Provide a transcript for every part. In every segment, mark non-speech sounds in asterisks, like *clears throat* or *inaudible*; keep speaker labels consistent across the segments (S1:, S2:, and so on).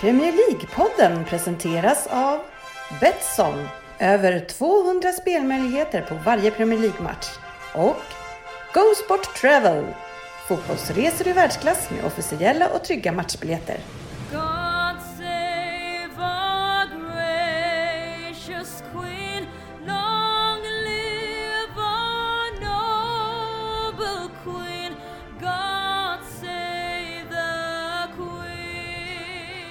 S1: Premier League-podden presenteras av Betsson. Över 200 spelmöjligheter på varje Premier League-match. Och Go Sport Travel. Fotbollsresor i världsklass med officiella och trygga matchbiljetter.
S2: God save our gracious Queen. Long live our noble Queen. God save the Queen.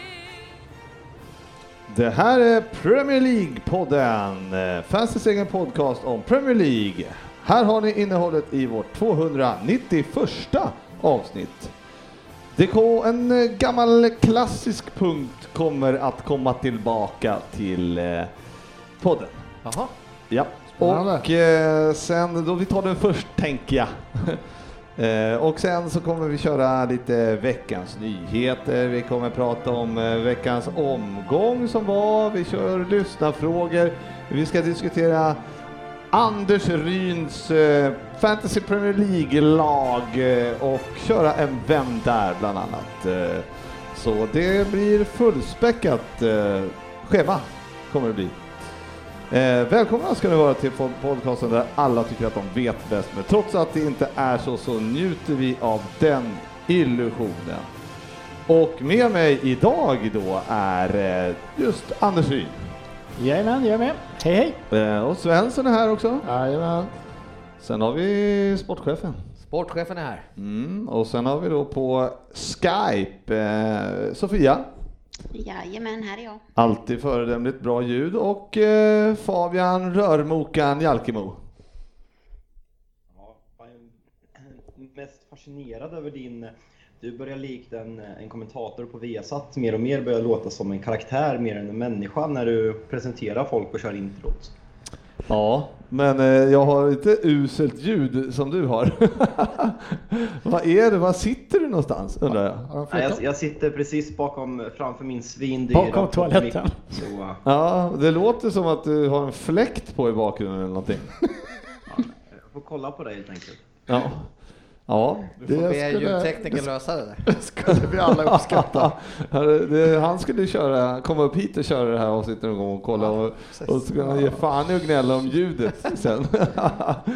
S3: Det här är Premier League-podden, eh, fansens egen podcast om Premier League. Här har ni innehållet i vårt 291 avsnitt. Det kom, en eh, gammal klassisk punkt kommer att komma tillbaka till eh, podden.
S4: Jaha.
S3: Ja.
S4: Spännande.
S3: Och eh, sen, då vi tar den först tänker jag. *laughs* Eh, och sen så kommer vi köra lite veckans nyheter. Vi kommer prata om eh, veckans omgång som var. Vi kör lyssnarfrågor. Vi ska diskutera Anders Ryns eh, Fantasy Premier League-lag eh, och köra en Vem där bland annat. Eh, så det blir fullspäckat eh, schema kommer det bli. Eh, välkomna ska ni vara till pod- podcasten där alla tycker att de vet bäst, men trots att det inte är så så njuter vi av den illusionen. Och med mig idag då är eh, just Anders Ryn.
S4: Jajamän, jag är med. Hej hej.
S3: Eh, och Svensson är här också.
S4: Jajamän.
S3: Sen har vi sportchefen.
S4: Sportchefen är här.
S3: Mm, och sen har vi då på Skype eh, Sofia.
S5: Jajamän, här är jag.
S3: Alltid föredömligt bra ljud och eh, Fabian Rörmokan Jalkemo.
S6: Ja, jag är mest fascinerad över din... Du börjar likt en, en kommentator på Viasat mer och mer börjar låta som en karaktär mer än en människa när du presenterar folk och kör introt.
S3: Ja, men eh, jag har inte uselt ljud som du har. *laughs* Vad är det? Var sitter du någonstans undrar jag?
S6: Nej, jag, jag sitter precis bakom, framför min svindyra...
S4: Bakom toaletten.
S6: Så, ja,
S3: Ja, det låter som att du har en fläkt på i bakgrunden eller någonting.
S6: jag får kolla på dig helt enkelt.
S3: Ja, ja
S7: Du får be
S4: skulle-
S7: ljudtekniker lösa det där.
S8: *laughs*
S4: skulle vi alla uppskatta.
S3: Ja, det- det- Han skulle köra, komma upp hit och köra det här avsnittet någon gång och kolla och, och så skulle han ge fan i och gnälla om ljudet sen. *laughs* ja,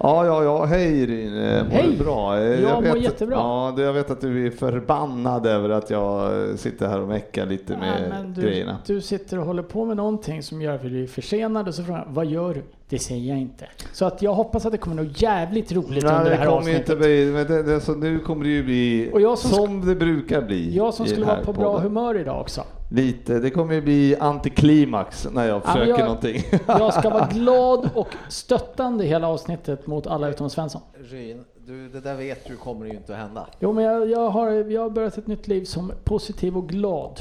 S3: ja, ja, hej Ryn, Eh, mår
S4: Hej.
S3: du bra? Eh,
S4: Jag mår
S3: vet,
S4: jättebra.
S3: Ja, det- jag vet att du är förbannad över att jag eh, sitter här och meckar lite med
S4: men du,
S3: grejerna.
S4: du sitter och håller på med någonting som gör att vi blir försenade och så frågar jag, vad gör du? Det säger jag inte. Så att jag hoppas att det kommer något jävligt roligt
S3: Nej,
S4: under det här
S3: det kommer ju
S4: avsnittet.
S3: inte bli, men det, det, så nu kommer det ju bli
S4: Och jag
S3: som,
S4: som
S3: det brukar bli.
S4: Jag som
S3: i
S4: skulle
S3: den
S4: vara
S3: här
S4: på bra
S3: podden.
S4: humör idag också.
S3: Lite, det kommer ju bli antiklimax när jag
S4: Ja, men
S3: försöker
S4: jag-
S3: någonting.
S4: Jag
S3: *laughs*
S4: ska vara glad och stöttande hela avsnittet mot alla utom Svensson.
S7: Ryn, du, det där vet du kommer ju inte att hända.
S4: Jo, men jag, jag, har, jag har börjat ett nytt liv som positiv och glad.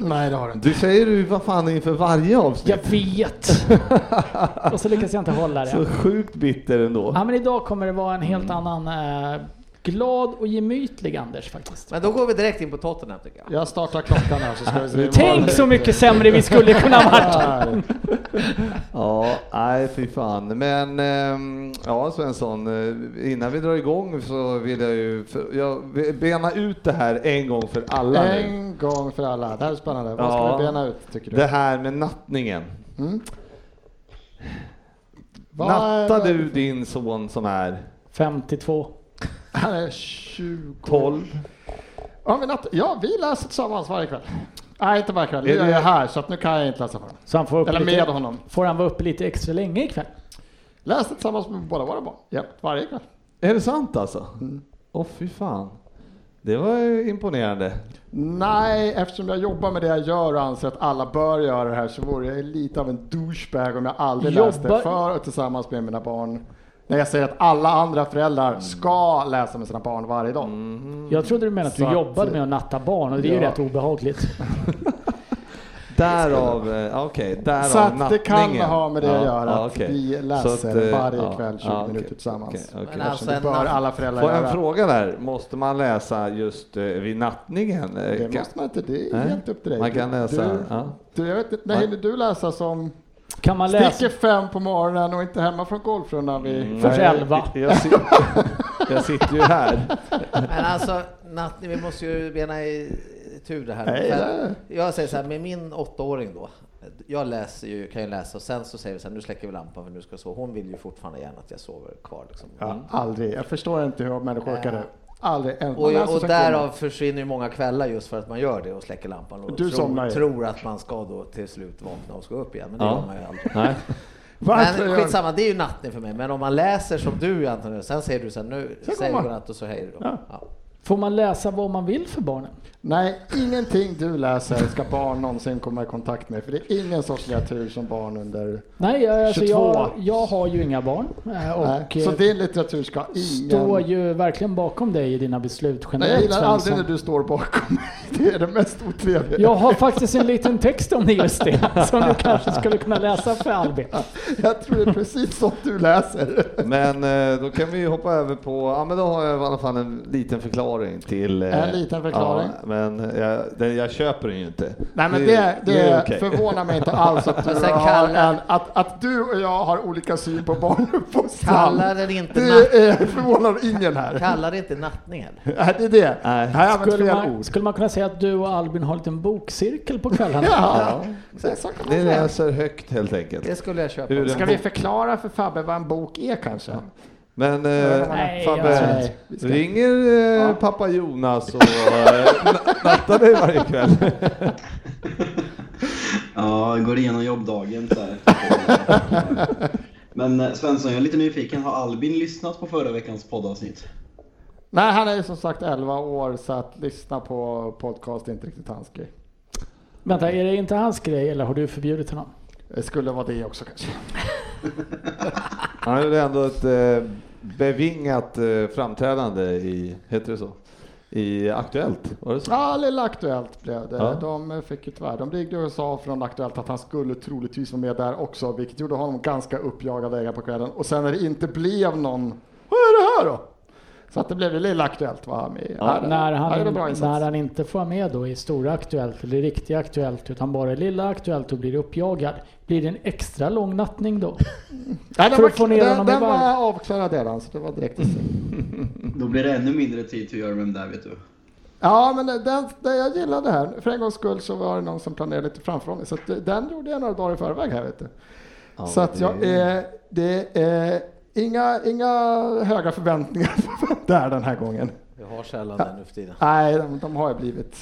S8: Nej, det har du inte.
S3: Du säger ju vad fan inför varje avsnitt.
S4: Jag vet!
S3: *laughs*
S4: och så lyckas jag inte hålla det.
S3: Så sjukt bitter ändå.
S4: Ja, men idag kommer det vara en helt
S8: Mm.
S4: annan eh, glad och gemytlig Anders faktiskt.
S7: Men då går vi direkt in på Tottenham tycker
S8: *laughs*
S7: jag.
S8: Jag startar klockan här så ska vi se. hur
S4: Tänk
S8: många-
S4: så mycket sämre vi skulle kunna
S8: *laughs*
S4: varit!
S8: Här.
S3: Ja, nej fy fan. Men ehm, ja Svensson, eh, innan vi drar igång så vill jag ju för, jag vill bena ut det här en gång för alla
S4: Eh.
S3: nu.
S8: En gång för alla. Det här är spännande. Vad ska
S3: Ja.
S8: vi bena ut tycker du?
S3: Det här med nattningen.
S8: Mm? Vad är-
S3: Nattar du din son som är
S4: 52.
S8: Han är 20.
S3: 12?
S4: Mm.
S8: Ja, men natt... ja, vi läser tillsammans varje kväll. Nej, inte varje kväll. Nu
S3: Är
S8: är
S3: det-
S8: jag här så att nu kan jag inte läsa för honom.
S4: Så han får, upp
S8: Eller
S4: lite,
S8: med honom.
S4: får han vara uppe lite extra länge ikväll.
S8: Läser tillsammans med båda våra barn. Jämt, varje kväll.
S3: Är det sant alltså? Åh
S4: Mm.
S3: fy fan. Det var ju imponerande.
S8: Nej, eftersom jag jobbar med det jag gör och anser att alla bör göra det här så vore jag lite av en douchebag om jag aldrig
S4: Jobbar-
S8: läste för och tillsammans med mina barn. När jag säger att alla andra
S3: Mm.
S8: föräldrar ska läsa med sina barn varje dag.
S4: Jag trodde du menade att du
S8: Mm. Så att-
S4: jobbade med att natta barn och det är ju
S8: Ja.
S4: rätt obehagligt.
S3: Därav, eh, okej, därav
S8: Så att det kan
S3: nattningen.
S8: ha med det att göra, att
S3: okej.
S8: vi läser
S3: Så eh,
S8: varje kväll 20
S3: okej,
S8: minuter tillsammans.
S3: okej, okej.
S7: Men alltså
S8: Eftersom det
S7: en
S8: bör
S7: natt-
S8: alla föräldrar
S3: Får jag en
S8: göra.
S3: fråga där? Måste man läsa just eh, vid nattningen? Eh,
S8: Det
S3: kan-
S8: måste man inte, det är
S3: Nej.
S8: helt upp till dig.
S3: Man kan läsa,
S8: Du,
S3: ja.
S8: du, jag vet inte, när hinner du läsa som
S4: Kan man läsa?
S8: sticker fem på morgonen och inte hemma från golfrundan vid
S4: Först
S3: Nej,
S8: *laughs*
S4: elva.
S3: Jag, jag, sit- jag sitter ju här.
S7: Men alltså, natt, vi måste ju bena i, tur det här.
S8: Nej,
S7: Men jag säger så här, med min åttaåring då. Jag läser ju, kan ju läsa och sen så säger vi så här, nu släcker vi lampan för nu ska jag sova. Hon vill ju fortfarande gärna att jag sover kvar liksom.
S8: Ja, aldrig. Jag förstår inte hur människor orkar det. Aldrig. En, man läser
S7: Och, och
S8: sen
S7: därav försvinner ju många kvällar just för att man gör det och släcker lampan och
S8: Du somnar
S7: tror,
S8: ju.
S7: tror att man ska då till slut vakna och ska upp igen. Men det
S3: Ja.
S7: gör man ju aldrig.
S3: Nej.
S8: kommer- Varför
S7: Men
S8: gör-
S7: skitsamma, det är ju nattning för mig. Men om man läser som du Anton, sen säger du så här, nu
S8: Sen
S7: säger
S8: kommer.
S7: du godnatt och så hej då.
S8: Ja.
S7: Ja.
S4: Får man läsa vad man vill för barnen?
S8: Nej, ingenting du läser ska barn någonsin komma i kontakt med. För det är ingen sorts litteratur som barn under...
S4: Nej, jag, alltså
S8: 22.
S4: jag, jag har ju inga barn eh, och
S8: Nej. Så
S4: eh,
S8: din litteratur ska ingen...
S4: står ju verkligen bakom dig i dina beslut
S8: Nej, jag
S4: generellt
S8: gillar aldrig när
S4: Svensson.
S8: du står bakom mig. *laughs* Det är det mest otrevliga.
S4: Jag har faktiskt en liten text om det just det, *laughs* som du kanske skulle kunna läsa för Albin.
S8: Jag tror det är precis som du läser.
S3: Men eh, då kan vi ju hoppa över på, ja men då har jag i alla fall en liten förklaring till... eh,
S8: En liten förklaring.
S3: Ja, men jag, den, jag köper den ju inte.
S8: Nej men det, det,
S3: okej.
S8: förvånar mig *laughs* inte alls att du,
S7: Och sen
S8: har
S7: kallar-
S8: en, att, att du och jag har olika syn på barnuppfostran.
S7: Kallar den inte natt-
S8: Det är, förvånar ingen här.
S7: Kallar det inte nattning heller.
S8: Nej, det är det.
S3: Nej.
S8: Här har jag använt
S4: Skulle
S8: fel
S4: man,
S8: ord.
S4: skulle man kunna säga att du och Albin har en liten bokcirkel på kvällarna?
S8: Ja, så- så kan man
S3: Ni
S8: säga.
S3: läser högt helt
S7: Det
S3: enkelt.
S7: skulle jag köpa.
S3: Hur-
S8: Ska vi förklara för Fabbe vad en bok är kanske?
S3: Men
S4: Nej,
S3: eh,
S4: jag
S3: Fabbe,
S8: Nej, vi ska-
S3: ringer eh, pappa Jonas och eh, *laughs* na- nattar dig varje kväll?
S6: Ja, jag går igenom jobbdagen så här. Men eh, Svensson, jag är lite nyfiken. Har Albin lyssnat på förra veckans poddavsnitt?
S8: Nej, han är ju som sagt 11 år så att lyssna på podcast är inte riktigt hans grej.
S4: Vänta, är det inte hans grej eller har du förbjudit honom?
S8: Det skulle vara det också kanske.
S3: Han gjorde ändå ett eh, bevingat eh, framträdande i, heter det så? I Aktuellt, var det så?
S8: Ja, Lilla Aktuellt blev det.
S3: Ja.
S8: De fick ju tyvärr, de ringde och sa från Aktuellt att han skulle troligtvis vara med där också, vilket gjorde honom ganska uppjagad ägare på kvällen. Och sen när det inte blev någon, vad är det här då? Så att det blev ju Lilla Aktuellt var han med i. Här-
S4: när,
S8: här är
S4: han,
S8: det bra insats.
S4: när han inte får vara med då i Stora Aktuellt eller Riktiga Aktuellt utan bara i Lilla Aktuellt och blir uppjagad. Blir det en extra lång nattning då?
S8: Nej, den
S4: för
S8: var,
S4: att få ner
S8: den,
S4: honom i
S8: den
S4: varv.
S8: var avklarad redan, så det var direkt i säng.
S4: Mm.
S6: Då blir det ännu mindre tid till att göra vem där, vet du.
S8: Ja, men den, den, jag gillade det här. För en gångs skull så var det någon som planerade lite framförhållning, så att eh, den gjorde jag några dagar i förväg här vet du.
S3: Ja,
S8: Så att jag
S3: det-
S8: är, det är inga, inga höga förväntningar *laughs* där den här gången.
S7: Vi har sällan det nu för tiden.
S8: Nej, de, de har ju blivit.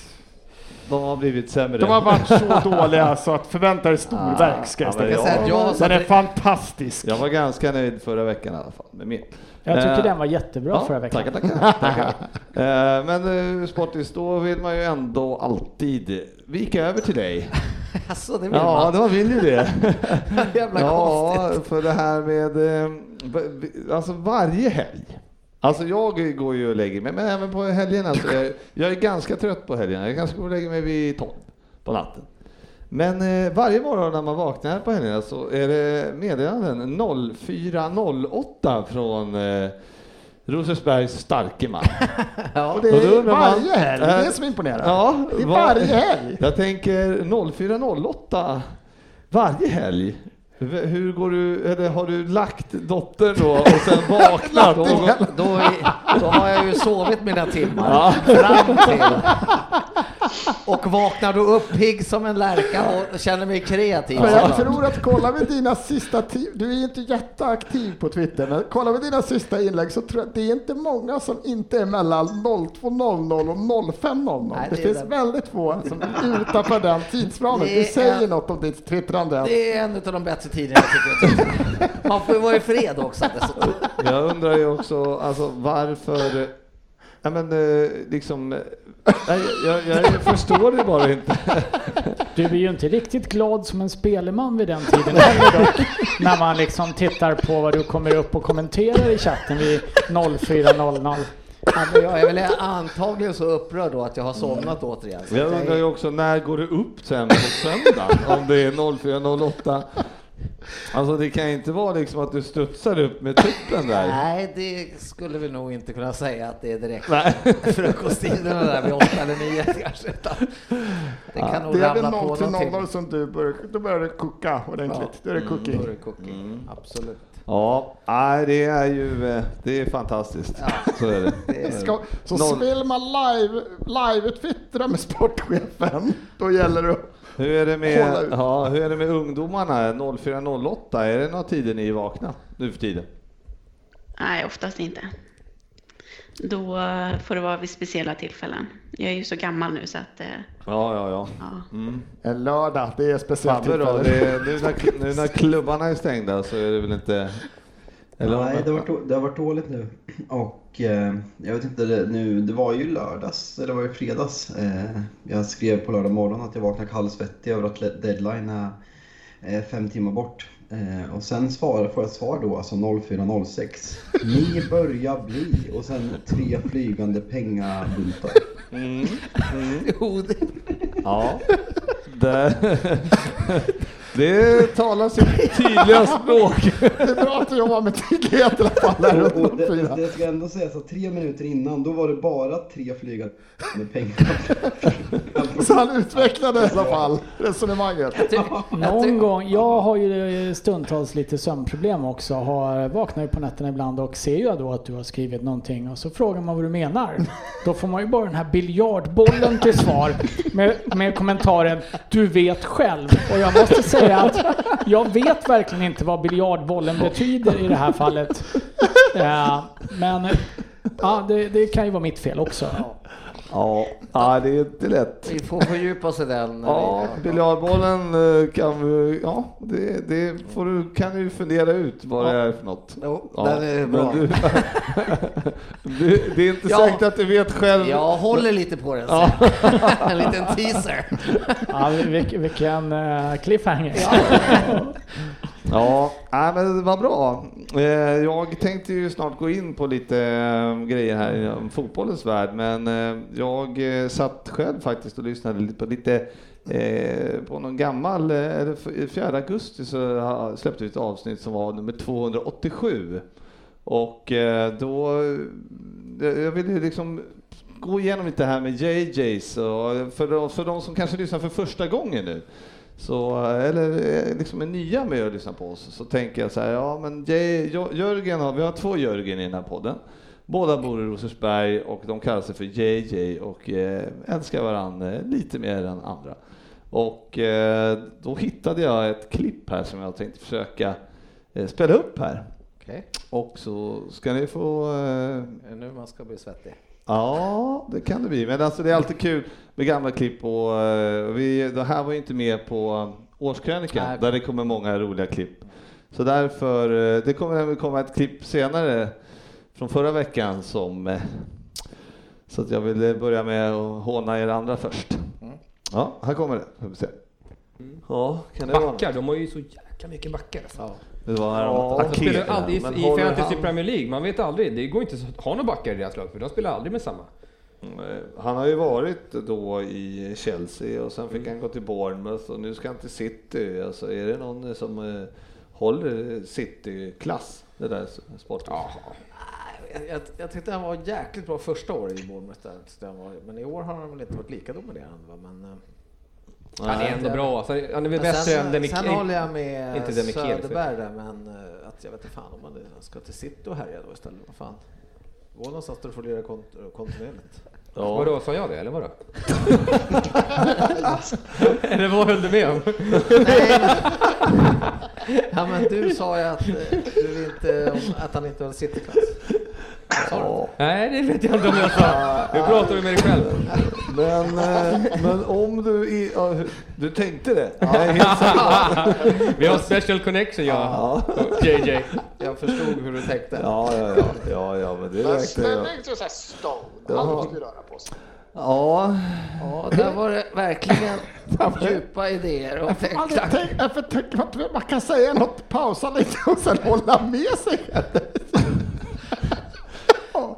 S3: De har blivit sämre.
S8: De har
S3: *laughs*
S8: varit så dåliga så att förvänta er storverk ska
S3: Ja,
S8: jag
S3: men
S8: säga.
S3: jag-
S7: säga att jag har
S8: Den
S7: satt
S8: är
S7: re-
S8: fantastisk.
S3: Jag var ganska nöjd förra veckan i alla fall med min.
S4: Jag tycker
S3: Eh,
S4: den var jättebra förra veckan.
S3: Tackar, tackar. tackar. Eh, men eh, Sportis, då vill man ju ändå alltid vika över till dig.
S7: *laughs* Alltså, det vill
S3: Ja,
S7: man.
S3: det var vill ju det.
S7: *laughs* Jävla
S3: ja,
S7: konstigt.
S3: för det här med, eh, b- b- alltså varje helg. Alltså jag går ju och lägger mig, men även på helgerna. Så jag, jag är ganska trött på helgerna. Jag kanske går och lägger mig vid tolv på natten. Men eh, varje morgon när man vaknar på helgerna så är det meddelanden 0408 från eh, Rosersbergs starke man.
S8: Och det
S3: Och då
S8: är
S3: undrar man-
S8: varje helg, det är det som imponerar. det är varje helg.
S3: Jag tänker 0408 varje helg. V- Hur går du, eller har du lagt dottern då och sen vaknat?
S7: Då,
S3: och,
S7: då, är- då har jag ju sovit mina timmar
S3: Ja.
S7: fram till. Och vaknar då upp pigg som en lärka och känner mig kreativ.
S8: Men jag
S7: såklart.
S8: tror att kolla med dina sista, ti- du är ju inte jätteaktiv på Twitter, men kolla med dina sista inlägg så tror jag att det är inte många som inte är mellan 02.00 och 05.00.
S7: Nej,
S8: det
S7: det är
S8: finns
S7: det.
S8: väldigt få som är utanför den tidsramen.
S7: Det
S8: Det säger
S7: är-
S8: något om ditt twittrande.
S7: Det är en av de bättre tiderna jag tycker. jag. Man får ju vara i fred också dessutom.
S3: jag undrar ju också alltså, varför... eh, Nej men eh, liksom... eh, Nej, jag, jag, jag förstår det bara inte.
S4: Du är ju inte riktigt glad som en spelman vid den tiden heller dock, När man liksom tittar på vad du kommer upp och kommenterar i chatten vid 04.00.
S7: Ja, men Jag är väl antagligen så upprörd då att jag har somnat återigen. Så
S3: Jag
S7: att jag
S3: undrar ju
S7: är-
S3: också när går du upp sen på söndag? Om det är 0408 Alltså det kan ju inte vara liksom att du studsar upp med tuppen där.
S7: Nej, det skulle vi nog inte kunna säga att det är direkt *laughs* frukosttiderna där vid åtta eller nio kanske. utan Det kan nog
S8: Det är väl
S7: ramla
S8: någon
S7: på
S8: till
S7: någonting. Mm,
S8: nollor som du börjar, då börjar det koka ordentligt. Då är det cooking.
S7: Då är det cooking. Absolut.
S3: Ja, nej, det är ju eh, det är fantastiskt. Så är det.
S7: Det är-
S8: Ska, så
S3: Noll.
S8: vill man live, live-twittra med sportchefen, då gäller det att-
S3: Hur är det
S8: Hålla
S3: med,
S8: ut.
S3: ja, hur är det med ungdomarna 0408? Är det några tider ni är vakna nu för tiden?
S5: Nej, oftast inte. Då eh, får det vara vid speciella tillfällen. Jag är ju så gammal nu så att eh,
S3: Ja, ja, ja.
S5: ja.
S8: En lördag, det är speciellt
S3: Fabbe då,
S8: tillfälle.
S3: det är, nu, när, nu när klubbarna är stängda så är det väl inte... Eller
S6: Nej, det har, varit, då- det har varit dåligt nu. *clears throat* Och eh, jag vet inte, det, nu, det var ju lördags, eller det var ju fredags. Eh, jag skrev på lördag morgon att jag vaknade kallsvettig över att le- deadline är eh, fem timmar bort. Eh, och sen svar, får jag ett svar då, alltså *laughs* 0406. Ni börjar bli och sen tre flygande *laughs* pengabuntar.
S3: Mm.
S7: Jo, det
S3: Ja. Det, *laughs* det talar sitt tydliga språk.
S8: Det är bra att du jobbar med tydlighet i alla fall. Där
S6: Och, och
S8: runt
S6: det,
S8: de
S6: det,
S8: fyra.
S6: det ska jag ändå sägas att tre minuter innan då var det bara tre flygande pengabuntar.
S8: Så han utvecklade i alla fall resonemanget.
S4: Någon gång, jag har ju eh, stundtals lite sömnproblem också. Har, vaknar ju på nätterna ibland och ser ju då att du har skrivit någonting och så frågar man vad du *laughs* menar. Då får man ju bara den här biljardbollen till svar med, med kommentaren “Du vet själv” och jag måste säga att jag vet verkligen inte vad biljardbollen betyder i det här *laughs* fallet. Eh, men ja, det, det kan ju vara mitt fel också.
S3: Ja, ja, det är inte lätt.
S7: Vi får fördjupa oss i den. när
S3: Ja,
S7: vi-
S3: biljardbollen eh, kan vi- ja, det, det får du, kan du fundera ut vad det är för något.
S7: Jo,
S3: Ja,
S7: den är
S3: men
S7: bra.
S3: Du, *laughs* du, det är inte
S7: Ja.
S3: säkert att du vet själv.
S7: Jag håller lite på den. så. *laughs* en liten teaser.
S4: Ja, vil- vilken eh, cliffhanger.
S3: Ja, nej, men det var bra. Eh, Jag tänkte ju snart gå in på lite eh, grejer här inom fotbollens värld, men eh, jag eh, satt själv faktiskt och lyssnade lite på lite eh, på någon gammal, eh, eller f- 4 augusti så ha- släppte vi ett avsnitt som var nummer 287. Och eh, då, eh, jag ville ju liksom gå igenom lite här med JJs, och för, de, för de som kanske lyssnar för första gången nu. Så, eller eh, liksom är nya med att lyssna på oss, så tänker jag så här, ja men J- J- Jörgen har, vi har två Jörgen i den här podden. Båda bor i Rosersberg och de kallar sig för JJ och eh, älskar varandra eh, lite mer än andra. Och eh, då hittade jag ett klipp här som jag tänkte försöka eh, spela upp här.
S7: Okej,
S3: Och så ska ni få eh,
S7: är det nu man ska bli svettig.
S3: Ja, det kan det bli. Men alltså, det är alltid kul med gamla klipp och eh, vi, det här var ju inte med på eh, årskrönikan
S7: Nej.
S3: där det kommer många roliga klipp. Så därför, eh, det kommer även komma ett klipp senare från förra veckan som eh, så att jag ville börja med att håna er andra först. Ja, här kommer det. Får vi se. Ja, kan det vara? något?
S9: Backar, de har ju så jäkla mycket backar. Alltså.
S7: Ja.
S3: Det var här
S7: Ja,
S3: något
S9: De spelar ju
S3: Aker.
S9: aldrig i,
S3: Men
S9: i
S3: håller
S9: Fantasy
S3: han-
S9: Premier League, man vet aldrig. Det går inte att ha några backar i deras lag, för de spelar aldrig med samma.
S3: Eh, Han har ju varit då i Chelsea och sen fick han gå till Bournemouth och nu ska han till City. Alltså, är det någon som eh, håller City-klass, det där sporten?
S9: Ja,
S7: Jag, jag, jag tyckte han var jäkligt bra första året i Bournemouth. där, tyckte han var- Men i år har han väl inte varit lika dominerande. Va? Men, eh,
S9: han är ändå bra. alltså. Han är väl
S7: Men
S9: bättre
S7: sen,
S9: än Demick.
S7: sen håller jag med
S9: inte Demichelis,
S7: Söderberg där, men eh, att jag vet inte fan om man ska till City och härja då istället. Vad fan? Gå någonstans där du får lira kont- kontinuerligt.
S9: Vadå, sa jag det eller
S7: *laughs*
S9: vadå? eller vad höll du med om?
S7: Ja men du sa ju att, eh, du inte, att han inte höll Cityklass.
S9: Nej, det vet jag inte om jag sa. Nu pratar du med dig själv.
S3: Men, eh, men om du... I, ja, hur- du tänkte det? *laughs* Ja, helt sant.
S9: Vi har special connection jag
S3: ja,
S9: och JJ.
S7: Jag förstod hur du tänkte.
S3: ja, ja, ja, ja, ja, men det
S8: Alltså,
S3: räckte. Ja,
S10: Ställning till såhär stone.
S3: Ja.
S10: Han måste ju röra på sig.
S3: ja
S7: Ja, där var det
S3: *laughs*
S7: verkligen djupa idéer och
S8: Alltså,
S7: tänkta.
S8: tänk, varför tänker man inte- man kan säga något, pausa lite och sen hålla med sig själv.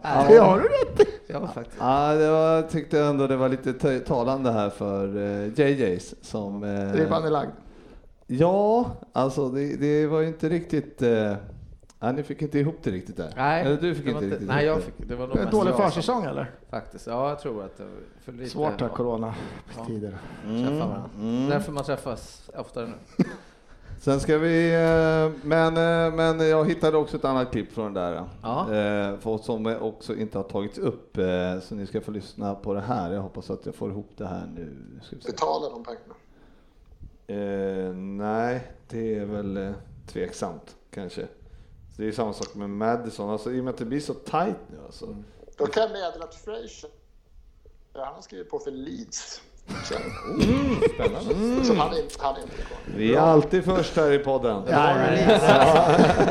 S8: Ja, Det har du rätt i.
S7: Ja, faktiskt.
S3: ja, det var, jag tyckte ändå det var lite t- talande här för eh, JJs som... eh,
S8: Ribban är lagd.
S3: Ja, alltså det, det var ju inte riktigt... Eh, nej, ni fick inte ihop det riktigt där. Eller du fick
S7: det var
S3: inte riktigt
S7: Nej,
S3: ihop
S7: jag fick, det var nog
S8: Det är
S7: mest
S8: dålig
S7: jag som-
S8: försäsong, eller?
S7: Faktiskt, ja jag tror att det var för lite.
S8: Svårt
S7: ja,
S8: här, corona-tider.
S7: Träffa varandra.
S3: Mm.
S7: Därför man träffas oftare nu.
S3: Sen ska vi, eh, men, eh, men jag hittade också ett annat klipp från den där.
S7: Ja.
S3: eh, För oss som också inte har tagits upp, eh, så ni ska få lyssna på det här. Jag hoppas att jag får ihop det här nu. Ska vi se.
S10: Betala de pengarna.
S3: Eh, nej, det är väl eh, tveksamt kanske. Så det är samma sak med Madison, alltså, i och med att det blir så tight nu. Alltså.
S7: Mm.
S10: Då kan jag meddela att Frazier, ja, han har skrivit på för Leeds. Så,
S8: Mm.
S10: så han är, inte- han är inte kvar.
S3: Vi är alltid först här i podden.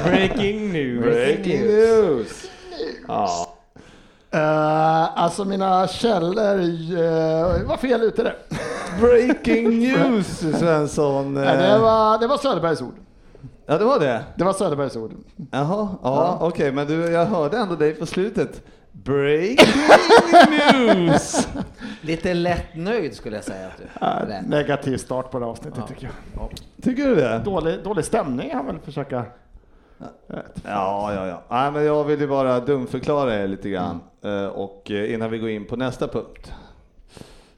S9: Breaking news.
S3: Breaking news! Ja.
S8: Eh, alltså mina källor eh, var fel ute där.
S3: Breaking news Svensson!
S8: Nej, Det, var, det var Söderbergs ord.
S3: Ja det var det?
S8: Det var Söderbergs ord.
S3: Jaha, ja, okej, men du, jag hörde ändå dig på slutet.
S9: *laughs*
S3: Breaking news!
S7: Lite lätt nöjd skulle jag säga att du
S8: Eh,
S7: Lätt.
S8: Negativ start på det här avsnittet tycker jag.
S3: Tycker du det?
S8: Dålig, dålig stämning han väl försöka.
S3: Ja, ja, ja. Nej, men jag ville bara dumförklara er lite grann
S8: Mm.
S3: Eh, och eh, innan vi går in på nästa punkt.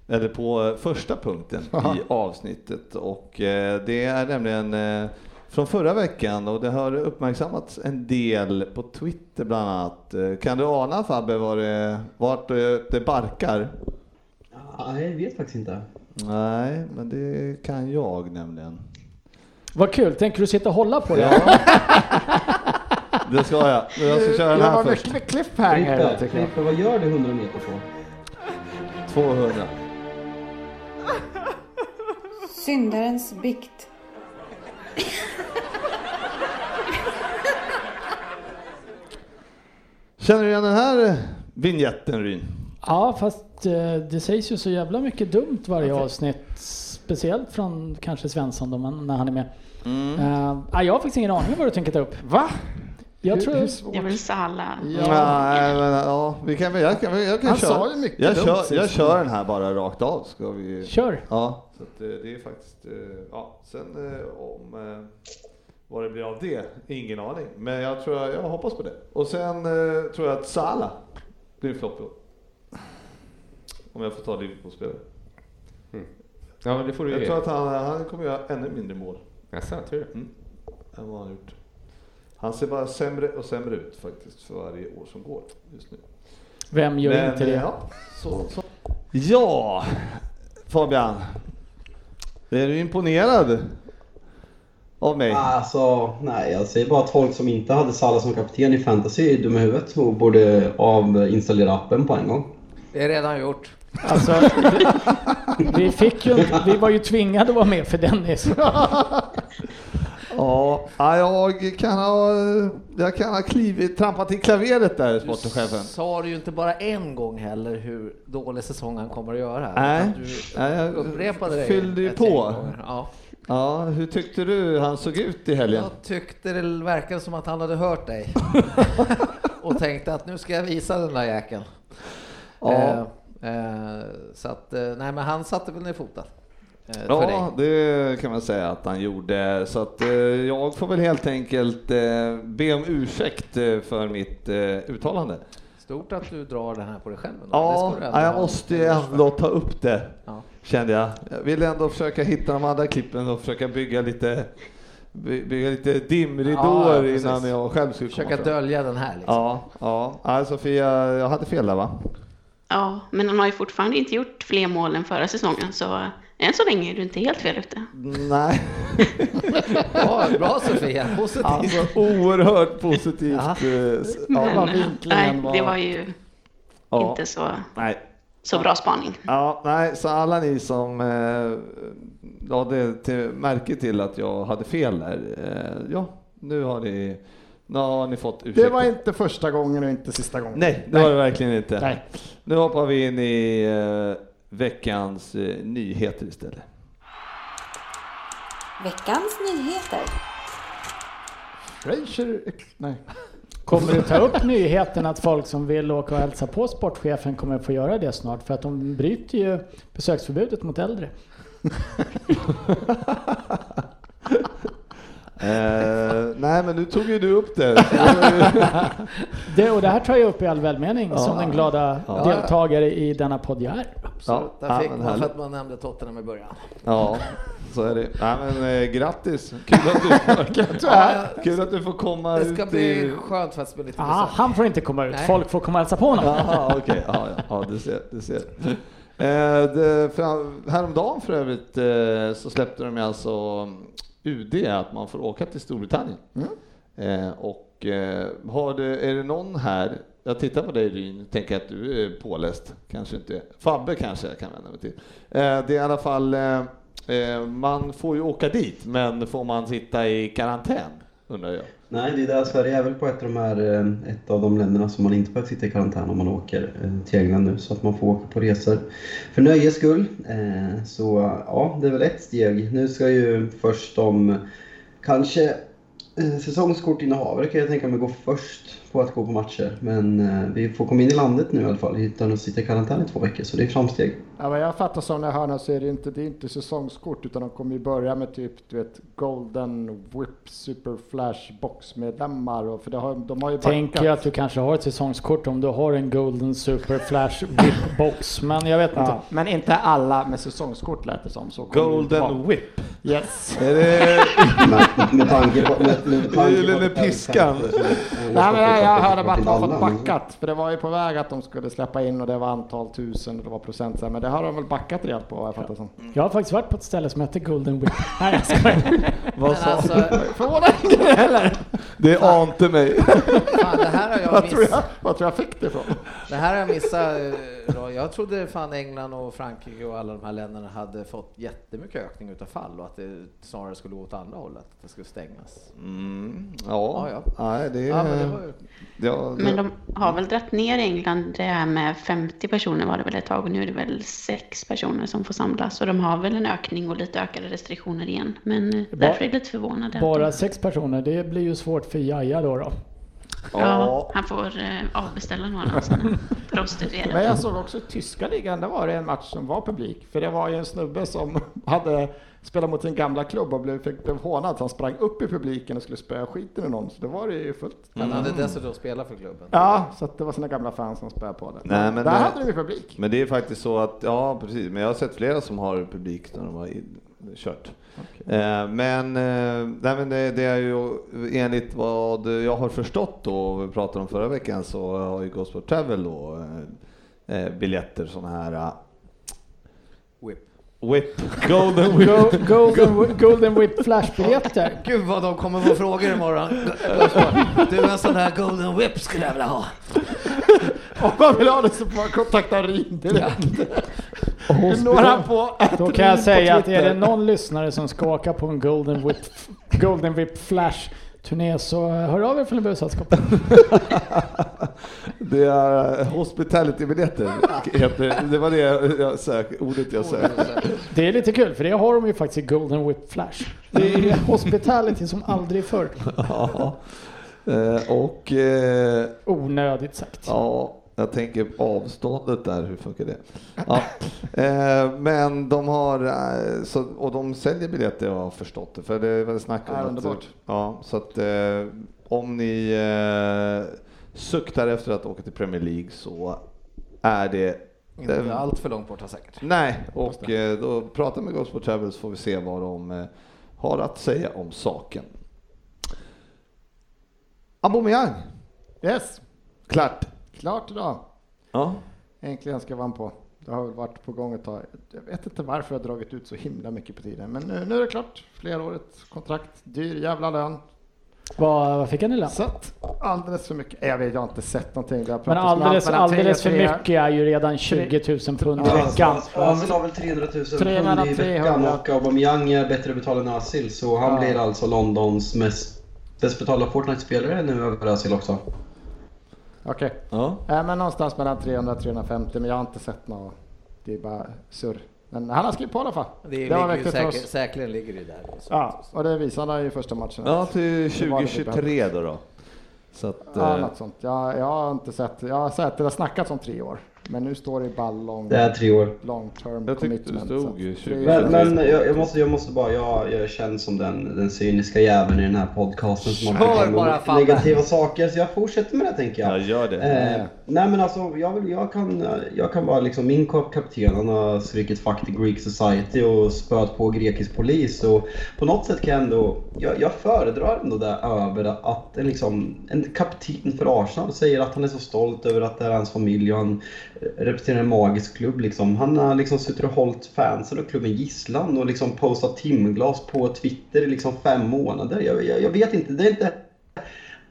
S3: Eller på eh, första punkten
S8: *laughs*
S3: i avsnittet och eh, det är nämligen eh, från förra veckan och det har uppmärksammats en del på Twitter bland annat. Eh, Kan du ana Fabbe var det, vart eh, det barkar?
S6: Nej, jag vet faktiskt inte.
S3: Nej, men det kan jag nämligen.
S4: Vad kul, tänker du sitta och hålla på det?
S3: Ja. *laughs* Det ska jag. Men Jag ska köra den
S8: Jag
S3: här
S8: var
S3: först.
S8: mycket cliffhanger där, tycker jag.
S6: Frippe, vad gör du 100 meter på?
S3: 200.
S1: Syndarens bikt.
S3: Känner du igen den här eh, vignetten Ryn?
S4: Ja, fast eh, det sägs ju så jävla mycket dumt varje avsnitt. Speciellt från kanske Svensson då, men när han är med.
S3: Mm.
S4: Eh, nej, jag har faktiskt ingen aning om vad du tänker ta upp.
S8: Va?
S4: Jag
S8: Hur-
S4: tror...
S8: hur
S5: Det är
S8: svårt?
S5: väl Sala.
S3: Nej, men, ja, vi kan, väl- jag kan, jag kan
S8: Han
S3: köra.
S8: sa ju mycket
S3: jag,
S8: dumt
S3: kör,
S8: sist.
S3: jag kör den här bara rakt av. Ska vi...
S4: Kör!
S3: Ja, så att, eh, det är faktiskt, eh, ja, sen eh, om eh, vad det blir av det, ingen aning. Men jag tror, jag hoppas på det. Och sen eh, tror jag att Salah blir flopp i år. Om jag får ta Liverpool-spelare.
S9: Ja, men det får du
S3: Jag
S9: ju
S3: tror
S9: ge.
S3: att han, eh, han kommer göra ännu mindre mål
S9: Jaså, tror du?
S3: än vad han har gjort. Han ser bara sämre och sämre ut faktiskt för varje år som går just nu.
S4: Vem gör
S3: Men,
S4: inte det?
S3: eh, Ja, så, så. ja, Fabian. Är du imponerad av mig?
S7: Ah.
S6: Alltså, nej, jag säger bara att folk som inte hade Salah som kapten i fantasy är dumma i huvudet och borde avinstallera appen på en gång.
S7: Det är redan gjort.
S4: Alltså, vi- vi, fick ju, inte- vi var ju tvingade att vara med för Dennis.
S3: Ja, ja, jag kan ha, jag kan ha klivit, trampat i klaveret där, sportchefen.
S7: Sa du ju inte bara en gång heller hur dålig säsong han kommer att göra.
S3: Nej,
S7: Utan Du
S3: nej, jag
S7: upprepade det.
S3: fyllde ju
S7: ett gäng
S3: på.
S7: gånger. Ja.
S3: Ja, hur tyckte du han såg ut i helgen?
S7: Jag tyckte det verkade som att han hade
S3: *laughs*
S7: hört dig och tänkte att nu ska jag visa den där jäkeln.
S3: Ja.
S7: Eh, eh, så att, eh, nej men han satte väl ner foten. Eh, för dig.
S3: Ja, det kan man säga att han gjorde. Så att eh, jag får väl helt enkelt eh, be om ursäkt eh, för mitt eh, uttalande.
S7: Stort att du drar den här på dig själv. ändå. Det
S3: Ja,
S7: ska du ändå
S3: jag
S7: ha.
S3: måste ju ändå ta upp det,
S7: Ja.
S3: kände jag. Jag ville ändå försöka hitta de andra klippen och försöka bygga lite, by- bygga lite
S7: Ja, ja,
S3: dimridåer
S7: precis.
S3: innan jag själv skulle komma
S7: Försöka
S3: fram.
S7: dölja den här liksom.
S3: Ja, ja. Nej, Sofia, jag hade fel där va?
S5: Ja, men han har ju fortfarande inte gjort fler mål än förra säsongen, så än så länge är du inte helt fel ute.
S3: Nej.
S7: Ja. bra Sofia,
S3: *laughs*
S7: positivt.
S3: Alltså oerhört positivt.
S7: Ja.
S3: eh, s-
S5: Men,
S8: vad
S5: eh,
S8: vinklingen
S5: nej,
S8: var.
S5: det var ju
S3: Ja.
S5: inte så,
S3: Nej,
S5: så bra spaning.
S3: Ja, nej, så alla ni som eh, lade till, märke till att jag hade fel där, eh, ja, nu har ni, nu har ni fått ursäkt.
S8: Det var inte första gången och inte sista gången.
S3: Nej, det var det verkligen inte.
S8: Nej.
S3: Nu hoppar vi in i eh, veckans eh, nyheter istället.
S1: Veckans nyheter.
S8: Frazier, nej.
S4: Kommer du ta upp nyheten att folk som vill åka och hälsa på sportchefen kommer få göra det snart? För att de bryter ju besöksförbudet mot äldre.
S3: Eh, nej, men nu tog ju du upp
S8: *laughs*
S3: det. Så det var ju-
S4: Det, och det här tar jag upp i all välmening som den glada
S3: Ja.
S4: deltagare i denna podd jag är.
S3: Ja,
S7: Där
S3: ja,
S7: fick
S3: men
S7: man för
S3: härligt.
S7: att man nämnde Tottenham i början.
S3: Ja, så är det. Nej, men eh, grattis! Kul att,
S8: *laughs*
S3: du, kul att du får komma
S7: Det ska
S3: ut
S7: bli
S3: i...
S7: skönt fast med lite
S4: Ah,
S7: besök.
S4: han får inte komma ut,
S7: Nej.
S4: folk får komma och hälsa på honom.
S3: Jaha, okej. Ja, ja, ja, du ser. Du ser. Eh, det, fram, häromdagen för övrigt eh, så släppte de ju alltså mm, UD att man får åka till Storbritannien. Eh, och eh, har du, är det någon här, jag tittar på dig Ryn, tänker att du är påläst, kanske inte är. Fabbe kanske jag kan vända mig till. Eh, det är i alla fall, eh, eh, man får ju åka dit, men får man sitta i karantän? Undrar jag.
S11: Nej, det är där Sverige är väl på ett av, de här, eh, ett av de länderna som man inte behöver sitta i karantän om man åker eh, till England nu så att man får åka på resor för nöjes skull. Eh, Så ja, det är väl ett steg. Nu ska ju först de kanske eh, säsongskortinnehavare kan jag tänka mig gå först på att gå på matcher men eh, vi får komma in i landet nu i alla fall utan att sitta i karantän i två veckor så det är framsteg.
S8: Ja, vad jag fattar som när jag hör nu så är det inte, det är inte säsongskort utan de kommer ju börja med typ du vet, Golden Whip Super Flash boxmedlemmar och för det har, de har ju
S4: Tänker jag typ- att du kanske har ett säsongskort om du har en Golden Super Flash Whip Box, men jag vet inte.
S8: Ja, men inte alla med säsongskort lät det som. Så kommer det inte vara.
S3: Golden Whip.
S8: Yes.
S3: *laughs* Är det...
S11: Med, med tanke på... Med, med
S3: Det är ju
S11: tanke på
S3: lille piskan.
S8: Nej, men jag, jag hörde bara att de
S11: Alla,
S8: fått
S11: men-
S8: backat. För det var ju på väg att de skulle släppa in och det var antal tusen och det var procent. så här, Men det har de väl backat rejält på vad jag fattar som.
S4: Jag har faktiskt varit på ett ställe som heter Golden Whip. Nej, jag skojar.
S3: Vad
S7: Men
S3: sa
S7: alltså,
S8: Förvånande
S3: *laughs*
S8: grej heller.
S3: Det ante mig.
S7: fan, det här har jag
S8: Vad tror jag,
S7: missat.
S8: vad tror jag fick det ifrån?
S7: Det här har jag missat. eh, då. Jag trodde fan England och Frankrike och alla de här länderna hade fått jättemycket ökning utav fall och att det snarare skulle gå åt andra hållet, att det skulle stängas.
S3: Mm, ja,
S7: Ja,
S3: Nej, det,
S7: Ja, men det var ju...
S3: ja, det-
S5: Men de har väl dratt ner i England det här med 50 personer var det väl ett tag och nu är det väl 6 personer som får samlas. Och de har väl en ökning och lite ökade restriktioner igen. Men eh, därför är jag lite förvånad. att
S4: Bara
S5: de-
S4: sex personer, det blir ju svårt för Jaja då. då.
S5: Ja, han får eh, avbeställa några av
S3: *laughs*
S5: sina prostituerade.
S8: Men jag såg också i tyska ligan, där var det en match som var publik. För det var ju en snubbe som *laughs* hade spelat mot sin gamla klubb och blev, fick, blev hånad. Så han sprang upp i publiken och skulle spöa skiten i någon. Så det var det ju fullt.
S7: Han hade dessutom spelat för klubben.
S8: Ja, så att det var sina gamla fans som spöade på det.
S3: Nej, men eh,
S8: där
S3: det-
S8: hade de ju publik.
S3: *laughs* men det är faktiskt så att, ja precis, men jag har sett flera som har publik när de har in, kört. Eh, Men, eh, nej, men det, det är ju enligt vad jag har förstått då, och vi pratade om förra veckan, så har ju Gosport Travel då eh, eh, biljetter sådana här eh,
S7: Whip.
S3: Whip,
S7: *laughs*
S3: Golden Whip.
S4: Go, golden, Whi- golden Whip Flash-biljetter.
S7: Gud vad de kommer få frågor imorgon. *laughs* Du en sån där golden whip skulle jag vilja ha.
S8: Om man vill ha det så får man kontakta Rin direkt. Du når han på
S4: Då kan jag säga att är det någon lyssnare som ska åka på en Golden Whip, golden whip Flash turné så hör av er från Lundbysällskapet.
S3: Det är eh,
S7: *laughs*
S3: hospitality-biljetter. heter- Det var det jag sök, ordet jag sökte.
S4: Det är lite kul för det har de ju faktiskt i Golden Whip Flash. Det är hospitality som aldrig förr.
S3: Ja. Eh, Och eh,
S4: Onödigt sagt.
S3: ja, jag tänker på avståndet där, hur funkar det? Ja. Eh, Men de har, eh, så, och de säljer biljetter jag har förstått det, för det var snack om
S8: Ja,
S3: att-
S8: underbart.
S3: Ja, så att eh, om ni eh, suktar efter att åka till Premier League så är det
S7: Inte allt för långt borta säkert.
S3: Nej, och eh, då prata med Gosport Travel så får vi se vad de eh, har att säga om saken. Aubameyang,
S8: Yes,
S3: klart.
S8: klart idag.
S3: Ja.
S8: Äntligen ska jag vann på. Det har väl varit på gång ett tag. Jag vet inte varför jag har dragit ut så himla mycket på tiden. Men nu, nu är det klart. Flerårigt kontrakt, dyr jävla lön.
S4: Vad, vad fick han i lön?
S8: Sett alldeles för mycket. Jag vet, jag har inte sett någonting. Det har
S4: Men
S8: pratats om
S4: alldeles,
S8: allt mellan
S4: alldeles för
S8: 300.
S4: mycket är ju redan 20 000 pund i veckan.
S11: Özil har väl 300 000 pund
S8: 300,
S11: i veckan
S8: 300.
S11: och Aubameyang är bättre betald än Özil så han blir alltså Londons mest bäst betalda Fortnite-spelare nu över Özil också.
S8: Okej.
S3: Ja.
S8: Äh, men någonstans mellan 300 och 350. Men jag har inte sett något. Det är bara surr. Men han har skrivit på i alla fall.
S7: Det,
S8: har
S7: ligger ju
S8: viktigt för
S7: säkert,
S8: oss.
S7: säkerligen ligger det där. Så.
S8: Ja, och det visade han ju i första matchen.
S3: ja, typ, till
S8: Det var det vi
S3: 2023 då. då. Så att,
S8: Ja,
S3: eh,
S8: något sånt. Jag, jag har inte sett. Jag har sett det har snackats om tre år. Men nu står det i ballong.
S11: Det är tre år.
S8: Long term
S3: Jag tyckte det
S8: commitment, så
S3: stod
S8: att
S3: ju
S8: tre
S3: 20.
S8: år.
S11: Men, men jag, jag, måste, jag måste bara, jag, jag känns som den, den cyniska jäveln i den här podcasten som
S7: Kör
S11: har
S7: bara,
S11: med
S7: Fabbe.
S11: negativa saker så jag fortsätter med det tänker jag.
S3: Ja, gör det.
S11: Eh, nej men alltså jag, vill, jag, kan, jag kan vara liksom min kap- kapten. Han har strykit fuck the Greek Society och spöat på grekisk polis. Och på något sätt kan jag ändå, jag, jag föredrar ändå det över att en, liksom, en kapten för Arsenal säger att han är så stolt över att det är hans familj och han representerar en magisk klubb. Liksom. Han har liksom suttit och hållit fansen och klubben gisslan och liksom postat timglas på Twitter i liksom fem månader. Jag, jag, jag vet inte, det är inte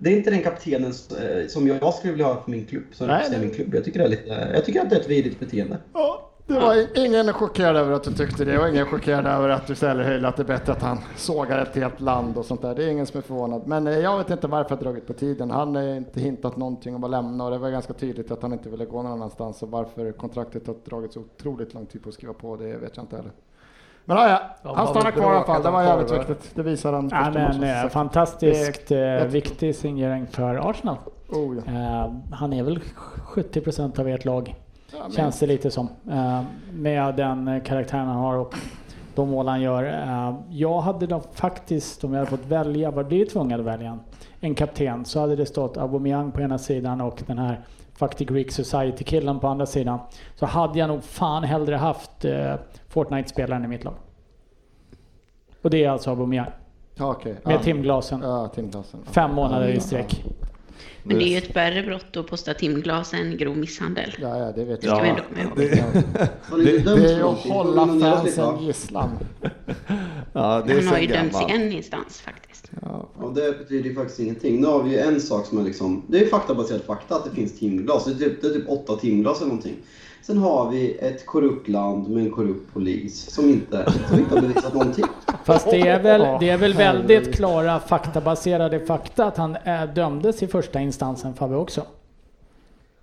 S11: det är inte den kaptenen eh, som jag skulle vilja ha för min klubb. Som
S8: Nej,
S11: representerar
S8: nej.
S11: min klubb. Jag, tycker det är lite, jag tycker att det är ett vidrigt beteende.
S8: Ja, det var ingen är chockerad över att du tyckte det och ingen är chockerad över att du säljer Höjl, att det är bättre att han sågar ett helt land och sånt där. Det är ingen som är förvånad. Men eh, jag vet inte varför det har dragit på tiden. Han har inte hintat någonting om att lämna och det var ganska tydligt att han inte ville gå någon annanstans. Och varför kontraktet har dragit så otroligt lång tid på att skriva på, det vet jag inte heller. Men ja, ja,
S7: De
S8: han
S7: har
S8: stannar
S7: väl
S8: kvar i alla fall.
S7: bråkat
S8: Det
S7: om
S8: var jävligt
S7: korvar.
S8: viktigt. Det visar han
S4: Ja,
S8: första matchen,
S4: men,
S8: som
S4: eh,
S8: sagt.
S4: fantastiskt eh,
S8: jättebra.
S4: viktig signering för Arsenal.
S8: Oh, ja.
S4: Eh, han är väl 70% av ert lag,
S8: Ja, men-
S4: känns det lite som. Eh, med den eh, karaktären han har och de mål han gör. Eh, jag hade då faktiskt, om jag hade fått välja, var blivit tvungen att välja en, en kapten, så hade det stått Aubameyang på ena sidan och den här Fuck the Greek Society-killen på andra sidan. Så hade jag nog fan hellre haft eh, Fortnite-spelaren i mitt lag. Och det är alltså Aubameyang.
S8: Ja, okej.
S4: Med
S8: Ja.
S4: timglasen.
S8: Ja, timglasen.
S4: Fem månader i sträck.
S5: Men det är ju ett värre brott att posta timglas än grov misshandel.
S8: Ja, ja, det vet
S5: Det ska
S8: jag.
S5: vi ändå komma ihåg.
S11: Har ni inte dömt
S8: Det är
S11: för
S8: att
S11: någonting?
S8: hålla
S11: Har ni någon
S8: fansen
S11: jävla-
S8: gisslan.
S3: Ja, det är
S5: Han har
S3: sen
S5: ju dömts i
S3: gammalt.
S5: en instans faktiskt.
S11: Ja, det betyder ju faktiskt ingenting. Nu har vi ju en sak som är liksom... Det är ju faktabaserad fakta att det finns timglas. Det är typ, det är typ åtta timglas eller någonting. Sen har vi ett korrupt land med en korrupt polis som inte, som inte har bevisat någonting.
S4: Fast det är väl, det är väl
S8: Åh, herregud.
S4: väldigt klara faktabaserade fakta att han eh, dömdes i första instansen Fabbe också.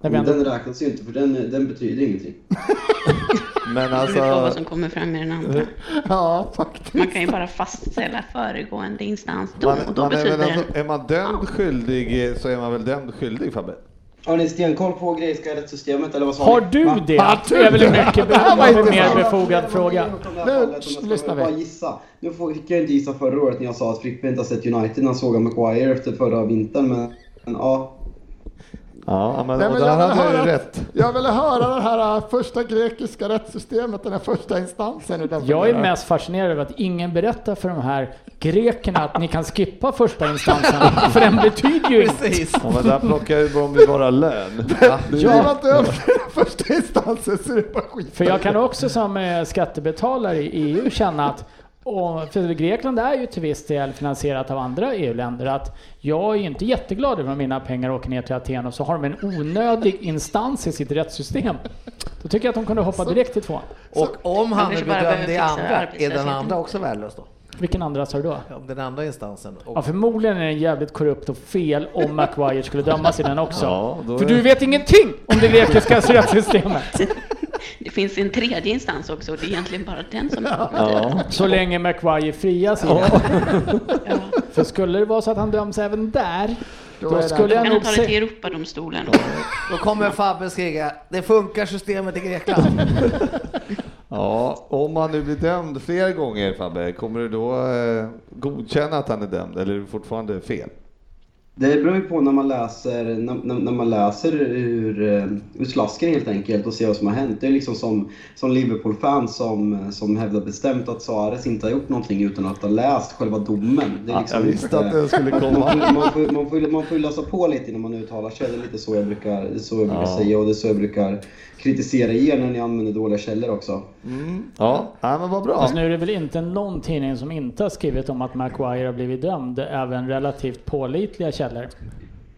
S4: När vi
S11: Men
S4: ändå,
S11: den räknas ju inte för den, den betyder ingenting.
S3: Men
S5: Det beror på vad
S3: alltså,
S5: som kommer fram i
S3: *laughs*
S5: den andra.
S8: Ja, faktiskt.
S5: Man kan ju bara fastställa föregående instans då,
S3: man,
S5: och då
S3: man är,
S5: betyder
S3: väl
S5: det...
S3: alltså, är man dömd skyldig eh, så är man väl dömd skyldig Fabbe?
S11: Har ni stenkoll på grekiska rättssystemet eller vad sa
S4: har
S11: ni?
S4: du
S11: Va?
S4: det? Det är väl en mycket
S8: här var
S4: mer
S8: intressant.
S4: befogad fråga.
S8: Nu
S11: Nu
S8: lyssnar
S11: lyssnar
S8: vi.
S11: vi. Bara gissa. Nu får- fick jag inte gissa förra året när jag sa att Frippe inte har sett United när han såg Maguire efter förra vintern. Men, men ja,
S3: Ja, men,
S8: Nej,
S3: och
S8: men
S3: där
S8: jag, ville
S3: hade jag ju
S8: höra,
S3: rätt.
S8: jag ville höra det här äh, första grekiska rättssystemet, den här första instansen. hur den
S4: Jag är
S8: fungerar.
S4: mest fascinerad över att ingen berättar för de här grekerna att ni kan skippa första instansen, för den betyder ju inget.
S7: Precis.
S3: Ja, men där plockar ju de ju bara *laughs* lön. Va?
S8: Du ja. inte över *laughs* den första instansen så är det bara skit.
S4: För jag kan också som eh, skattebetalare i EU känna att och, för Grekland är ju till viss del finansierat av andra EU-länder. Att jag är ju inte jätteglad över om mina pengar åker ner till Aten och så har de en onödig instans i sitt rättssystem. Då tycker jag att de kunde hoppa direkt till tvåan.
S7: Och om han är
S5: kanske bara behöver
S7: bedömd i
S5: fixa
S7: andra, är den
S5: arbetslösheten.
S7: andra också värdelös då?
S4: Vilken andra sa du då?
S7: Om den andra instansen? Och,
S4: Ja, förmodligen är den jävligt korrupt och fel om Maguire skulle dömas i den också.
S3: Ja, då är-
S4: För du vet ingenting om det grekiska rättssystemet.
S5: Det finns en tredje instans också och det är egentligen bara den som är
S3: Ja.
S4: Så länge Maguire frias i den.
S8: *laughs*
S4: För skulle det vara så att han döms även där, då,
S8: är det-
S4: skulle jag
S5: Kan han
S4: nog
S5: ta det till
S4: säga...
S5: Europadomstolen?
S7: då kommer Fabbe skrika, det funkar systemet i Grekland.
S3: Ja, om man nu blir dömd fler gånger Fabbe, kommer du då eh, godkänna att han är dömd eller är det fortfarande fel?
S11: det beror ju på när man läser, när, när när man läser ur, eh, ur slasken helt enkelt och ser vad som har hänt. Det är liksom som, som Liverpool-fan som, som hävdar bestämt att Suarez inte har gjort någonting utan att ha läst själva domen. Det är
S3: Ja,
S11: liksom
S3: jag visste
S11: inte-
S3: att den skulle
S11: Man,
S3: komma.
S11: man, får- man, får, man, får, man får ju läsa på lite innan man uttalar sig. Det är lite så jag brukar, det är så jag brukar
S3: Ja.
S11: säga och det är så jag brukar kritisera er när ni använder dåliga källor också.
S3: Ja, ja men vad bra.
S4: Fast nu är det väl inte någon tidning som inte har skrivit om att Maguire har blivit dömd, även relativt pålitliga källor.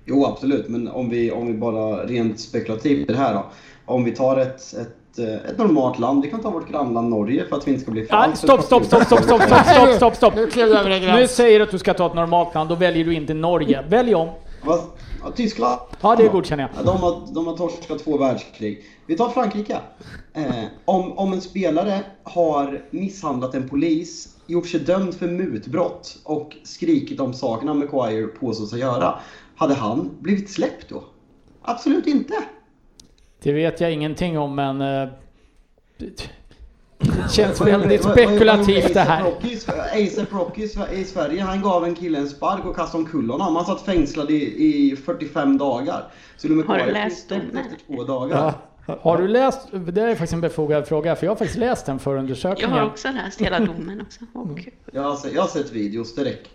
S11: Jo, absolut. Men om vi, om vi bara rent spekulativt i det här då. Om vi tar ett, ett, eh, ett normalt land. Vi kan ta vårt grannland Norge för att vi inte ska bli för
S4: Ah,
S11: alltför
S4: stopp, stopp, stopp, stopp, stopp, stopp, stopp, stopp, stopp.
S8: Nu klev du över en
S4: Nu
S8: gräns.
S4: säger du att du ska ta ett normalt land, då väljer du inte Norge. Välj om.
S11: Vad? Ja, Tyskland.
S4: Ja, det godkänner jag.
S11: Ja, De har, de har torskat två världskrig. Vi tar Frankrike. Eh, om, om en spelare har misshandlat en polis, gjort sig dömd för mutbrott och skrikit om sakerna Maguire påstås ha göra, hade han blivit släppt då? Absolut inte!
S4: Det vet jag ingenting om men... eh, det- Det känns väldigt spekulativt det här.
S11: ASAP Rocky i Sve- i Sverige, han gav en kille en spark och kastade omkull honom. Han satt fängslad i, i 45 dagar. Så nummer
S5: Har du
S11: två är
S5: läst
S11: fristämd
S5: den,
S11: Efter två dagar.
S4: Har du läst, det är faktiskt en befogad fråga, för jag har faktiskt läst den
S5: Jag
S4: förundersökningen.
S5: har också läst hela domen också.
S3: Mm.
S5: Och
S11: Jag, har sett, jag har sett videos, det räcker.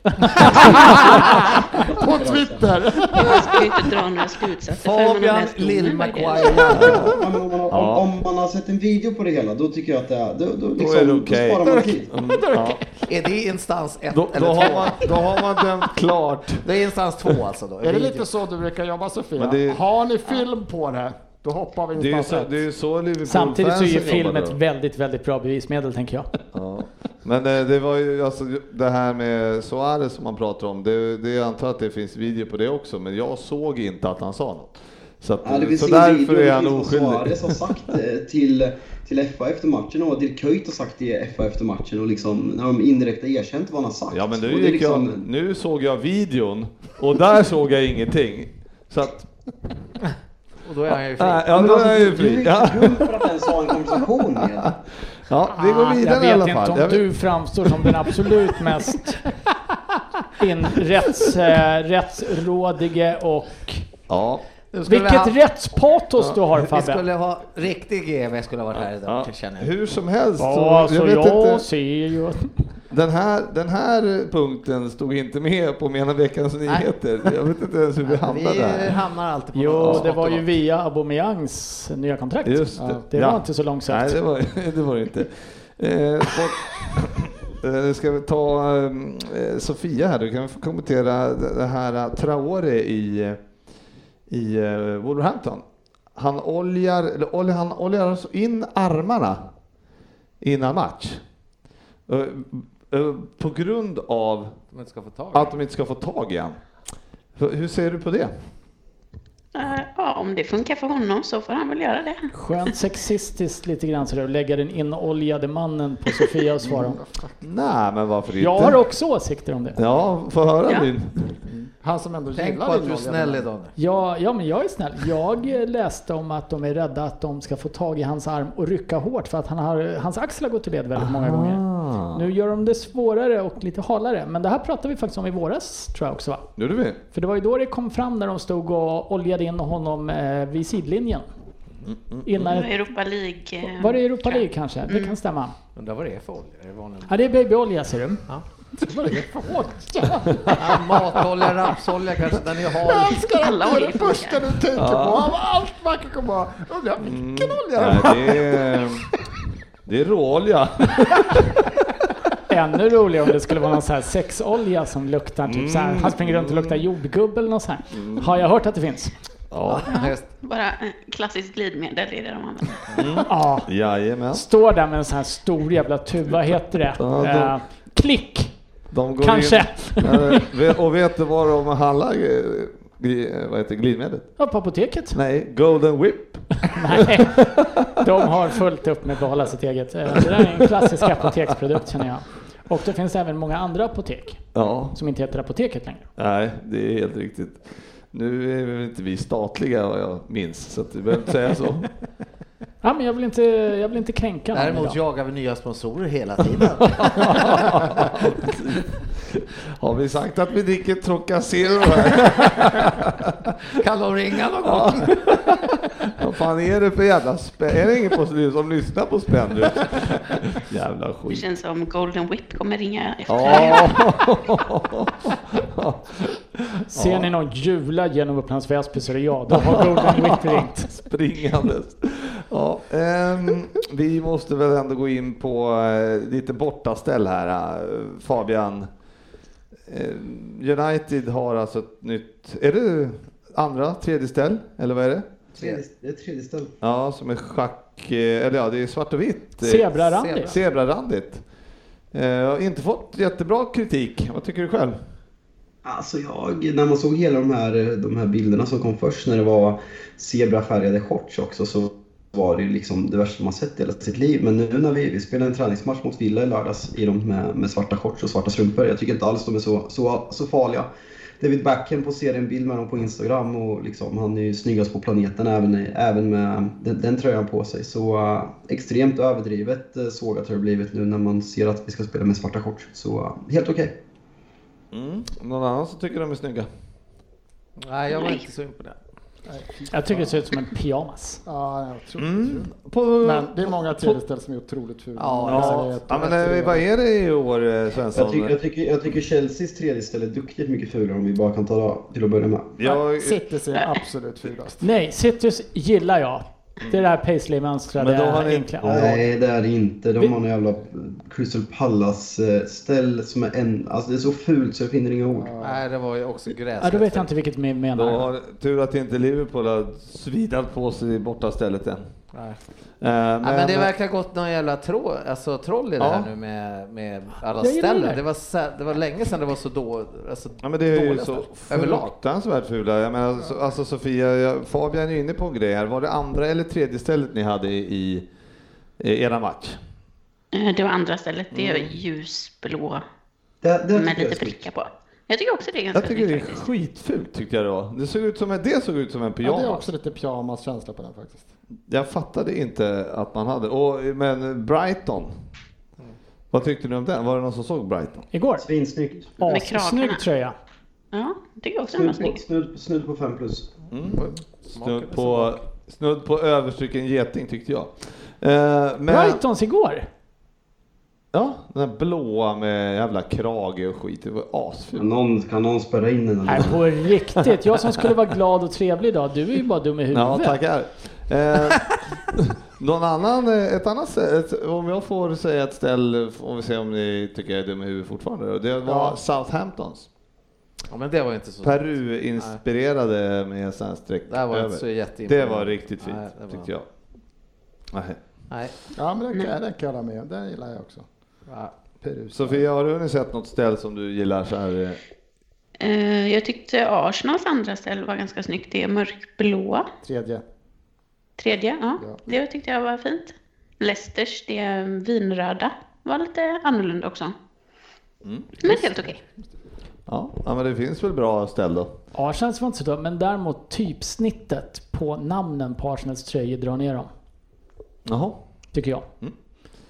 S8: På Twitter!
S4: *laughs*
S5: jag ska ju inte dra några slutsatser förrän man har läst domen. vad är det?
S11: Ja, men om, man har,
S3: Ja.
S11: om, om man har sett en video på det hela, då tycker jag att det är... Då, då, liksom,
S3: är det okej. Mm.
S11: Då sparar man tid.
S3: Ja.
S7: Är det instans ett
S3: Då,
S7: eller
S3: då, har
S7: två?
S3: man, då har man dömt klart.
S7: Det är instans två alltså då?
S8: Är det
S7: Video.
S8: lite så du brukar jobba Sofia?
S3: Men det-
S8: Har ni film på det, då hoppar vi
S3: Det är ju
S8: instans
S3: så, det är
S8: ett.
S3: ju så Liverpool
S4: Samtidigt så är ju
S3: fansen
S4: film
S3: jobbar
S4: ett
S3: då.
S4: väldigt, väldigt bra bevismedel tänker jag.
S3: Ja. Men eh, det var ju alltså det här med Suarez som man pratar om. Det, det jag antar att det finns video på det också, men jag såg inte att han sa något. Så, att, eh,
S11: Ja, det finns
S3: så
S11: ingen
S3: därför
S11: video,
S3: är
S11: det
S3: han
S11: finns vad
S3: oskyldig.
S11: Suarez har sagt eh, till, till FA efter matchen och vad Dirk Kuyt har sagt till FA efter matchen och liksom när de indirekt har erkänt vad han har sagt.
S3: Ja, men
S11: Och
S3: nu,
S11: det är
S3: gick jag,
S11: liksom-
S3: nu såg jag videon och där *laughs* såg jag ingenting. Så att,
S7: Och då är han ju fri.
S3: nej, ja, då är jag ju fri.
S11: Du är
S3: Ja,
S11: inte dum för att ens ha en
S3: *laughs*
S11: konversation med.
S3: ja, *laughs* vi
S5: Ah,
S3: går
S4: Ah, jag
S3: vidare i alla
S4: vet
S3: fall.
S4: inte om
S3: Jag vet-
S4: du framstår som den
S3: *laughs*
S4: absolut mest in, rätts, eh, rättsrådige och...
S3: Ja,
S7: Nu skulle vi
S4: Vilket
S7: ha-
S4: rättspatos du har
S7: Vi
S4: Fabbe!
S7: skulle ha riktig GV skulle ha varit här idag
S3: ja.
S7: känner jag.
S3: Hur som helst,
S4: Ja,
S3: så jag
S4: så
S3: vet
S4: jag,
S3: inte.
S4: ser ju...
S3: Den här, den här punkten stod inte med på Mena veckans nyheter. Jag vet inte ens hur vi hamnade
S7: Vi
S3: där.
S7: hamnar alltid på
S4: Jo,
S7: något
S4: det var ju
S7: smått.
S4: via Aubameyangs nya kontrakt.
S3: Just det.
S4: Ja, det
S3: Ja.
S4: var inte så långt
S3: Nej,
S4: sökt.
S3: det var *laughs* det var det inte. Eh, och, eh, nu ska vi ta eh, Sofia här. Du kan få kommentera det det här eh, Traore i, eh, i eh, Wolverhampton. Han oljar, eller oljar, han oljar alltså in armarna innan match. Eh, eh, På grund av
S7: De inte ska få tag i
S3: att de inte ska få tag i han. Hur hur ser du på det?
S5: Eh, Ja, om det funkar för honom så får han väl göra det.
S4: Skönt sexistiskt lite grann sådär, att lägga den inoljade mannen på Sofia och svara.
S3: Nej, men varför inte?
S4: Jag har också åsikter om det.
S3: Ja, få höra
S5: Ja.
S3: din.
S8: Han som ändå
S7: Tänk på
S8: gillar
S7: att du är
S8: inlagda
S7: snäll
S8: män.
S7: idag nu.
S4: Ja, ja, men jag är snäll. Jag eh, läste om att de är rädda att de ska få tag i hans arm och rycka hårt för att han har, hans axel har gått ur led väldigt många gånger.
S3: Ah,
S4: Nu gör de det svårare och lite halare, men det här pratade vi faktiskt om i våras tror jag också va?
S3: nu är det vi.
S4: För det var ju då det kom fram när de stod och oljade in honom eh, vid sidlinjen. Innan,
S5: Det var Europa League. eh,
S4: var det Europa
S5: tror jag.
S4: League kanske? Det kan stämma.
S7: Undrar vad det är för olja? Är det vanlig
S4: Ja, det är babyolja ser du.
S8: Vad är det för åtgärd?
S7: ja, matolja, rapsolja kanske? Den är ju
S8: Jag
S7: hal.
S8: älskar
S5: Alla
S8: att det är det
S5: oljor funkar.
S8: första du tänker på av allt man kan komma på. Undrar
S3: Mm.
S8: vilken olja
S3: Nej, det är, det är råolja.
S4: Ännu roligare om det skulle vara någon så här sexolja som luktar typ så här. Han springer runt och luktar jordgubbe eller något så här. Har jag hört att det finns?
S3: Ja,
S7: Just.
S5: Bara eh, klassiskt glidmedel är det de använder.
S4: Ja.
S3: jajamän.
S4: Står där med en sån här stor jävla tub, vad heter det?
S3: Ja, då-
S4: Eh, klick!
S3: De går
S4: Kanske.
S3: In, Eh, ve- och vet du var de handlar eh, gli- eh, vad heter det, glidmedlet?
S4: Ja, på apoteket.
S3: Nej, Golden Whip.
S4: Nej. De har fullt upp med att behålla sitt eget. Eh, Det där är en klassisk apoteksprodukt känner jag. Och det finns även många andra apotek
S3: Ja,
S4: som inte heter apoteket längre.
S3: nej, det är helt riktigt. Nu är väl inte vi statliga vad jag minns, så att du behöver inte säga *laughs* så.
S4: Ja, men jag vill inte, jag vill inte kränka någon
S7: Däremot
S4: idag.
S7: jagar vi nya sponsorer hela tiden.
S3: *laughs*
S7: *laughs*
S3: Har vi sagt att vi dricker Trocacero här?
S7: Kan de ringa någon gång?
S3: Vad fan är det för jävla spänn? Är det ingen på, som lyssnar på Spendrups? Jävla
S5: Det
S3: skit.
S5: känns som Golden Whip kommer ringa efter.
S3: Ja. *laughs*
S4: Ser ni någon jula genom Upplands Väsby så är det jag. Då har Golden Whip ringt.
S3: Springandes. Ja, ehm, vi måste väl ändå gå in på eh, lite bortaställ här eh, Fabian. Eh, United har alltså ett nytt, är det andra, tredje ställ eller vad är det?
S11: Tredje- Det är tredje stället.
S3: Ja, som är schack, eh, eller ja *laughs* det är svart och vitt. Eh,
S4: Zebrarandig.
S3: Zebrarandigt. Eh, jag har inte fått jättebra kritik, vad tycker du själv?
S11: Alltså jag, när man såg hela de här, de här bilderna som kom först när det var zebrafärgade shorts också så var det ju liksom det värsta man sett i hela sitt liv. Men nu när vi, vi spelade en träningsmatch mot Villa i lördags i de med, med svarta shorts och svarta strumpor. Jag tycker inte alls de är så, så, så farliga. David Backen poserar en bild med honom på Instagram och liksom, han är ju snyggast på planeten även, även med den, den tröjan på sig. Så eh, extremt överdrivet eh, sågat har det blivit nu när man ser att vi ska spela med svarta shorts. Så eh, helt okej.
S3: Mm. Någon annan som tycker de är snygga?
S7: Nej, jag var inte så imponerad.
S4: Jag tycker det ser ut som en pyjamas.
S8: Ja, jag tror
S3: Mm.
S8: Men det är många tv-ställ som är otroligt fula.
S3: Ja,
S8: Det är
S3: ja.
S8: ett-
S3: men eh, vad är det i år eh, Svensson?
S11: Jag, tycker, jag, tycker, jag tycker Chelseas tredje ställe är duktigt mycket fulare om vi bara kan ta till att börja med.
S3: Jag-
S8: City ser absolut fulast.
S4: Nej, citrus gillar jag. Det där paisley-mönstrade
S11: Men då har ni-
S4: enkla.
S11: Nej, det är det inte. De har en jävla Crystal Palace-ställ som är en... Alltså det är så fult så jag finner inga ord.
S7: Nej, det var ju också gräs.
S4: Ja, då vet jag inte vilket ni
S3: Då
S4: menar.
S3: har, tur att inte Liverpool har svidat på sig i bortastället än.
S7: Nej.
S3: Eh, men,
S7: ja, men det verkar ha gått någon jävla trå, alltså, troll i det
S3: Ja.
S7: här nu med, med alla
S3: Jag gillar
S7: ställen.
S3: det.
S7: Det var, sä- det var länge sedan det var så då, alltså,
S3: Ja, men det är ju så
S7: dåliga ställen. överlag.
S3: fruktansvärt fula. Jag menar, alltså, alltså Sofia, jag, Fabian är inne på en grej här. Var det andra eller tredje stället ni hade i, i era match?
S5: Eh, Det var andra stället. Det är
S3: Mm.
S5: ljusblå
S11: det tycker
S5: med
S11: jag är
S5: lite
S11: snyggt.
S5: prickar på. Jag tycker också det är ganska
S3: Jag
S5: *laughs*
S3: tycker det är
S5: snyggt.
S3: skitfult tyckte jag det var. Det såg ut som en, det såg ut som en
S8: Ja, det är
S3: pyjamas.
S8: också lite pyjamaskänsla på den faktiskt.
S3: Jag fattade inte att man hade. Och, men Brighton. Vad tyckte ni om den? Var det någon som såg Brighton?
S4: Igår.
S11: Svinsnyggt.
S5: Med kragarna.
S4: Assnygg tröja.
S5: Ja, jag tycker också den var
S11: Snudd på,
S5: snygg.
S11: snudd, snudd på 5 plus.
S3: Snudd på, snudd på överstruken geting tyckte jag. Eh, men,
S4: Brightons igår.
S3: Ja, den där blåa med jävla krage och skit. Det var asfult.
S11: Kan någon, kan någon spärra in den?
S4: Nej, på riktigt. Jag som skulle vara glad och trevlig idag, du är ju bara dum i huvudet.
S3: Ja, tackar. Eh, *laughs* någon annan, eh, ett annat ställe, ett, om jag får säga ett ställe, om vi ser om ni tycker jag är dum i huvudet fortfarande. då. Det var
S7: Ja.
S3: Southamptons.
S7: Ja, men det var ju inte så...
S3: Peru-inspirerade med sådana streck
S7: Det här var
S3: över.
S7: inte så
S3: Det
S7: jätteimponerande.
S3: var riktigt fint,
S7: Nej, det var-
S3: tyckte jag. Nej.
S7: Nej.
S8: Ja, men den kan, den kan jag hålla med om. Den gillar jag också.
S7: Ja.
S8: Perus.
S3: Sofia, har du hunnit sett något ställe som du gillar så här? eh?
S5: Eh, Jag tyckte Arsenals andra ställ var ganska snyggt. Det är mörkblåa.
S8: Tredje.
S5: Tredje, ja. Det tyckte jag var fint. Leicesters, det är vinröda, var lite annorlunda också.
S3: Mm.
S5: Men helt okej.
S3: Ja, ja, men det finns väl bra ställ då?
S4: Arsenals var inte så dumt, men däremot typsnittet på namnen på Arsenals tröjor drar ner dem.
S3: Jaha.
S4: Tycker jag.
S3: Mm.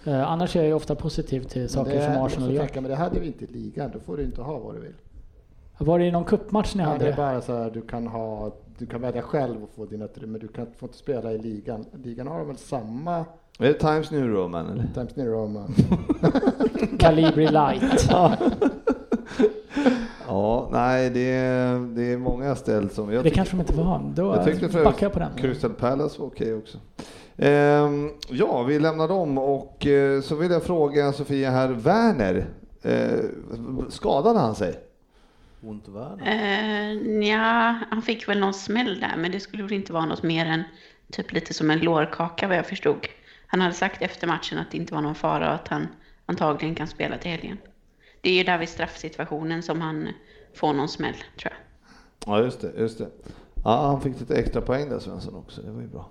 S4: Eh, annars är jag ju ofta positiv till saker
S8: det,
S4: som Arsenal gör.
S8: Tänka, men det hade vi inte i ligan. Då får du inte ha vad du vill.
S4: Var det i någon cupmatch ni
S8: Ja,
S4: hade?
S8: det är
S4: det?
S8: bara så här, du kan ha, du kan välja själv och få dina tre, men du kan, får inte spela i ligan. Ligan har väl samma
S3: Är det Times New Roman eller?
S8: Times New Roman.
S3: *laughs*
S4: Calibri Light.
S3: Ja, nej det är, det är många ställ som jag
S4: Det
S3: tycker-
S4: kanske de inte var. Då
S3: Jag tyckte för
S4: backar jag på den.
S3: Crystal Palace var okej också. Ehm, ja, vi lämnar dem och eh, så vill jag fråga Sofia här, Werner, eh, skadade han sig?
S7: Ont värre.
S5: Okay. Eh, ja, han fick väl någon smäll där, men det skulle väl inte vara något mer än typ lite som en lårkaka vad jag förstod. Han hade sagt efter matchen att det inte var någon fara och att han antagligen kan spela till helgen. Det är ju där vid straffsituationen som han får någon smäll, tror jag.
S3: Ja, just det, just det. Ja, han fick lite extra poäng där Svensson också, det var ju bra.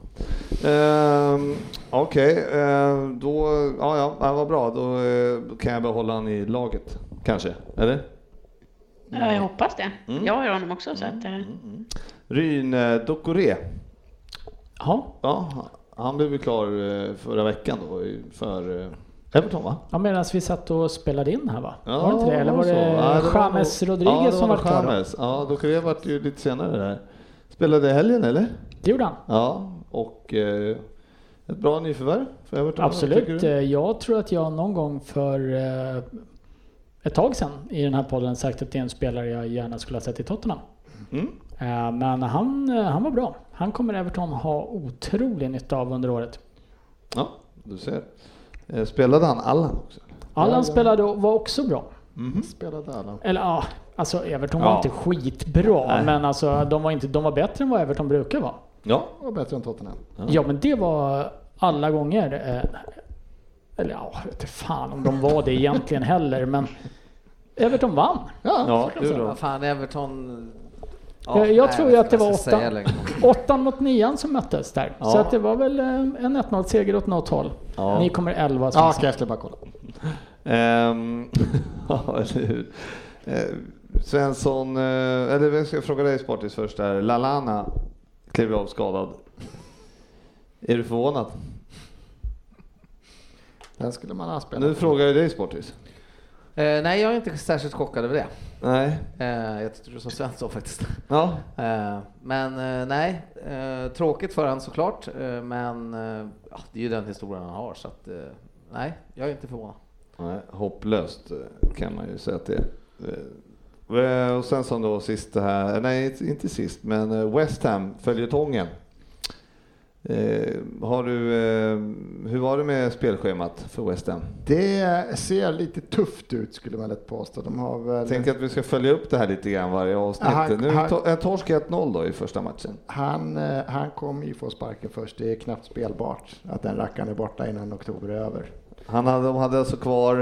S3: Ehm, Okej, ehm, då, ja ja, ja, vad bra, då eh, kan jag behålla han i laget kanske, eller?
S5: Ja, jag hoppas det. Jag har ju honom också, så att... eh,
S3: Ryn eh, Dokore,
S4: Jaha.
S3: ja, han blev ju klar eh, förra veckan då i- för eh, Everton va?
S4: Ja, medan vi satt och spelade in här va?
S3: Ja,
S4: var det inte det? Eller var
S3: så? Ja,
S4: det
S3: det var
S4: James
S3: nog-
S4: Rodriguez
S3: ja,
S4: som var kvar? då?
S3: James. Ja, Dokore vart ju lite senare där. Spelade i helgen eller?
S4: Det gjorde han.
S3: Ja, och eh, ett bra nyförvärv för Everton. vad tycker
S4: Absolut.
S3: du?
S4: Eh, Jag tror att jag någon gång för eh, ett tag sedan i den här podden sagt att det är en spelare jag gärna skulle ha sett i Tottenham.
S3: Mm.
S4: Eh, Men han, eh, han var bra. Han kommer Everton ha otrolig nytta av under året.
S3: Ja, du ser. Eh, Spelade han Allan också?
S4: Allan
S8: Ja, ja.
S4: spelade och var också bra.
S8: Mm-hmm. Spelade alla.
S4: Eller ja, alltså Everton var
S3: Ja.
S4: inte skitbra,
S3: Nej.
S4: men alltså, de, var inte, de var bättre än vad Everton brukar vara.
S3: Ja.
S8: Och bättre än Tottenham.
S3: Ja.
S4: Ja, men det var alla gånger. eh, Eller ja, jag vet inte fan om de var det egentligen heller, men Everton vann.
S8: Ja,
S3: Ja,
S8: så kan
S3: det
S8: man
S3: gjorde
S8: säga.
S7: Vad fan, Everton...
S4: jag jag tror ju att det var
S7: åtta.
S4: åttan, åttan mot nian som möttes där. Så
S3: Ja.
S4: att det var väl eh, en 1-0-seger åt något håll.
S3: Ja.
S4: Ni kommer 11
S8: Ja,
S4: som
S3: *laughs*
S8: okej, jag skulle bara kolla.
S3: Ehm, ja, eller hur? Eh, Svensson, eh, eller jag ska fråga dig Sportis först där. Lalana klev av skadad. Är du förvånad?
S8: Den skulle man ha spelat.
S3: Nu frågar jag dig Sportis.
S7: Eh, nej, jag är inte särskilt chockad över det.
S3: Nej.
S7: Eh, jag tyckte du som Svensson faktiskt.
S3: Ja.
S7: Eh, men eh, nej, eh, tråkigt för han såklart. Eh, men eh, ja, det är ju den historien han har så att eh, nej, jag är inte förvånad.
S3: Nej, hopplöst eh, kan man ju säga att det är. Eh, Och sen som då sist det här, eh, nej inte sist, men eh, West Ham, följetongen. Eh, har du, eh, hur var det med spelschemat för West Ham?
S8: Det ser lite tufft ut skulle man lätt påstå. De har väl...
S3: Jag tänker att vi ska följa upp det här lite grann varje avsnitt.
S8: Ja, han-
S3: nu eh, är
S8: han-
S3: to- en torsk 1-0 då i första matchen.
S8: Han, eh, han kommer ju få sparken först. Det är knappt spelbart att den rackaren är borta innan oktober är över.
S3: Han hade, de hade alltså kvar,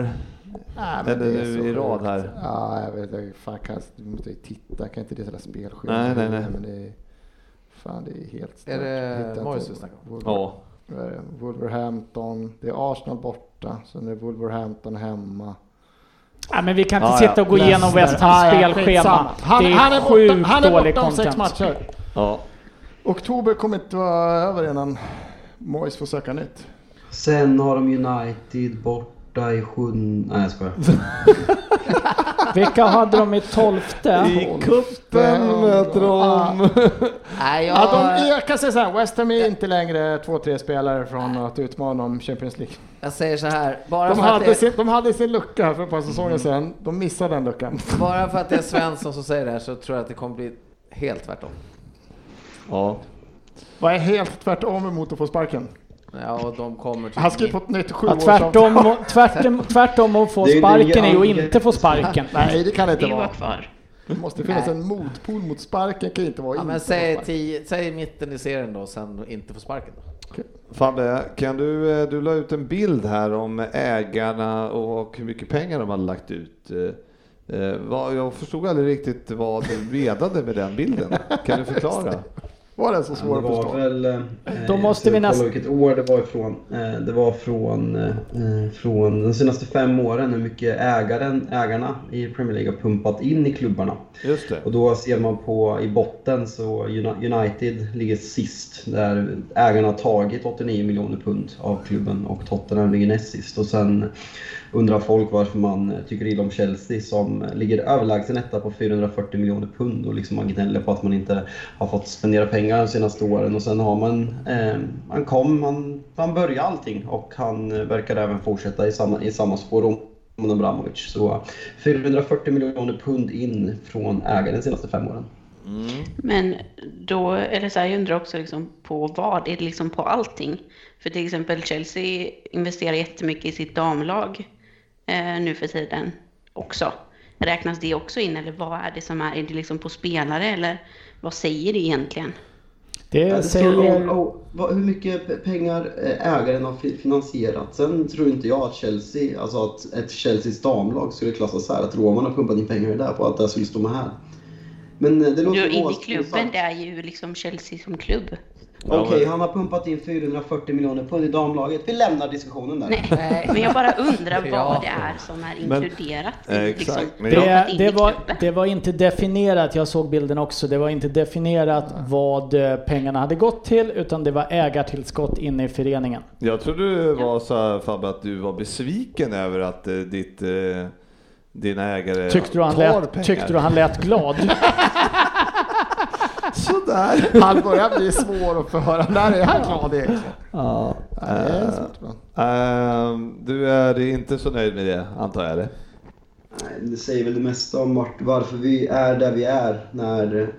S8: Nej, men
S3: eller
S8: det är så
S3: nu i rad
S8: sjukt.
S3: här.
S8: Ja, jag vet inte. Fan, kan, du måste ju titta. Kan inte det ställa spelskydd?
S3: Nej, nej, nej.
S8: Men det är, fan, det är helt stört.
S7: Är det
S8: Hittar inte-
S7: Moyes du snackar om?
S8: Wolver-
S3: Ja.
S8: vad är det? Wolverhampton. Det är Arsenal borta. Sen är det Wolverhampton hemma.
S4: Nej, men vi kan inte
S3: Ja, ja.
S4: sitta och gå igenom
S8: Leicester.
S4: West Hams
S8: Ja, ja,
S4: spelschema.
S8: skitsamma. Han,
S4: det är
S8: han är
S4: sjukt
S8: borta, han är
S4: dålig
S8: borta om sex
S4: content.
S8: matcher.
S3: Ja.
S8: Oktober kommer inte vara över innan Moyes får söka nytt.
S11: Sen har de United borta i sjun... Nej jag skojar.
S4: Vilka hade de i tolfte?
S3: I kuppen möter
S8: Ah.
S3: de...
S7: Nej, jag...
S8: Ja, de, jag kan säga så här, West Ham är inte längre två, tre spelare från att utmana om Champions League.
S7: Jag säger så här, bara
S8: De
S7: för, att
S8: hade,
S7: det, Mm.
S8: sin, de hade sin lucka för ett par säsonger sedan, de missade den luckan.
S7: bara för att det är Svensson som säger det här så tror jag att det kommer bli helt tvärtom.
S3: Ja.
S8: Vad är helt tvärtom emot att få sparken?
S7: Ja, och de kommer
S8: Han skrev på ett nytt
S4: Ja,
S8: sjuårsavtal.
S4: tvärtom, tvärtom, tvärtom att få
S11: Det är ju
S4: sparken är ju att
S11: det-
S4: inte få sparken.
S8: Nej, det kan det
S5: Det
S8: inte
S5: är ju
S8: vara.
S5: kvar.
S8: Det måste finnas
S7: Nej.
S8: en motpol mot sparken, kan ju inte vara
S7: Ja,
S8: inte
S7: men
S8: få
S7: säg,
S8: sparken.
S7: tio, säg mitten i serien då, sen inte få sparken. Då.
S3: Fabbe, kan du, eh, du la ut en bild här om ägarna och hur mycket pengar de hade lagt ut. Eh, eh, vad- Jag förstod aldrig riktigt vad du menade med den bilden. Kan du förklara?
S8: Var den så
S11: Ja,
S8: svår
S11: det
S8: att
S11: var
S8: förstå?
S11: väl... eh,
S4: Då
S11: jag
S4: måste
S11: ska
S4: vi
S11: kolla
S4: näst-
S11: vilket år det var ifrån. Eh, Det var från, eh, från de senaste fem åren hur mycket ägaren, ägarna i Premier League har pumpat in i klubbarna.
S3: Just det.
S11: Och då ser man på i botten så Uni- United ligger sist där ägarna har tagit 89 miljoner pund av klubben och Tottenham ligger näst sist. Och sen undrar folk varför man tycker illa om Chelsea som ligger överlägsen etta på 440 miljoner pund och liksom man gnäller på att man inte har fått spendera pengar de senaste åren. Och sen har man, eh, man kom, man, man började allting och han eh, verkar även fortsätta i samma, i samma spår. om- Roman Abramovic. Så 440 miljoner pund in från ägaren de senaste fem åren.
S5: Men då, eller så här, jag undrar också liksom på vad, är det liksom på allting? För till exempel Chelsea investerar jättemycket i sitt damlag eh, nu för tiden också. Räknas det också in eller vad är det som är, är det liksom på spelare eller vad säger det egentligen?
S4: Det
S11: Det står om-
S4: säger...
S11: om vad- hur mycket pe- pengar eh, ägaren har fi- finansierat. Sen tror inte jag att Chelsea, alltså att ett Chelseas damlag skulle klassas här. Att Roman har pumpat in pengar i det här på att det här skulle stå med här. Men eh, det låter
S5: Du,
S11: ju
S5: in i
S11: osagt.
S5: klubben, det är ju liksom Chelsea som klubb.
S11: Okej, han har pumpat in 440 miljoner pund i damlaget. Vi lämnar diskussionen där.
S5: Nej, *laughs* men jag bara undrar vad
S7: Ja.
S5: det är som är inkluderat
S3: Eh,
S5: i
S3: exakt,
S5: liksom,
S3: men jag-
S5: proppat
S4: Det,
S5: in i
S4: det, var,
S5: klubben.
S4: det var inte definierat, jag såg bilden också, det var inte definierat vad eh, pengarna hade gått till utan det var ägartillskott inne i föreningen.
S3: Jag tror du var så här, Fabbe att du var besviken över att eh, ditt, eh, dina ägare
S4: Tyckte du han
S3: tar
S4: lät,
S3: pengar.
S4: tyckte du han
S3: *laughs*
S4: lät glad?
S3: Sådär.
S8: Han börjar bli svår att förhöra. Där är han glad egentligen.
S3: Ja.
S8: Ja, det är svårt ibland.
S3: Ehm, du är inte så nöjd med det, antar jag? Eller?
S11: Nej, Det säger väl det mesta om vart, varför vi är där vi är när,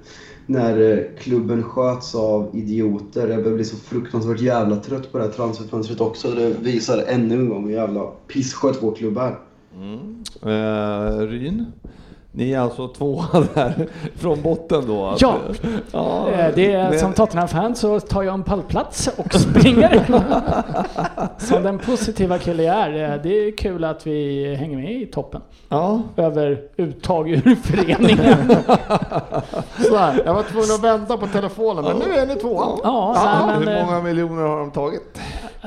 S11: när eh, klubben sköts av idioter. Jag börjar bli så fruktansvärt jävla trött på det här transferfönstret också. Det visar ännu en gång hur jävla pisskött vår klubb är.
S3: Eh, Ryn, ni är alltså tvåa *laughs* där från botten då? alltså.
S4: Ja.
S3: ja
S4: Eh, Det är,
S3: men-
S4: som Tottenham-fan så tar jag en pallplats
S3: *laughs*
S4: och springer. som den positiva kille jag är. eh, Det är kul att vi hänger med i toppen.
S3: Ja,
S4: Över uttag ur föreningen.
S8: Så här, jag var tvungen att vända på telefonen, men nu är ni två.
S4: Ja, nej, men,
S3: hur
S4: eh,
S3: många miljoner har de tagit?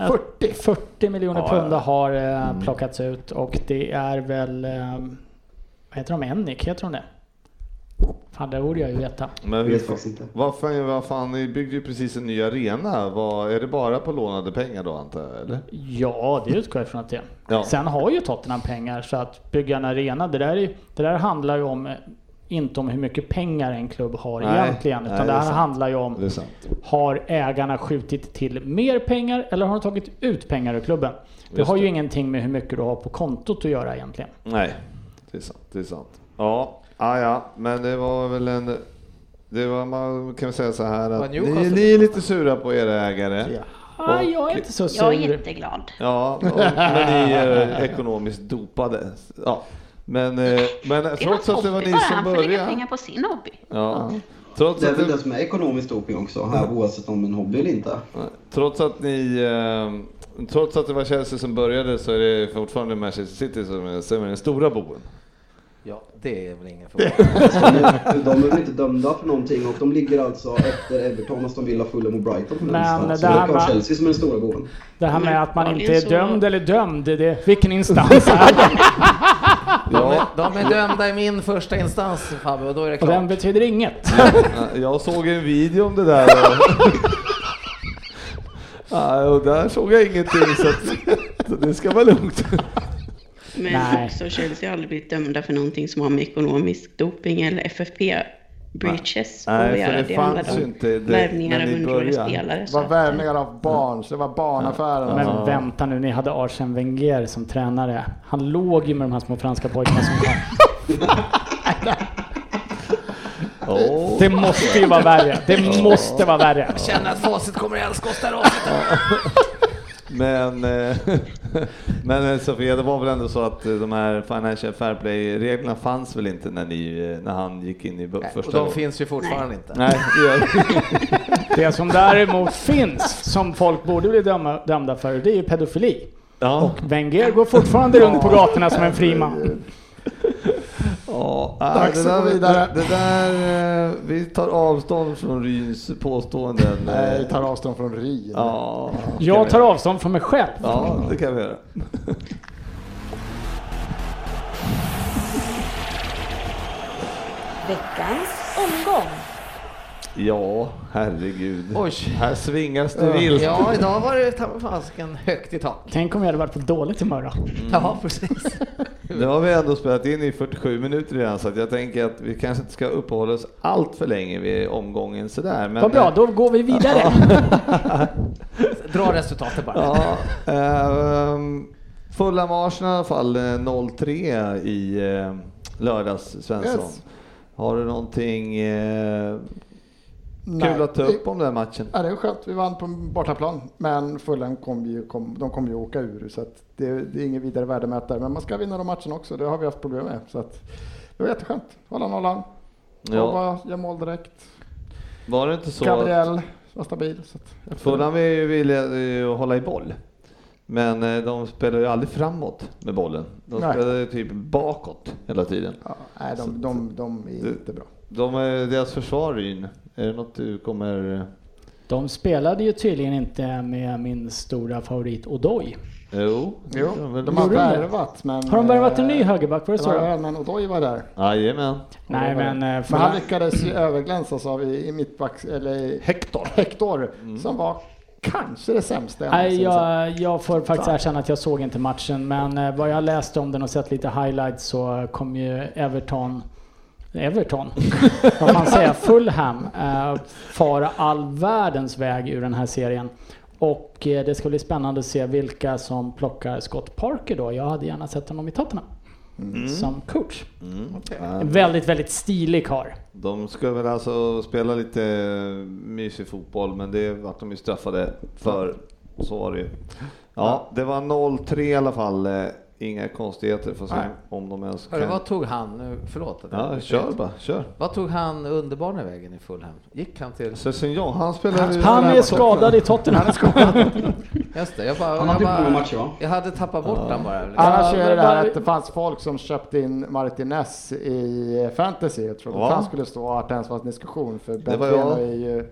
S4: 40. 40 miljoner
S3: Ja,
S4: pund
S3: ja.
S4: har eh, plockats ut och det är väl... eh, Vad heter de? Ennick, heter de det? Fan, det borde jag ju veta.
S3: Men
S11: Vet faktiskt inte.
S3: Vad fan, vad fan, ni byggde ju precis en ny arena. Vad, är det bara på lånade pengar då antar jag, eller?
S4: Ja, det utgår jag från att det är.
S3: Ja.
S4: Sen har ju Tottenham pengar så att bygga en arena, det där, är- det där handlar ju om eh, inte om hur mycket pengar en klubb har
S3: Nej,
S4: egentligen. Utan
S3: nej, det
S4: det
S3: är
S4: här
S3: sant.
S4: handlar ju om
S3: Det är sant.
S4: Har ägarna skjutit till mer pengar eller har de tagit ut pengar ur klubben? Det
S3: Just
S4: har ju
S3: det.
S4: ingenting med hur mycket du har på kontot att göra egentligen.
S3: Nej, det är sant. Det är sant. Ja, ah, ja, men det var väl en... Det var, man kan väl säga så här
S7: Vad
S3: att ni,
S7: Newcastle-
S3: ni är lite sura på era ägare.
S4: Ah, jag är inte så sur.
S5: Jag är jätteglad.
S3: Ja, och, men ni är ekonomiskt dopade. Ja. Men, eh, men
S5: Det är
S3: trots
S5: hans
S3: att det var
S5: hobby
S3: ni
S5: bara.
S3: som
S5: Han får lägga
S3: började.
S5: pengar på sin hobby.
S3: Ja. Trots
S11: Det är
S3: att
S11: väl det
S3: det,
S11: som är ekonomisk doping också, här, oavsett om en hobby eller inte.
S3: trots att ni eh, Trots att det var Chelsea som började så är det fortfarande Manchester City som är, som är den stora boven.
S7: Ja, det är väl ingen
S8: *laughs*
S7: fråga.
S11: Alltså, De är väl inte dömda för någonting och de ligger alltså efter Everton, Aston Villa, Fulham och Brighton på den
S4: Men
S11: listan. Så
S4: det
S11: det
S4: här
S11: är
S4: var-
S11: bara Chelsea som är den stora boven.
S4: Det här med
S5: Men
S4: att man inte
S5: uppenbarligen
S4: är
S5: så-
S4: dömd eller dömd, det, vilken instans är
S5: *laughs*
S4: det?
S7: De är, de är dömda i min första instans Fabbe och då är det
S4: Och den
S7: klart.
S4: betyder inget.
S3: Jag såg en video om det där. Och, *laughs* ja, och där såg jag ingenting så, att, så det ska vara *laughs* lugnt.
S5: Men
S4: Nej.
S5: också Chelsea har aldrig blivit dömda för någonting som har med ekonomisk doping eller FFP breaches
S3: Nej,
S5: att
S3: för
S5: göra.
S3: det fanns
S5: handlar om
S3: ju inte det-
S5: värvningar
S3: när
S5: av
S3: ni
S5: underåriga
S3: började.
S5: spelare.
S8: Det
S5: så
S8: var
S5: att,
S8: värvningar av barn, så det var barnaffären.
S4: Men vänta nu, ni hade Arsène Wenger som tränare. Han låg ju med de här små franska pojkarna som kom.
S3: Oh.
S4: Det måste ju vara värre. Det måste vara värre.
S7: Känner att facit kommer älska oss där också.
S3: Men, eh, *laughs* men eh, Sofia, det var väl ändå så att eh, de här Financial Fair Play-reglerna fanns väl inte när, ni, eh, när han gick in i bu-
S7: Och
S3: första
S7: de
S3: gången?
S7: finns ju fortfarande inte.
S3: Nej, det gör
S7: *laughs*
S3: det.
S4: Det som däremot finns, som folk borde bli döma, dömda för, det är ju pedofili.
S3: Ja.
S4: Wenger går fortfarande runt på gatorna som en fri man.
S3: Ja,
S8: Dags
S3: det där-
S8: att gå vidare.
S3: Det, det där, eh, vi tar avstånd från Ryns påståenden. eh,
S8: Nej, Eh, tar avstånd från Rin.
S3: Ja, det kan
S4: Jag
S3: vi
S4: tar
S3: göra.
S4: avstånd från mig själv.
S3: Ja, det kan vi göra.
S1: Veckans omgång.
S3: Ja, herregud.
S7: Oj.
S3: Här svingas det vilt.
S7: Ja, idag var det ta mig fasken högt i tak.
S4: Tänk om jag hade varit på dåligt humör då.
S7: Mm. Ja, precis.
S3: Nu har vi ändå spelat in i 47 minuter redan så att jag tänker att vi kanske inte ska uppehålla oss allt för länge vid omgången sådär. Men eh,
S4: Vad bra, då går vi vidare.
S7: Dra resultatet bara.
S3: Ja, ehm, Fulham Arsenal i alla fall eh, 0-3 i eh, lördags, Svensson.
S8: Yes.
S3: Har du någonting eh,
S8: Nej,
S3: kul att ta
S8: det-
S3: upp om den här matchen?
S8: Ja, det är skönt. Vi vann på bortaplan, men Fulham kom ju, kom, de kommer ju åka ur. Så att det, det är inget vidare värdemätare. Men man ska vinna de matcherna också. Det har vi haft problem med. Så att, det var jätteskönt. Hålla nollan.
S3: Ja.
S8: Ja. Gör mål direkt.
S3: Var det inte så att
S8: Gabriel var stabil. Så att,
S3: Fulham är ju villiga eh, att hålla i boll? Men eh, de spelar ju aldrig framåt med bollen. De
S8: Nej.
S3: spelar ju typ bakåt hela tiden.
S8: ja, nej, de, de, de är inte bra.
S3: De, är- deras försvar, Ryn, är det något du kommer...
S4: De spelade ju tydligen inte med min stora favorit Odoi.
S3: eh, Jo, det
S8: Jo,
S3: gör de väl.
S8: de har
S4: Gjorde de det?
S8: värvat, men...
S4: Har de värvat en ny
S8: eh,
S4: högerback? Var det så?
S8: det var-
S4: då?
S8: Men Odoi var där.
S3: Jajamän.
S4: Nej men... eh,
S8: Men han
S4: Fulham-
S8: lyckades ju överglänsas av i, i mittbacks... Eller i Hector. *laughs* Mm. Hector, som var kanske det sämsta
S4: Nej,
S8: någonsin sett.
S4: jag, jag får faktiskt erkänna att jag såg inte matchen, men eh, vad jag läst om den och sett lite highlights så kom ju Everton Everton? Vad fan säger jag? Fulham eh, fara all världens väg ur den här serien. Och eh, det ska bli spännande att se vilka som plockar Scott Parker då. Jag hade gärna sett honom i Tottenham. Som coach. En väldigt, väldigt stilig karl.
S3: De ska väl alltså spela lite mysig fotboll, men det vart de ju straffade för. Så var det ju. Ja, det var 0-3 i alla fall. Eh, Inga konstigheter, får se
S8: Nej.
S3: om de ens
S7: Hörru,
S3: kan...
S7: vad tog han, nu? förlåt. att jag-
S3: Ja, kör bara, kör.
S7: Vad tog han underbarna vägen i Fulham? Gick han till...
S3: Sessignon, han spelar ju-
S4: Han är skadad i Tottenham.
S7: Just det, jag bara...
S11: Han har
S7: jag,
S11: gjort många
S7: bara
S11: matcher va?
S7: jag hade tappat bort han bara. liksom.
S8: Annars är det
S4: men
S8: det här
S4: var-
S8: att det fanns folk som köpte in Martinez i fantasy. Jag trodde
S3: Ja.
S8: att han skulle stå och att det ens var en diskussion för
S3: Det var
S8: Benteno
S3: jag.
S8: är ju...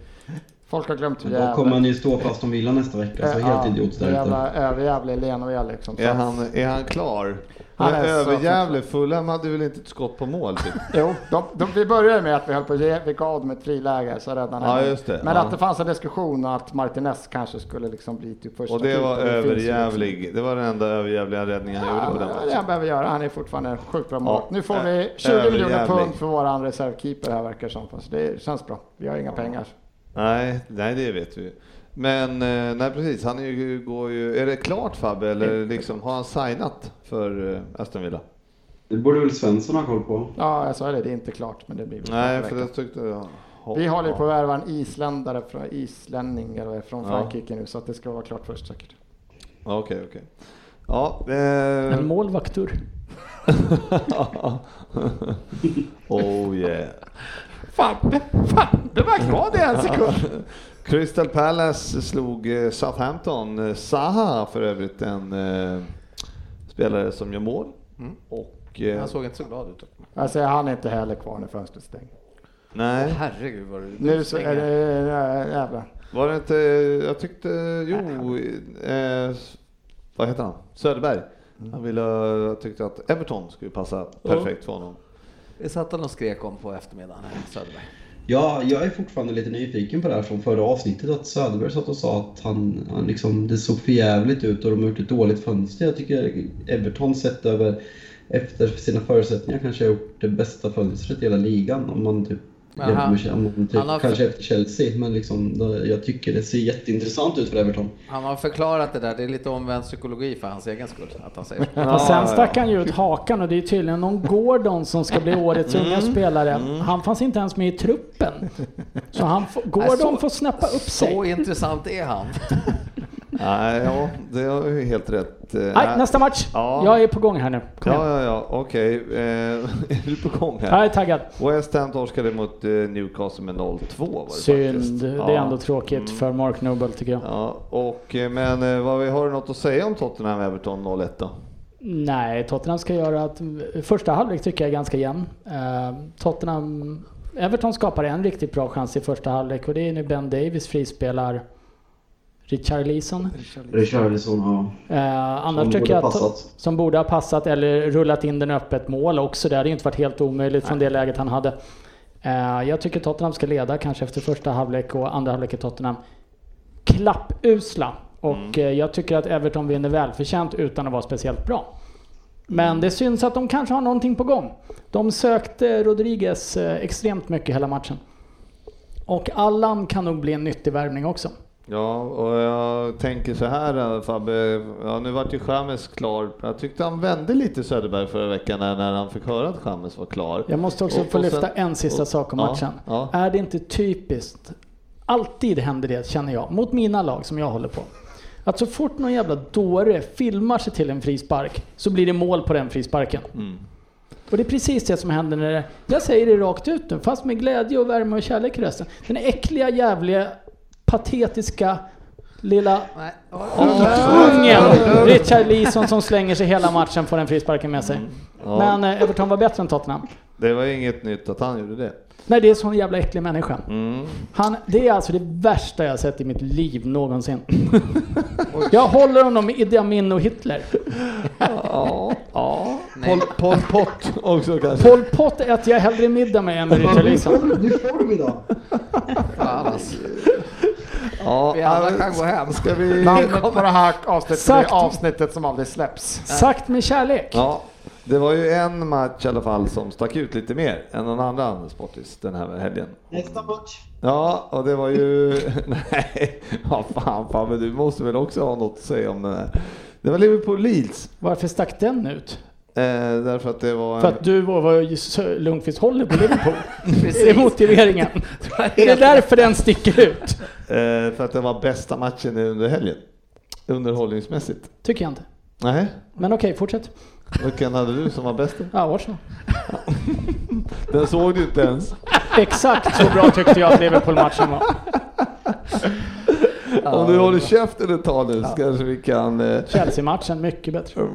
S8: Folk har glömt hur
S11: Men Då kommer han ju stå på Aston Villa nästa vecka, så helt idiot där ute.
S8: Överjävlig Leno är liksom. Så
S3: Är
S8: att-
S3: han, är han klar?
S8: Han
S3: Men
S8: är så
S3: överjävlig, Fulham hade väl inte ett skott på mål? Typ.
S8: Jo, de, de, vi började med att vi höll på att ge, vi gav dem ett friläge så räddade han
S3: Ja,
S8: den.
S3: just det.
S8: Men
S3: Ja.
S8: att det fanns en diskussion att Martinez kanske skulle liksom bli typ första
S3: Och det var
S8: keeper. finns ju liksom-
S3: överjävlig. Det var den enda överjävliga räddningen han gjorde på den
S8: Ja, det
S3: matchen.
S8: han behöver göra. Han är fortfarande en sjukt bra målvakt. Nu får
S3: Ä-
S8: vi 20
S3: överjävlig.
S8: miljoner pund för våran reservkeeper här verkar det som. Så det känns bra. Vi har inga pengar.
S3: Nej, nej, det vet vi. Men eh, nej, precis. Han är ju, går ju... Är det klart Fabbe, eller liksom, har han signat för eh, Aston Villa?
S11: Det borde väl Svensson ha koll på?
S8: Ja, jag sa det. Det är inte klart, men det blir väl
S3: Nej,
S8: klart i
S3: för det
S8: veckan.
S3: tyckte jag.
S8: Vi håller ju på att värva en isländare från islänning eller vad det är, från
S3: Ja.
S8: Frankrike nu så att det ska vara klart först säkert.
S3: Ja, Okej, okej. Ja, eh... *laughs*
S4: En målvaktur.
S3: oh yeah.
S8: Fabbe, Fabbe var kvar det en sekund.
S3: *laughs* Crystal Palace slog eh, Southampton. Eh, Zaha för övrigt en eh, spelare som gör mål. Och, eh,
S7: Han såg inte så glad ut.
S8: Alltså han är inte heller kvar när fönstret stängt.
S3: Nej.
S7: Herregud vad du
S8: Nu så är det, äh, jävlar.
S3: Var det inte, jag tyckte, jo, eh, vad heter han? Söderberg. Han ville, jag tyckte att Everton skulle passa perfekt för honom.
S7: Det satt han och skrek om på eftermiddagen här i Söderberg.
S11: Ja, jag är fortfarande lite nyfiken på det här från förra avsnittet att Söderberg satt och sa att han, han liksom, det såg för jävligt ut och de har gjort ett dåligt fönster. Jag tycker Everton sett över efter sina förutsättningar kanske har gjort det bästa fönstret i hela ligan om man typ
S7: Men
S11: jämför
S7: han-
S11: med, Che- om man typ,
S7: han har-
S11: kanske efter Chelsea, men liksom, då- jag tycker det ser jätteintressant ut för Everton.
S7: Han har förklarat det där, det är lite omvänd psykologi för hans egen skull att han säger så.
S4: och sen stack han ju ut hakan och det är tydligen någon Gordon som ska bli årets
S3: Mm.
S4: unga spelare. Han fanns inte ens med i truppen. Så han får, Gordon
S7: så-
S4: får snäppa upp sig.
S7: Så intressant är han.
S3: Nej, ja, det har ju helt rätt. Eh,
S4: Nej, nästa match.
S3: Ja.
S4: Jag är på gång här nu. Kom
S3: Ja,
S4: igen.
S3: ja, ja, okej. Eh, *laughs* är du på gång här?
S4: Jag är taggad.
S3: West Ham torskade mot eh, Newcastle med 0-2 var det
S4: Synd.
S3: faktiskt.
S4: Det är
S3: Ja. Mm.
S4: ändå tråkigt för Mark Noble tycker jag.
S3: Ja, och, eh, men eh, vad vi har du något att säga om Tottenham-Everton 0-1 då?
S4: Nej, Tottenham ska göra att första halvlek tycker jag är ganska jämn. Eh, Tottenham, Everton skapar en riktigt bra chans i första halvlek och det är när Ben Davis frispelar Richarlison.
S11: Richarlison, ja.
S4: Eh, annars
S11: Som
S4: tycker
S11: borde
S4: jag att,
S11: ha passat.
S4: som borde ha passat eller rullat in den öppet mål också. Det hade ju inte varit helt omöjligt från det läget han hade. Eh, jag tycker Tottenham ska leda kanske efter första halvlek och andra halvlek är Tottenham klappusla. Och
S3: Mm.
S4: eh, jag tycker att Everton vinner välförtjänt utan att vara speciellt bra.
S3: Mm.
S4: Men det syns att de kanske har någonting på gång. De sökte Rodriguez eh, extremt mycket hela matchen. Och Allan kan nog bli en nyttig värvning också.
S3: Ja, och jag tänker så här eh, Fabbe, ja, nu vart ju Chamez klar. Jag tyckte han vände lite Söderberg förra veckan när, när han fick höra att Chamez var klar.
S4: Jag måste också
S3: Och-
S4: få
S3: och
S4: lyfta
S3: sen-
S4: en sista
S3: och-
S4: sak om
S3: ja,
S4: matchen.
S3: ja.
S4: Är det inte typiskt? Alltid händer det känner jag, mot mina lag som jag håller på. Att så fort någon jävla dåre filmar sig till en frispark så blir det mål på den frisparken. Och det är precis det som händer när det... Jag säger det rakt ut nu, fast med glädje och värme och kärlek i rösten. Den äckliga, jävliga, patetiska lilla
S7: Nej,
S4: Ungen! Richard Leeson som slänger sig hela matchen får den frisparken med sig.
S3: Ja.
S4: Men eh, Everton var bättre än Tottenham.
S3: Det var inget nytt att han gjorde det.
S4: Nej, det är en sån jävla äcklig människa.
S3: Mm.
S4: Han, det är alltså det värsta jag sett i mitt liv någonsin. Jag håller honom med Idi Amin och Hitler.
S3: Ja, ja. Pol, Pol Pot också kanske.
S4: Pol Pot äter jag hellre middag med än med Richard Leeson.
S11: Du är i form idag!
S7: fan alltså.
S3: Ja,
S7: Vi alla
S3: ja,
S7: kan gå hem.
S3: Ska vi...
S8: Namnet på det här avsnittet det
S4: Sagt.
S8: är avsnittet som aldrig släpps.
S4: Sagt med kärlek.
S3: Ja, det var ju en match i alla fall som stack ut lite mer än någon annan sportis den här helgen.
S10: Nästa match.
S3: Ja, och det var ju... *laughs* Nej, ja, fan, fan, men du måste väl också ha något att säga om den här. Det var Liverpool-Leeds,
S4: Varför stack den ut?
S3: eh, därför att det var...
S4: För
S3: En...
S4: att du och vad Sö- Lundqvist håller på Liverpool. Det är
S7: Precis.
S4: motiveringen. Det är därför den sticker ut.
S3: Eh, för att det var bästa matchen under helgen. Underhållningsmässigt.
S4: Tycker jag inte.
S3: Nej,
S4: Men okej, fortsätt.
S3: vilken hade du som var bäst? då?
S4: Ja, Arsenal.
S3: Den såg du inte ens.
S4: Exakt så bra tyckte jag att Liverpool-matchen var.
S3: Om du håller käften ett tag nu så kanske vi kan... Eh...
S4: Chelsea-matchen, mycket bättre.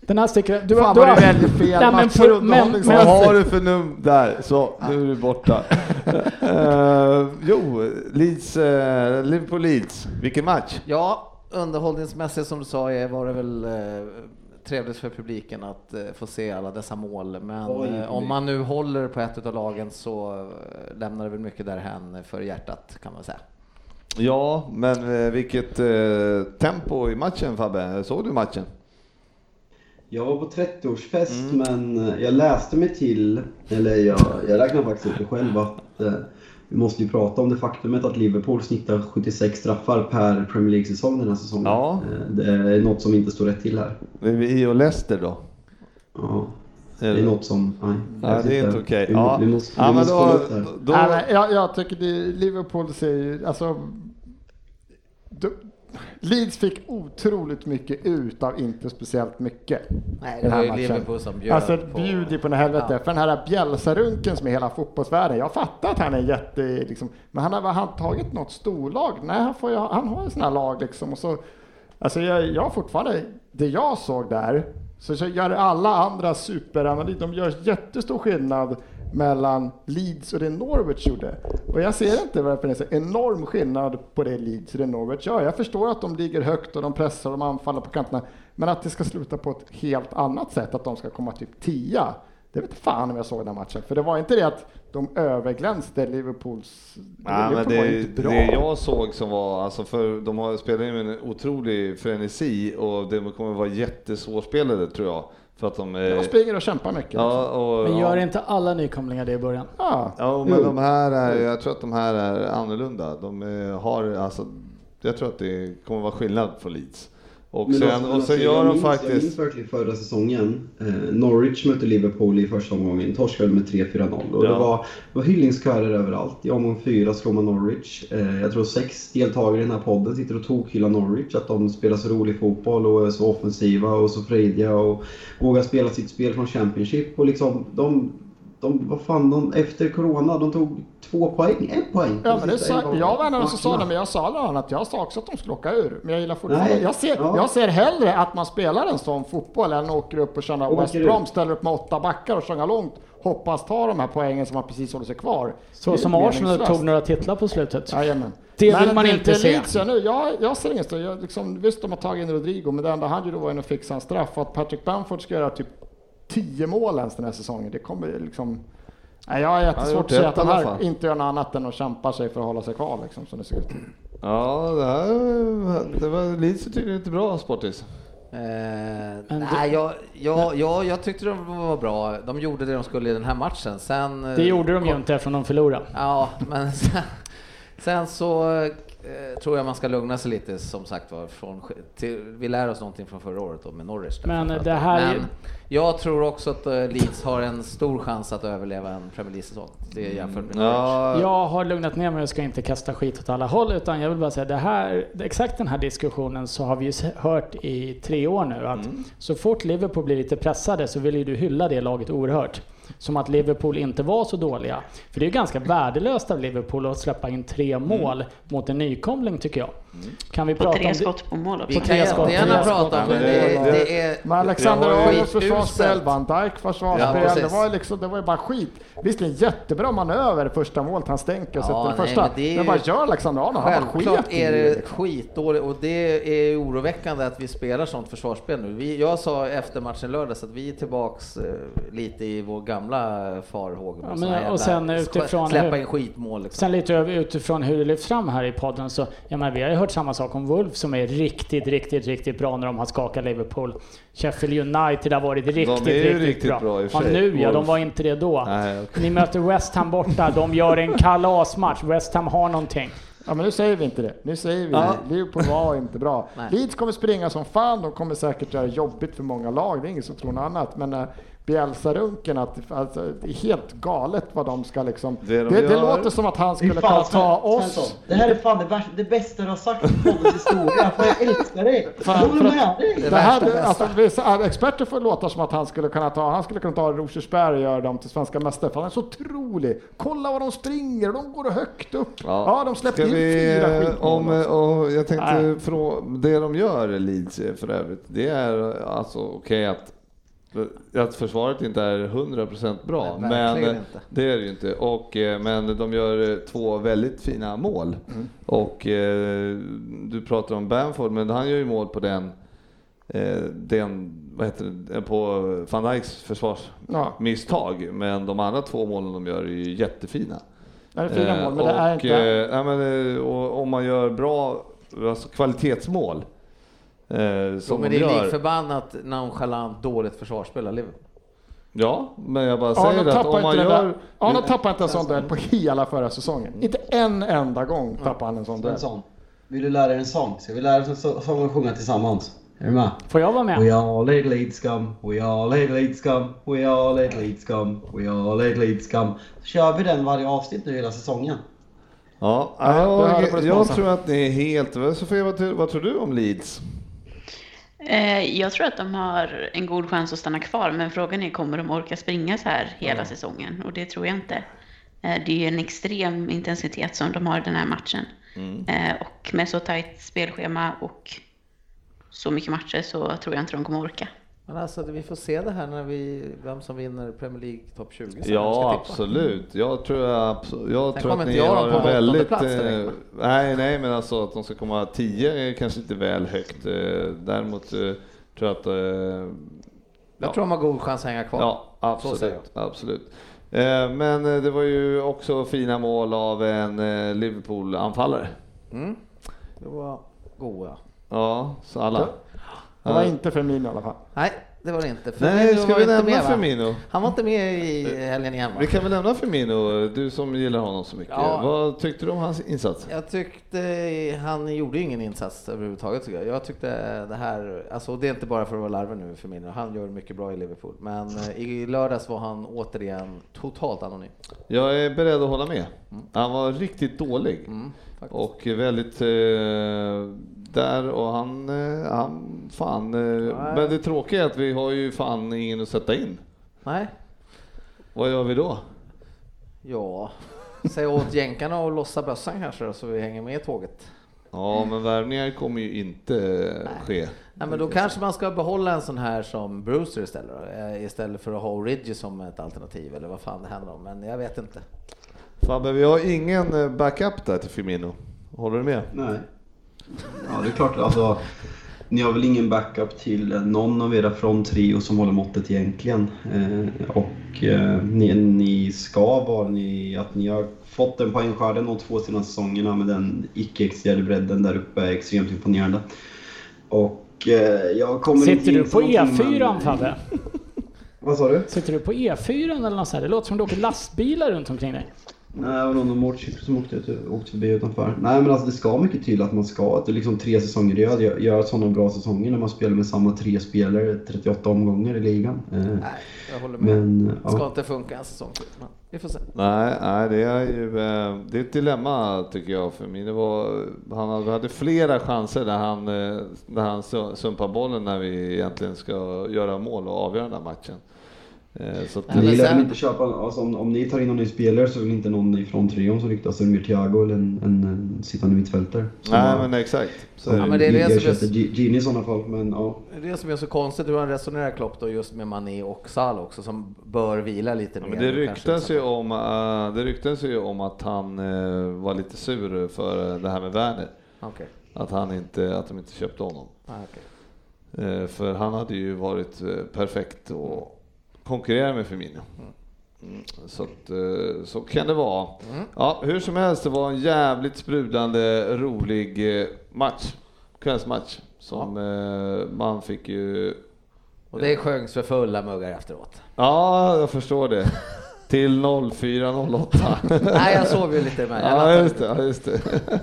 S4: Den här sticker... Du,
S8: Fan
S4: du
S8: vad du väljer fel
S4: Nej, men,
S8: match för
S4: för, men,
S8: underhållning.
S3: Vad har
S4: men,
S3: du för num... Där, så. Nu är du
S8: *laughs*
S3: borta. Eh, jo, Leeds, eh, Liverpool-Leeds. Vilken match?
S7: Ja, underhållningsmässigt som du sa är- var det väl eh, trevligt för publiken att eh, få se alla dessa mål. Men
S11: Oj,
S7: eh, om
S11: oj.
S7: man nu håller på ett av lagen så eh, lämnar det väl mycket därhän för hjärtat kan man säga.
S3: Ja, men eh, vilket eh, tempo i matchen Fabbe. Såg du matchen?
S11: Jag var på 30-årsfest
S3: Mm.
S11: men eh, jag läste mig till, eller jag, jag räknade faktiskt ut det själv, att eh, vi måste ju prata om det faktumet att Liverpool snittar 76 straffar per Premier League-säsong den här säsongen. Eh, Det är något som inte står rätt till här.
S3: I och Leicester då?
S11: Ja. Det är något som... Nej, jag
S3: Nej,
S11: vet
S3: det är inte okej.
S11: Vi,
S3: Ja.
S11: vi måste, vi
S3: Ja, men
S11: måste
S3: då-
S11: kolla upp det här.
S3: då-
S8: Nej, men jag, jag tycker det, Liverpool ser ju, alltså, du, Leeds fick otroligt mycket ut av inte speciellt mycket.
S7: Nej, det
S8: i den här
S7: var ju
S8: matchen.
S7: Liverpool som bjöd
S8: Alltså
S7: på-
S8: bjuder ju på något helvete.
S7: Ja.
S8: För den här Bjälsarunken som är hela fotbollsvärlden. Jag fattar att han är jätte, liksom, men han har väl han tagit något storlag? Nej, han, får ju, han har ju sådana här lag liksom. Och så, alltså jag, jag har fortfarande, det jag såg där, så, så gör alla andra superanalyser, de gör jättestor skillnad mellan Leeds och det Norwich gjorde. Och jag ser inte varför det är så enorm skillnad på det Leeds och det Norwich gör. Jag förstår att de ligger högt och de pressar och de anfaller på kanterna, men att det ska sluta på ett helt annat sätt, att de ska komma typ 10 det vet fan om jag såg den här matchen, för det var inte det att de överglänste Liverpools...
S3: Nej, men
S8: Liverpool
S3: det,
S8: var
S3: är-
S8: inte bra.
S3: det jag såg som var, alltså för de har spelat ju med en otrolig frenesi och det kommer vara jättesvårspelade tror jag. För att de... eh,
S8: De springer och kämpar mycket. liksom.
S3: Ja, och,
S4: Men gör
S3: ja.
S4: inte alla nykomlingar det i början?
S8: Ja,
S3: liksom. Ja, men de här är, jag tror att de här är annorlunda. De eh, har, alltså, jag tror att det kommer vara skillnad för Leeds. Och
S11: Men
S3: sen,
S11: alltså,
S3: och
S11: alltså,
S3: sen gör
S11: jag
S3: de
S11: minns, Jag
S3: faktiskt...
S11: minns verkligen förra säsongen. Eh, Norwich mötte Liverpool i första omgången, torskade med 3-4-0. Och
S3: Ja.
S11: Det var, det var hyllningskörer överallt. I omgång fyra slår man Norwich. Eh, jag tror sex deltagare i den här podden sitter och tokhyllar Norwich. Att de spelar så rolig fotboll och är så offensiva och så frejdiga och vågar spela sitt spel från Championship. Och liksom, de, de, vad fan, de, efter Corona, de tog två poäng, en poäng.
S8: Ja, men det sa,
S11: Sista
S8: jag var en av dem som sa
S11: matcherna.
S8: det, men jag sa bland annat att jag sa också att de skulle åka ur. Men jag gillar fortfarande,
S11: Nej,
S8: jag, ser,
S11: ja.
S8: jag ser hellre att man spelar en sån fotboll än åker upp och känner
S11: Och
S8: att West
S11: åker
S8: Brom
S11: ut.
S8: ställer upp med åtta backar och sjunger långt. Hoppas ta de här poängen som man precis håller sig kvar. Det
S4: Så
S8: är
S4: som Arsenal
S8: meningslöst.
S4: tog några titlar på slutet.
S8: Jajamän.
S4: Det
S8: Men
S4: vill man inte
S8: det
S4: se.
S8: Leeds gör nu, jag, jag ser inget större. Jag liksom, visst, de har tagit in Rodrigo, men det enda han gjorde var ju att fixa en straff. Och att Patrick Bamford ska göra typ 10 mål ens den här säsongen, det kommer liksom... Nej, jag har
S3: Han har
S8: jättesvårt
S3: gjort
S8: att se
S3: ett
S8: att de
S3: i alla
S8: här
S3: fall.
S8: inte gör något annat än att kämpa sig för att hålla sig kvar liksom, som det ser ut.
S7: Eh,
S3: Ja, det här det var, Leeds är tydligen inte bra sportis.
S7: Eh, nej, jag, jag, jag, jag tyckte de var bra. De gjorde det de skulle i den här matchen. Sen, eh,
S4: Det gjorde de ju
S7: kom-
S4: inte eftersom de förlorade.
S7: Ja, men *laughs* sen, sen så eh, tror jag man ska lugna sig lite som sagt var. Från, till, vi lär oss någonting från förra året då med Norwich. där
S4: Men, eh,
S7: framförallt.
S4: det här är ju-
S7: men jag tror också att eh, Leeds har en stor chans att överleva en Premier League-säsong. Det är jämfört
S3: Mm.
S7: med Norwich.
S4: Jag har lugnat ner mig och ska inte kasta skit åt alla håll utan jag vill bara säga det här, exakt den här diskussionen så har vi ju se- hört i tre år nu att så fort Liverpool blir lite pressade så vill ju du hylla det laget oerhört. Som att Liverpool inte var så dåliga. För det är ju ganska värdelöst av Liverpool att släppa in tre mål mot en nykomling tycker jag. Kan vi prata
S5: På tre
S4: om det?
S5: skott på mål
S4: På
S5: också.
S7: Vi kan
S4: tre skott,
S7: jättegärna
S4: tre skott.
S7: prata om det. Det, det är...
S8: Men Alexander
S3: Jag har ju
S8: Arnold
S7: skituselt.
S8: försvarsspel, Van Dijk försvarsspel.
S7: Ja, precis.
S8: det, var ju liksom, det var ju bara skit. Visserligen jättebra manöver första målet, han stänker
S7: Ja,
S8: och sätter den
S7: nej,
S8: första.
S7: men
S8: Men,
S7: det är
S8: vad
S7: ju-
S8: gör Alexander Arnold? Han bara
S7: Självklart
S8: sket i
S7: är
S8: det.
S7: det
S8: liksom.
S7: skitdåligt och det är ju oroväckande att vi spelar sånt försvarsspel nu. Vi, jag sa efter matchen lördags att vi är tillbaks eh, lite i vår gamla farhågor.
S4: Ja, men-
S7: såna jävla
S4: och sen
S7: sk-
S4: utifrån
S7: Släppa
S4: hur-
S7: in skitmål liksom.
S4: Sen lite över- utifrån hur det lyfts fram här i podden så, ja men vi har ju hört samma sak om Wolf som är riktigt, riktigt, riktigt bra när de har skakat Liverpool. Sheffield United har varit riktigt,
S3: är ju
S4: riktigt,
S3: riktigt
S4: bra.
S3: bra i och för
S4: ja,
S3: sig,
S4: nu ja, de
S3: Wolves.
S4: var inte det då.
S3: Nej, okej.
S4: Ni möter West Ham borta, de gör en kalasmatch. West Ham har någonting.
S8: Ja, men nu säger vi inte det. Nu säger vi
S7: Ja.
S8: det. Liverpool var inte bra.
S7: Nej.
S8: Leeds kommer springa som fan. De kommer säkert göra jobbigt för många lag. Det är ingen som tror något annat. Men äh, Bielsa-runken, att, alltså, det är helt galet vad de ska liksom...
S3: Det
S8: Det,
S3: de
S8: det,
S3: gör-
S8: låter som att han
S6: Fy
S8: skulle
S6: fan,
S8: kunna ta
S6: Sven-
S8: oss.
S6: Svensson, Det här är fan det, värsta, det bästa du har sagt i poddens historia. För jag älskar dig. Jag
S8: Fan,
S6: håller
S8: för att-
S6: med dig.
S8: Det här,
S7: värsta,
S8: det-
S7: bästa.
S8: alltså, vissa- alla experter får låta som att han skulle kunna ta, han skulle kunna ta Rosersberg och göra dem till svenska mästare. För han är så otrolig. Kolla vad de springer. De går högt upp. Ja, de släppte
S3: Ska
S8: in
S3: vi,
S8: fyra
S3: eh,
S8: skitmål.
S3: om,
S8: alltså.
S3: och Jag tänkte
S8: Nej.
S3: fråga, det de gör Leeds eh, för övrigt, det är alltså okej att, att försvaret inte är 100% bra,
S7: Nej,
S3: men
S7: verkligen inte.
S3: det är det ju inte. Och, eh, men de gör eh, två väldigt fina mål.
S8: Mm.
S3: Och eh, du pratar om Bamford, men han gör ju mål på den eh, den, vad heter det, på van Dijks
S8: Ja.
S3: försvarsmisstag. Men de andra två målen de gör är ju jättefina.
S8: Ja, det är fina
S3: Eh,
S8: mål, men det är
S3: och,
S8: inte-
S3: eh, nej, men, eh, och om man gör bra alltså, kvalitetsmål eh,
S7: Jo,
S3: som
S7: men
S3: de
S7: det är
S3: gör.
S7: likförbannat nonchalant dåligt försvarsspel av Liverpool.
S3: Ja, men jag bara säger
S8: Arnold
S3: att
S8: tappar
S3: om man
S8: inte, den
S3: gör... Mm.
S8: där- Arnold tappar inte en sån duell på hela förra säsongen. Inte en enda gång tappar han en sån duell.
S11: Svensson, vill du lära dig en sång? Ska vi lära oss en så- sång och sjunga tillsammans? Är du med?
S4: Får jag vara med?
S11: We all ate lead scum, we all ate lead scum, we all ate lead scum, we all ate lead scum. Så kör vi den varje avsnitt nu hela säsongen.
S3: Ja,
S11: jag hörde på
S3: jag, jag
S11: responsen.
S3: tror att ni är helt... Sofia, vad, tror- vad tror du om Leeds?
S5: Eh, jag tror att de har en god chans att stanna kvar, men frågan är kommer de orka springa så här hela
S3: Ja.
S5: säsongen? Och det tror jag inte. Eh, det är ju en extrem intensitet som de har i den här matchen.
S3: Mm.
S5: Eh, och med så tajt spelschema och så mycket matcher så tror jag inte de kommer orka.
S7: Men alltså, vi får se det här när vi, vem som vinner Premier League topp 20 sen, ska
S3: Ja,
S7: tippa.
S3: absolut. Jag tror, abso- jag
S7: Sen
S3: tror
S7: kommer
S3: att ni
S7: inte jag
S3: har
S7: på
S3: en väldigt...
S7: åttonde plats direkt,
S3: eh, nej, nej, men alltså att de ska komma tio är kanske lite väl högt. eh, Däremot eh, tror jag att... eh,
S7: Jag
S3: ja.
S7: tror de har god chans att hänga kvar.
S3: Ja,
S7: Så säger jag.
S3: absolut. absolut. Eh, Men eh, det var ju också fina mål av en eh, Liverpool-anfallare.
S7: Mm. Det var goa.
S3: Ja, så alla.
S8: Det var
S3: Ja.
S8: inte Firmino i alla fall.
S7: Nej, det var det inte.
S3: Nej,
S7: Firmino
S3: ska
S7: var
S3: vi
S7: inte
S3: nämna
S7: med, va?
S3: Firmino?
S7: Han var inte med i helgen igen va?
S3: Vi kan väl lämna Firmino, du som gillar honom så mycket.
S7: Ja.
S3: Vad tyckte du om hans insats?
S7: Jag tyckte han gjorde ingen insats överhuvudtaget tycker jag. Jag tyckte det här, alltså det är inte bara för att vara larven nu för min han gör mycket bra i Liverpool. Men eh, i lördags var han återigen totalt anonym.
S3: Jag är beredd att hålla med.
S7: Mm.
S3: Han var riktigt dålig. och väldigt eh, där och han, eh, han fan. Eh, men det tråkiga är att vi har ju fan ingen att sätta in.
S7: Nej.
S3: Vad gör vi då?
S7: Ja, säg åt jänkarna att lossa bössan kanske då, så vi hänger med i tåget.
S3: Ja, men värvningar kommer ju inte eh, ske.
S7: Nej, men då kanske man ska behålla en sån här som Brewster istället då, eh, istället för att ha Origi som ett alternativ eller vad fan det handlar om. Men jag vet inte.
S3: Fabbe, vi har ingen eh, backup där till Firmino. Håller du med?
S11: Nej. Ja, det är klart. Alltså, ni har väl ingen backup till eh, någon av era fronttrio som håller måttet egentligen. Eh, och eh, ni, ni ska vara ni, att ni har fått en poängskörden de två senaste säsongerna med den icke-existerande bredden där uppe är extremt imponerande. Och eh, jag kommer inte
S4: Sitter
S11: in
S4: du på E
S11: någonting,
S4: E4
S11: men-
S4: Fabbe?
S11: Vad sa du?
S4: Sitter du på E4 eller något sånt? här? Det låter som det åker lastbilar runt omkring dig.
S11: Nej, det var någon motorcykel som åkte, ut, åkte förbi utanför. Nej, men alltså det ska mycket till att man ska, att det är liksom tre säsonger i rad, gö- göra sådana bra säsonger när man spelar med samma tre spelare 38 omgångar i ligan. Eh,
S7: Nej, jag håller med.
S11: Men,
S7: Ska
S11: ja.
S7: inte funka en säsong till, men vi får se.
S3: Nej, nej, det är ju eh, det är ett dilemma tycker jag. För min, det var, han hade- hade flera chanser där han, eh, där han su- sumpar bollen när vi egentligen ska göra mål och avgöra den här matchen. Eh, Så att,
S11: Ni lär väl inte köpa, alltså om, om ni tar in någon ny spelare så vill inte någon ifrån trion som ryktas, så är det mer Thiago eller en, en, en sittande mittfältare. Som
S3: nej,
S11: har-
S3: men exakt. Så,
S11: Som
S7: Ja, men det är det som är-
S11: ersätter G- Gini i sådana fall, men ja.
S7: Det är det som är så konstigt hur han resonerar Klopp då just med Mané och Salah också som bör vila lite mer.
S3: men det,
S7: nu kanske.
S3: ryktas ju om, eh, det ryktas ju om att han eh, var lite sur för det här med Werner.
S7: Okej.
S3: Att, han inte, att de inte köpte honom.
S7: Ah, okej.
S3: Eh, För han hade ju varit eh, perfekt och konkurrera med Firmino. Mm, Så, att, eh, så kan det vara. Ja, hur som helst, det var en jävligt sprudlande rolig eh, match. Kvällsmatch. Som eh, man fick ju...
S7: Och det sjöngs för fulla muggar
S3: *laughs*
S7: efteråt.
S3: Ja, jag förstår det. Till 04.08.
S7: Nej, jag sov ju lite med. Jag
S3: Ja,
S7: nattade
S3: just det. Ja, just det.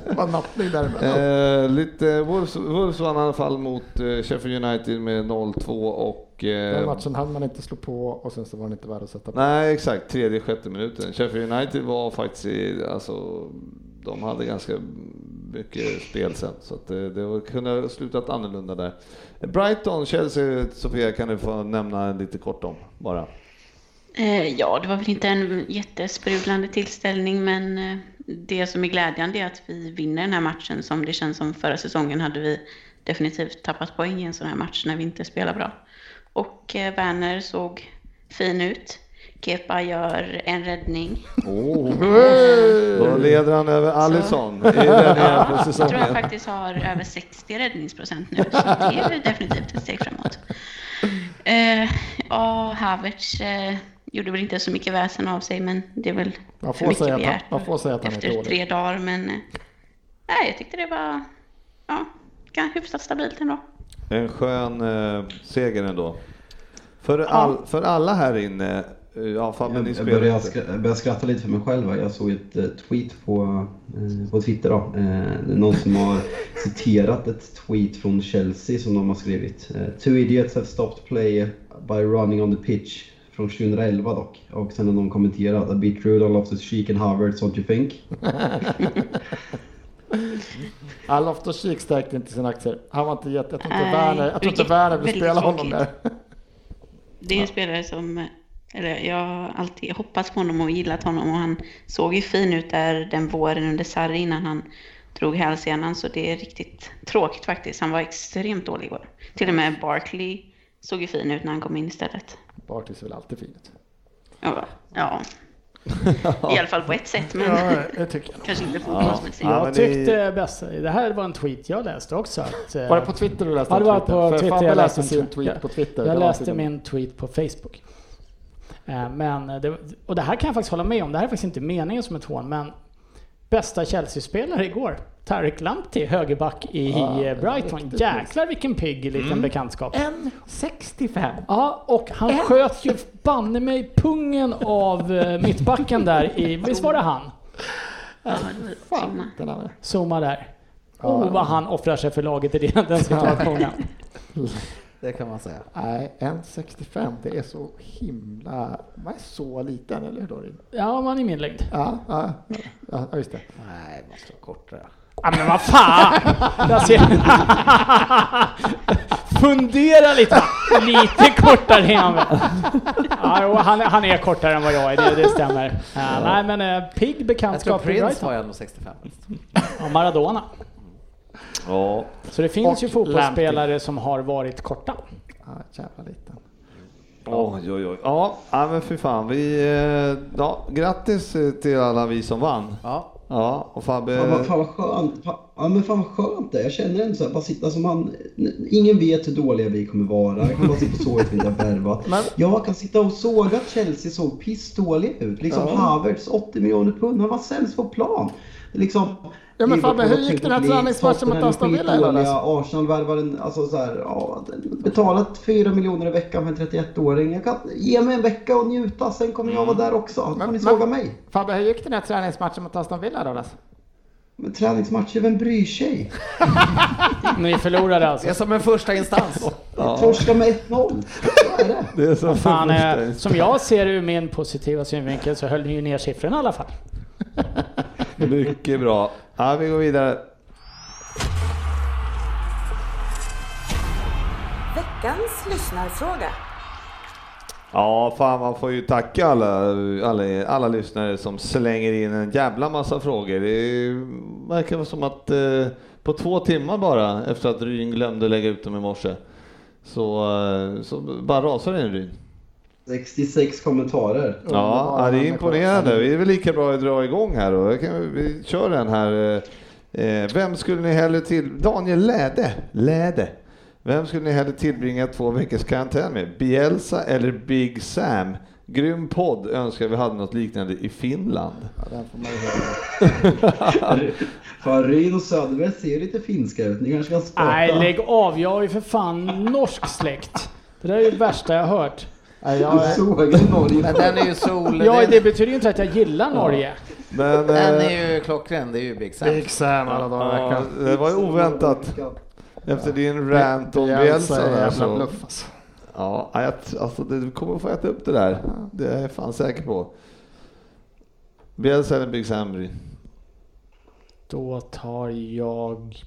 S8: Det var nattning däremellan.
S3: Eh, lite Wolves, Wolves vann i alla fall mot eh, Sheffield United med 0-2 och... eh,
S8: Den matchen hann man inte slå på och sen så var den inte värd att sätta på.
S3: Nej, exakt. Tredje, sjätte minuten. Sheffield United var faktiskt i, alltså, de hade ganska mycket spel sen, så att eh, det, det var- kunde ha slutat annorlunda där. Brighton, Chelsea, Sofia kan du få nämna lite kort om bara.
S5: Eh, Ja, det var väl inte en jättesprudlande tillställning, men eh, det som är glädjande är att vi vinner den här matchen som det känns som förra säsongen hade vi definitivt tappat poäng i en sån här match när vi inte spelar bra. Och eh, Werner såg fin ut. Kepa gör en
S8: *laughs*
S5: räddning. Oh.
S3: Då leder han över Alisson i
S5: *laughs*
S3: räddningar på
S5: Jag tror jag
S3: säsongen.
S5: faktiskt har över 60 räddningsprocent nu, så det är väl definitivt ett steg framåt. Eh, Ja, Havertz eh, gjorde väl inte så mycket väsen av sig, men det är väl
S8: Man
S5: för
S8: får,
S5: mycket
S8: säga att han,
S5: begärt
S8: man får säga att han är
S5: efter
S8: dålig.
S5: tre dagar. Men eh, nej, jag tyckte det var ja, gan- hyfsat stabilt ändå.
S3: En skön eh, seger ändå. För, all, för alla här inne, eh, ja Fabbe ni
S11: Jag
S3: spelar
S11: började,
S3: inte.
S11: skra- jag började skratta lite för mig själv. här. Jag såg ett eh, tweet på, eh, på Twitter. Då. Eh, det är någon som har *laughs* citerat ett tweet från Chelsea som de har skrivit. Eh, Two idiots have stopped play by running on the pitch. Från 2011 dock. Och sen har någon kommenterat. A bit rude all of the chic and Harvard, don't you think?
S8: All of the Cheek stärkte inte sina aktier. Han var inte jätte... Jag tror inte
S5: Nej,
S8: Werner, jag tror inte
S5: vilket
S8: Werner vill
S5: väldigt
S8: spela honom där.
S5: tråkigt. Det är en spelare som eh, eller jag har alltid hoppats på honom och gillat honom och han såg ju fin ut där den våren under Sarri innan han drog hälsenan så det är riktigt tråkigt faktiskt. Han var extremt dålig igår. Till och med Barkley såg ju fin ut när han kom in istället.
S8: Barkley ser väl alltid fin ut.
S5: Ja,
S8: *laughs*
S5: ja. i alla fall på ett sätt men
S8: Ja, det tycker jag
S5: *laughs*
S8: nog.
S5: kanske inte fotbollsmässigt.
S3: Ja, men
S4: Jag
S3: ni-
S4: tyckte bäst, det här var en tweet jag läste också. Att, eh,
S8: Var det på Twitter du läste
S4: Ja, det
S8: den
S4: var
S8: tweeten?
S4: på
S8: För
S4: Twitter.
S8: Fabbe
S4: Jag
S8: läste
S4: läste
S8: sin
S4: en tweet.
S8: tweet på Twitter. Det
S4: Jag
S8: var
S4: läste
S8: tydligen-
S4: min tweet på Facebook. Eh, Men, eh, det, och det här kan jag faktiskt hålla med om. Det här är faktiskt inte meningen som ett hån, men bästa Chelsea-spelare igår. Tarek Lamptey, högerback i
S8: Ja,
S4: eh, Brighton.
S8: riktigt Mm.
S4: Jäklar vilken pigg liten bekantskap.
S9: 65.
S4: Ja, och han sköt ju banne mig pungen av eh, mittbacken där i, visst var det han?
S5: Ja, det var Zuma.
S8: Den andra.
S4: Zooma där. Oh, vad han offrar sig för laget i den den
S8: *laughs*
S4: situationen.
S7: Det kan man säga.
S8: Nej, 1,65. Det är så himla... Man är så liten, eller hur Dorin?
S4: Ja, man är min längd.
S8: Ja, ja, ja, ja, just det.
S7: Nej, det måste vara kortare.
S4: Ja, men vad fan! Jag ser... Fundera lite. va? Lite kortare är han väl? Ja, jo, han, är- han är kortare än vad jag är, det, det stämmer. Ja, nej men eh, pigg
S7: Jag tror
S4: bekantskap i
S7: Prince
S4: Brighton.
S7: var ändå 65.
S4: Ja, Maradona.
S3: Ja,
S4: Så det finns
S8: Och
S4: ju fotbollsspelare som har varit korta.
S8: Ja, jävla liten.
S3: Oj, oj, oj. Ja, ja, men fy fan. Vi, eh, ja, grattis eh, till alla vi som vann.
S7: Ja,
S3: Ja, och
S11: Ja,
S3: Fabbe...
S11: vad fan vad skönt. Fa- Ja, men fan vad skönt det är. Jag känner ändå så här, bara sitta som man... Ingen vet hur dåliga vi kommer vara. Jag kan bara sitta och såga att vi inte har
S8: *laughs*
S11: värvat. Jag kan sitta och såga att Chelsea såg pissdålig ut. Liksom Havertz, 80 miljoner pund. Han var sämst på plan. Liksom...
S8: Ja, men
S11: Liverpool
S8: Fabbe, hur
S11: var
S8: gick den här
S11: tydligt.
S8: träningsmatchen mot
S11: Tottenham är
S8: Aston Villa i lördags?
S11: skitdåliga. Arsenal värvar en, alltså så här, ja, betalat 4 miljoner i veckan för en 31-åring. Jag kan ge mig en vecka och njuta, sen kommer jag vara där också. Får
S8: Mm. Men-
S11: ni
S8: men-
S11: såga mig?
S8: Fabbe, hur gick den här träningsmatchen mot Aston Villa då? Lasse?
S11: Men träningsmatcher, vem bryr sig?
S4: Ni förlorade alltså.
S7: det är som en första instans.
S11: Torska med 1-0. Så är det.
S3: Det är så
S4: Fan, eh,
S3: första-
S4: som jag ser det ur min positiva synvinkel så höll ni ju ner siffrorna i alla fall.
S3: Mycket bra. Ja, vi går vidare.
S1: Veckans lyssnarfråga.
S3: Ja, fan man får ju tacka alla, alla, alla lyssnare som slänger in en jävla massa frågor. Det verkar vara som att eh, på två timmar bara, efter att Ryn glömde lägga ut dem i morse, så, eh, så bara rasar det in Ryn.
S11: 66 kommentarer.
S3: Ja,
S8: Underbara
S3: ja, det är
S8: människor.
S3: imponerande. Vi är väl lika bra att dra igång här då. Jag kan, vi kör den här. eh, eh, Vem skulle ni hellre till... Daniel Läde. Läde. Vem skulle ni hellre tillbringa två veckors karantän med? Bielsa eller Big Sam? Grym podd. Önskar vi hade något liknande i Finland.
S8: Ja, den får man ju höra.
S11: *laughs* Fan, Ryn och Söderberg ser ju lite finska ut. Ni kanske kan spara.
S4: Nej, lägg av. Jag har ju för fan norsk släkt. Det där är ju det värsta jag har hört.
S8: Nej,
S11: Du
S8: jag,
S11: sågar Norge.
S7: Men den är ju sol...
S4: Ja,
S7: den,
S4: det betyder ju inte att jag gillar Norge.
S3: Men,
S7: *laughs* den
S3: eh,
S7: är ju klockren, det är ju Big Sam.
S8: Big Sam alla dagar i
S3: ja,
S8: veckan.
S3: det var ju oväntat efter din rant om Bielsa.
S8: är en
S3: där,
S8: jävla
S3: så-
S8: bluff alltså.
S3: Ja, jag, alltså du kommer få äta upp det där. Det är jag fan säker på. Bielsa eller Big Sam? Bry?
S4: Då tar jag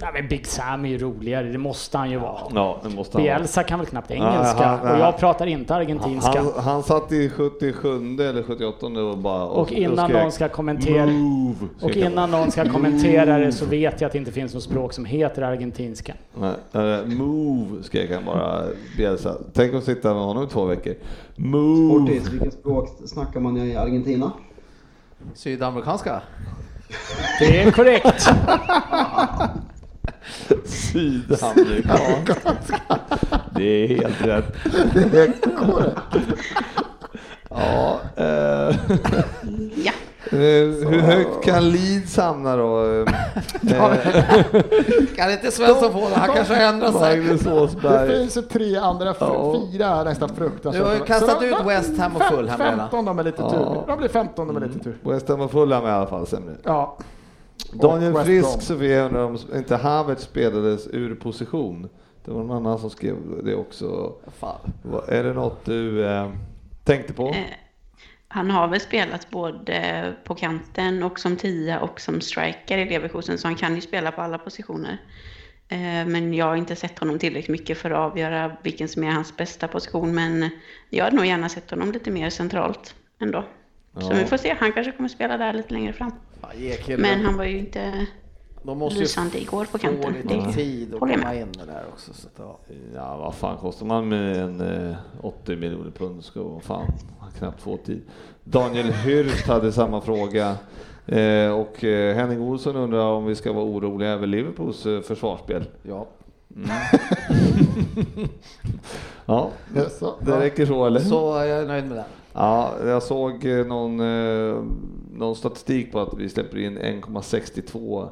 S4: Nej, men Big Sam är ju roligare, det måste han ju vara.
S3: Ja, det måste han
S4: Bielsa kan väl knappt
S3: Ja,
S4: engelska
S3: han-
S4: och jag pratar inte argentinska.
S3: Han, han satt i 77 eller 78 och bara
S4: och, innan
S3: skrek,
S4: någon ska kommentera
S3: Move!
S4: och
S3: skrek han.
S4: innan någon ska kommentera det så vet jag att det inte finns något språk som heter argentinska.
S3: Nej, eh, move skrek han bara, Bielsa. Tänk att sitta med honom i två veckor. Move!
S11: Ortiz, vilket språk snackar man i Argentina?
S7: Sydamerikanska?
S4: Det
S3: *laughs*
S4: är korrekt.
S3: Sydamerikanska. *laughs* Det är helt rätt.
S8: Det är korrekt.
S3: Ja. eh,
S5: Ja.
S3: eh, Hur högt kan Leeds hamna
S8: *laughs*
S3: då? Eh,
S7: Kan inte Svensson få det? Han kanske ändrar sig.
S3: Magnus
S8: Det
S3: Åsberg.
S8: finns ju tre andra, fr-
S3: Ja.
S8: fyra här nästan
S7: Du
S8: fruktansvärt.
S7: har ju kastat
S8: Så de-
S7: ut West Ham och
S8: fem-
S7: Fulham redan.
S8: 15 de med lite
S3: Ja.
S8: tur. De blir 15 de med lite tur.
S3: West Ham och Fulham är i alla fall sämre.
S8: Ja.
S3: Daniel
S8: Och West
S3: Frisk
S8: Brom.
S3: Sofia undrar om inte Havertz spelades ur position. Det var någon annan som skrev det också.
S7: Fan.
S3: Vad- Är det något du eh, tänkte på?
S5: Eh, Han har väl spelat både på kanten och som tia och som striker i Leverkusen, så han kan ju spela på alla positioner. Eh, Men jag har inte sett honom tillräckligt mycket för att avgöra vilken som är hans bästa position, men jag hade nog gärna sett honom lite mer centralt ändå. Så
S3: Ja.
S5: vi får se, han kanske kommer spela där lite längre fram.
S7: Fan, ge killen-
S5: Men han var ju inte
S7: De måste ju
S5: lysande igår på
S7: få
S5: kanten.
S7: lite
S5: Det
S7: tid och
S5: håller jag
S7: komma
S5: med.
S7: in där också. Så att, ja.
S3: Ja, vad fan kostar man med en eh, 80 miljoner pund så vad fan man knappt få tid. Daniel Hürst hade samma fråga eh, och eh, Henning Olsson undrar om vi ska vara oroliga över Liverpools eh, försvarsspel.
S7: Ja.
S3: Ja,
S8: Ja, så.
S3: det räcker så eller?
S7: Så är jag är nöjd med det.
S3: Ja, jag såg eh, någon, eh, någon statistik på att vi släpper in 1,62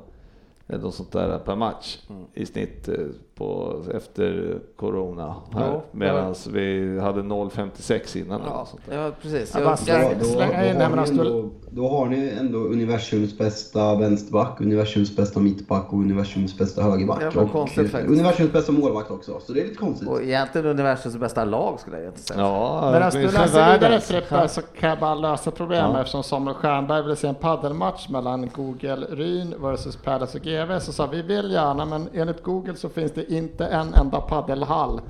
S3: eller eh, något sånt där per match
S8: Mm.
S3: i snitt eh, på, efter corona.
S7: Ja,
S3: Här, medan vi hade 0,56 innan. eller
S7: Ja,
S3: något sånt där.
S7: ja precis.
S8: Ja,
S7: Jag,
S8: bara
S11: Då,
S7: jag,
S8: slå-
S11: då, då,
S8: Slänga in den, men
S11: har
S8: han
S11: ni ändå, då har ni ändå universums bästa vänsterback, universums bästa mittback och universums bästa
S7: Det
S11: högerback.
S7: var
S11: Och eh,
S7: konstigt faktiskt.
S11: universums bästa målvakt också, så det är lite konstigt.
S7: och egentligen universums bästa lag skulle jag inte säga.
S3: Ja,
S8: Medan du
S3: åtminstone
S8: läser vidare
S3: världens.
S8: Frippe så kan jag bara lösa problem
S3: Ja.
S8: eftersom Samuel Stjernberg ville se en paddelmatch mellan Google Ryn versus Palace och GV så sa vi vill gärna men enligt Google så finns det inte en enda paddelhall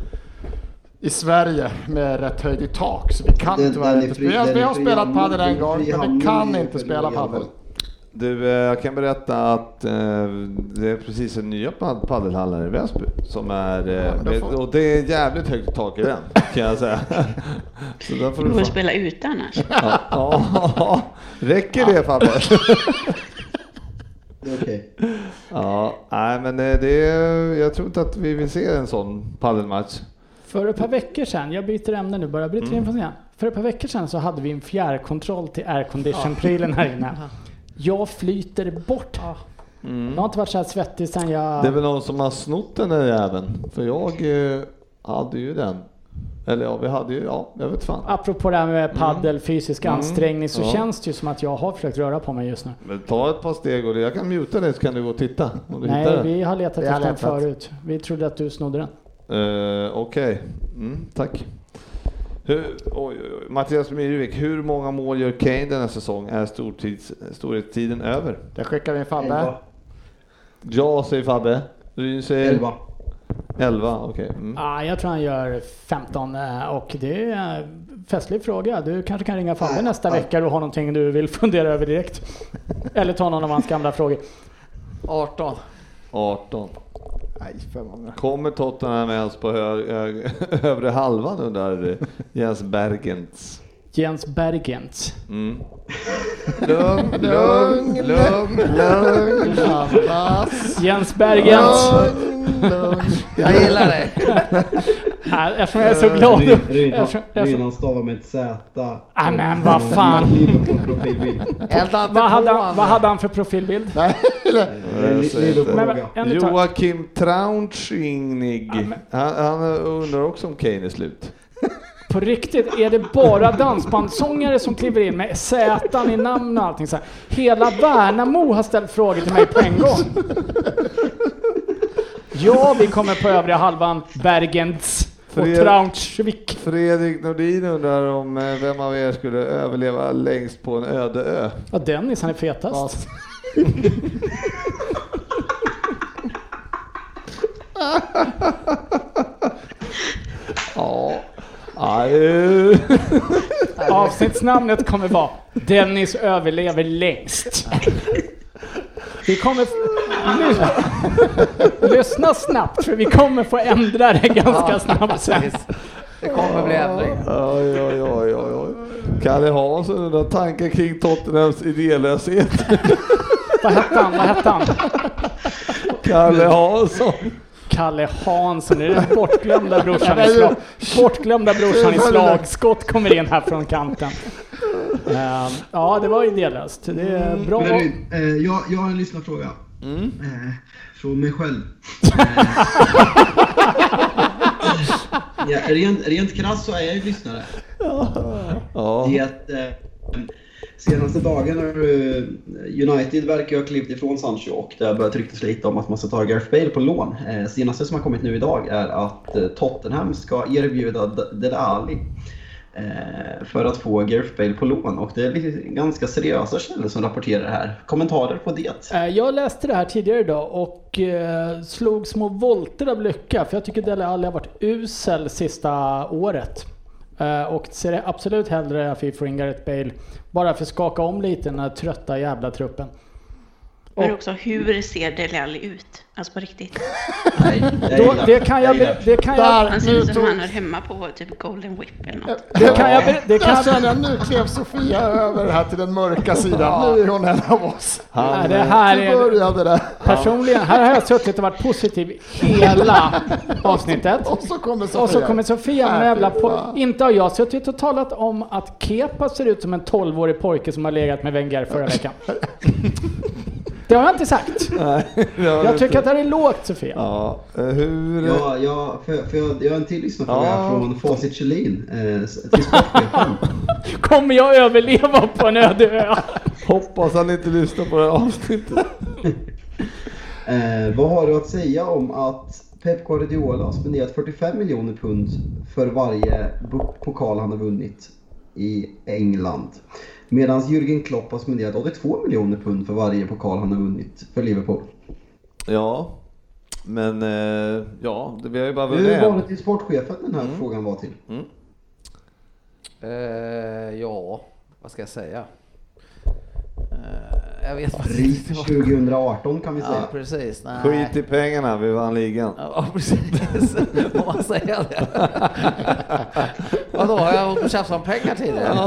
S8: i Sverige med rätt höjd i tak så vi kan
S11: Den-
S8: tyvärr
S11: den är
S8: inte
S11: fri-
S8: spela.
S11: den
S8: Vi
S11: är
S8: har
S11: fri
S8: spelat
S11: hamn-
S8: padel en
S11: den är
S8: gång
S11: fri
S8: men
S11: hamn-
S8: vi kan
S11: den är
S8: inte
S11: fri
S8: spela
S11: i alla fall.
S8: padel.
S3: Du, eh, jag kan berätta att eh, det är precis en nya pad- paddelhallar i Väsby som är, eh,
S8: men då
S3: med,
S8: får-
S3: och det är jävligt högt i tak i den kan jag säga. *laughs* Så där får
S5: Du
S3: du
S5: får
S3: fan-
S5: spela ute annars.
S3: *laughs* Ja, ja, räcker det Fabbe?
S11: Det är okej.
S3: Ja, nej men eh, det är, jag tror inte att vi vill se en sån paddelmatch.
S4: För ett par veckor sedan, jag byter ämne nu bara, jag bryter
S3: Mm.
S4: in från scenen. För ett par veckor sedan så hade vi en fjärrkontroll till aircondition-prylen här inne. Jag flyter bort. Jag har inte varit så här svettig sedan jag...
S3: Det är väl någon som har snott den där jäveln? För jag eh, hade ju den. Eller ja, vi hade ju, ja, jag vet fan.
S4: Apropå det här med paddel, fysisk ansträngning, så
S3: Ja.
S4: känns det ju som att jag har försökt röra på mig just nu.
S3: Men ta ett par steg och jag kan muta dig så kan du gå och titta om du
S4: Nej,
S3: hittar den.
S4: vi har letat
S8: Vi har
S4: efter den
S8: letat.
S4: förut. Vi trodde att du snodde den.
S3: Eh, Okej, mm, tack. Hur, oj, oj, oj. Mattias Myrvik, hur många mål gör Kane denna säsong? Är stortids, storhetstiden över?
S8: Det skickar vi in Fabbe.
S11: Elva.
S3: Ja, säger Fabbe. Ryn
S4: Eh,
S3: säger
S11: Elva.
S3: 11, okej. Mm.
S4: Ah, jag tror han gör 15 eh, och det är en festlig fråga. Du kanske kan ringa Fabbe nästa vecka och ha någonting du vill *laughs* fundera över direkt. Eller ta någon av hans gamla frågor.
S7: *laughs* 18.
S3: 18.
S8: Nej, fem andra.
S3: Kommer Tottenham ens på hö- ö- *laughs* övre halvan undrar eh, Jens Bergens.
S4: Jens Bergens.
S3: Mm. *laughs*
S7: Lugn, lugn, lugn.
S8: Lugn, andas.
S4: Jens Bergens!
S8: Lugn, lugn.
S7: Jag gillar dig.
S4: Ah, Eftersom jag är så glad.
S11: *laughs* Ryn- Rynan
S4: Eftersom- eftersom-
S11: Rynan stavar med ett Z. Eh,
S4: Ah, men vad fan.
S11: Liverpool-profilbild.
S4: *laughs*
S7: Elda
S4: Vad
S7: inte
S4: hade,
S7: på
S4: han, vad
S7: honom.
S4: hade han för profilbild?
S11: Det är Eh, li-
S4: Men,
S11: Liverpool-fråga.
S4: men, en utav-
S3: Joakim Traunschingnig. Han, han undrar också om Kane är slut.
S4: På riktigt, är det bara dansbandssångare som kliver in med Zätan i namn och allting så här? Hela Värnamo har ställt frågor till mig på en gång. Ja, vi kommer på övriga halvan, Bergens och
S3: Fred-
S4: Traunschwick.
S3: Fredrik Nordin undrar om eh, vem av er skulle överleva längst på en öde ö?
S4: Ja, Dennis, han är fetast.
S3: Ja. Aj.
S4: Avsnittsnamnet kommer vara Dennis överlever längst. Vi kommer... Lys- Lyssna snabbt för vi kommer få ändra det ganska snabbt sen.
S7: Det kommer bli ändring.
S3: Oj, oj, oj, oj, oj. Kalle Hansson undrar tankar kring Tottenhams idélöshet.
S4: Vad hette han? Vad hette han?
S3: Kalle Hansson.
S4: Kalle Hansson, är det den bortglömda brorsan i slag... Bortglömda brorsan i slagskott kommer in här från kanten. Ehm, Ja, det var idélöst. Det är bra.
S11: Men Edvin, eh, jag, jag har en lyssnarfråga. Eh, från
S4: *laughs*
S11: mig själv. Eh, ja, rent, rent krasst så är jag ju lyssnare.
S3: Ja.
S11: Det är att, eh, senaste dagen har du- United verkar ju ha klivit ifrån Sancho och det har börjat ryktas lite om att man ska ta Gareth Bale på lån. Eh, senaste som har kommit nu idag är att eh, Tottenham ska erbjuda D- Dele Alli eh, för att få Gareth Bale på lån och det är lite- ganska seriösa källor som rapporterar det här. Kommentarer på det?
S4: Eh, Jag läste det här tidigare idag och eh, slog små volter av lycka för jag tycker Dele Alli har varit usel sista året. Eh, och ser det absolut hellre att vi får in Gareth Bale. Bara för att skaka om lite den här trötta jävla truppen.
S5: Men också, hur ser Dele Alli ut? Alltså på riktigt.
S11: *laughs* Nej, jag
S4: Då,
S11: gillar-
S4: det kan jag... be- Det kan jag...
S5: Han
S8: Där,
S5: ser
S8: nu
S5: ut som
S8: tog...
S5: han hör hemma på typ Golden Whip eller något.
S4: Det kan jag... be- Det kan
S8: Där
S4: jag
S8: känner jag, nu klev Sofia över här till den mörka sidan. Nu är hon en av oss.
S4: Nej, det här
S8: Nu
S4: är...
S8: började det.
S4: Personligen, här har jag suttit och varit positiv hela
S8: *laughs*
S4: avsnittet.
S8: Och så kommer Sofia.
S4: Och så kommer Sofia med
S8: Nej,
S4: jävla
S8: fy
S4: på.
S8: fan.
S4: Inte har jag suttit och talat om att Kepa ser ut som en 12-årig pojke som har legat med Wenger förra veckan. Det har jag inte
S8: *laughs*
S4: sagt. Jag tycker att det här är lågt Sofia.
S3: Ja, eh, hur...
S11: Ja, ja, för, för jag, jag har en till lyssnarfråga
S3: Ja.
S11: från Facit Kjellin eh, s- till sportchefen.
S4: *laughs* Kommer jag överleva på en öde ö?
S3: Hoppas han inte lyssnar på det här avsnittet.
S11: Eh, vad har du att säga om att Pep Guardiola har spenderat 45 miljoner pund för varje bu- pokal han har vunnit i England? Medan Jürgen Klopp har spenderat 82 miljoner pund för varje pokal han har vunnit för Liverpool.
S3: Ja, men eh, ja, det- vi har ju bara vunnit
S11: Hur
S3: en.
S11: var det Mm. till sportchefen den här frågan var till?
S7: Eh, ja, vad ska jag säga? Eh, jag vet faktiskt
S11: RIF
S7: inte vad...
S11: 2018 kan vi
S7: Ja,
S11: säga.
S7: precis. Nej.
S3: Skit i pengarna, vi vann ligan.
S7: Ja, precis. *laughs* Får man säga det? Vadå, har jag hållit på och tjafsat om pengar tidigare?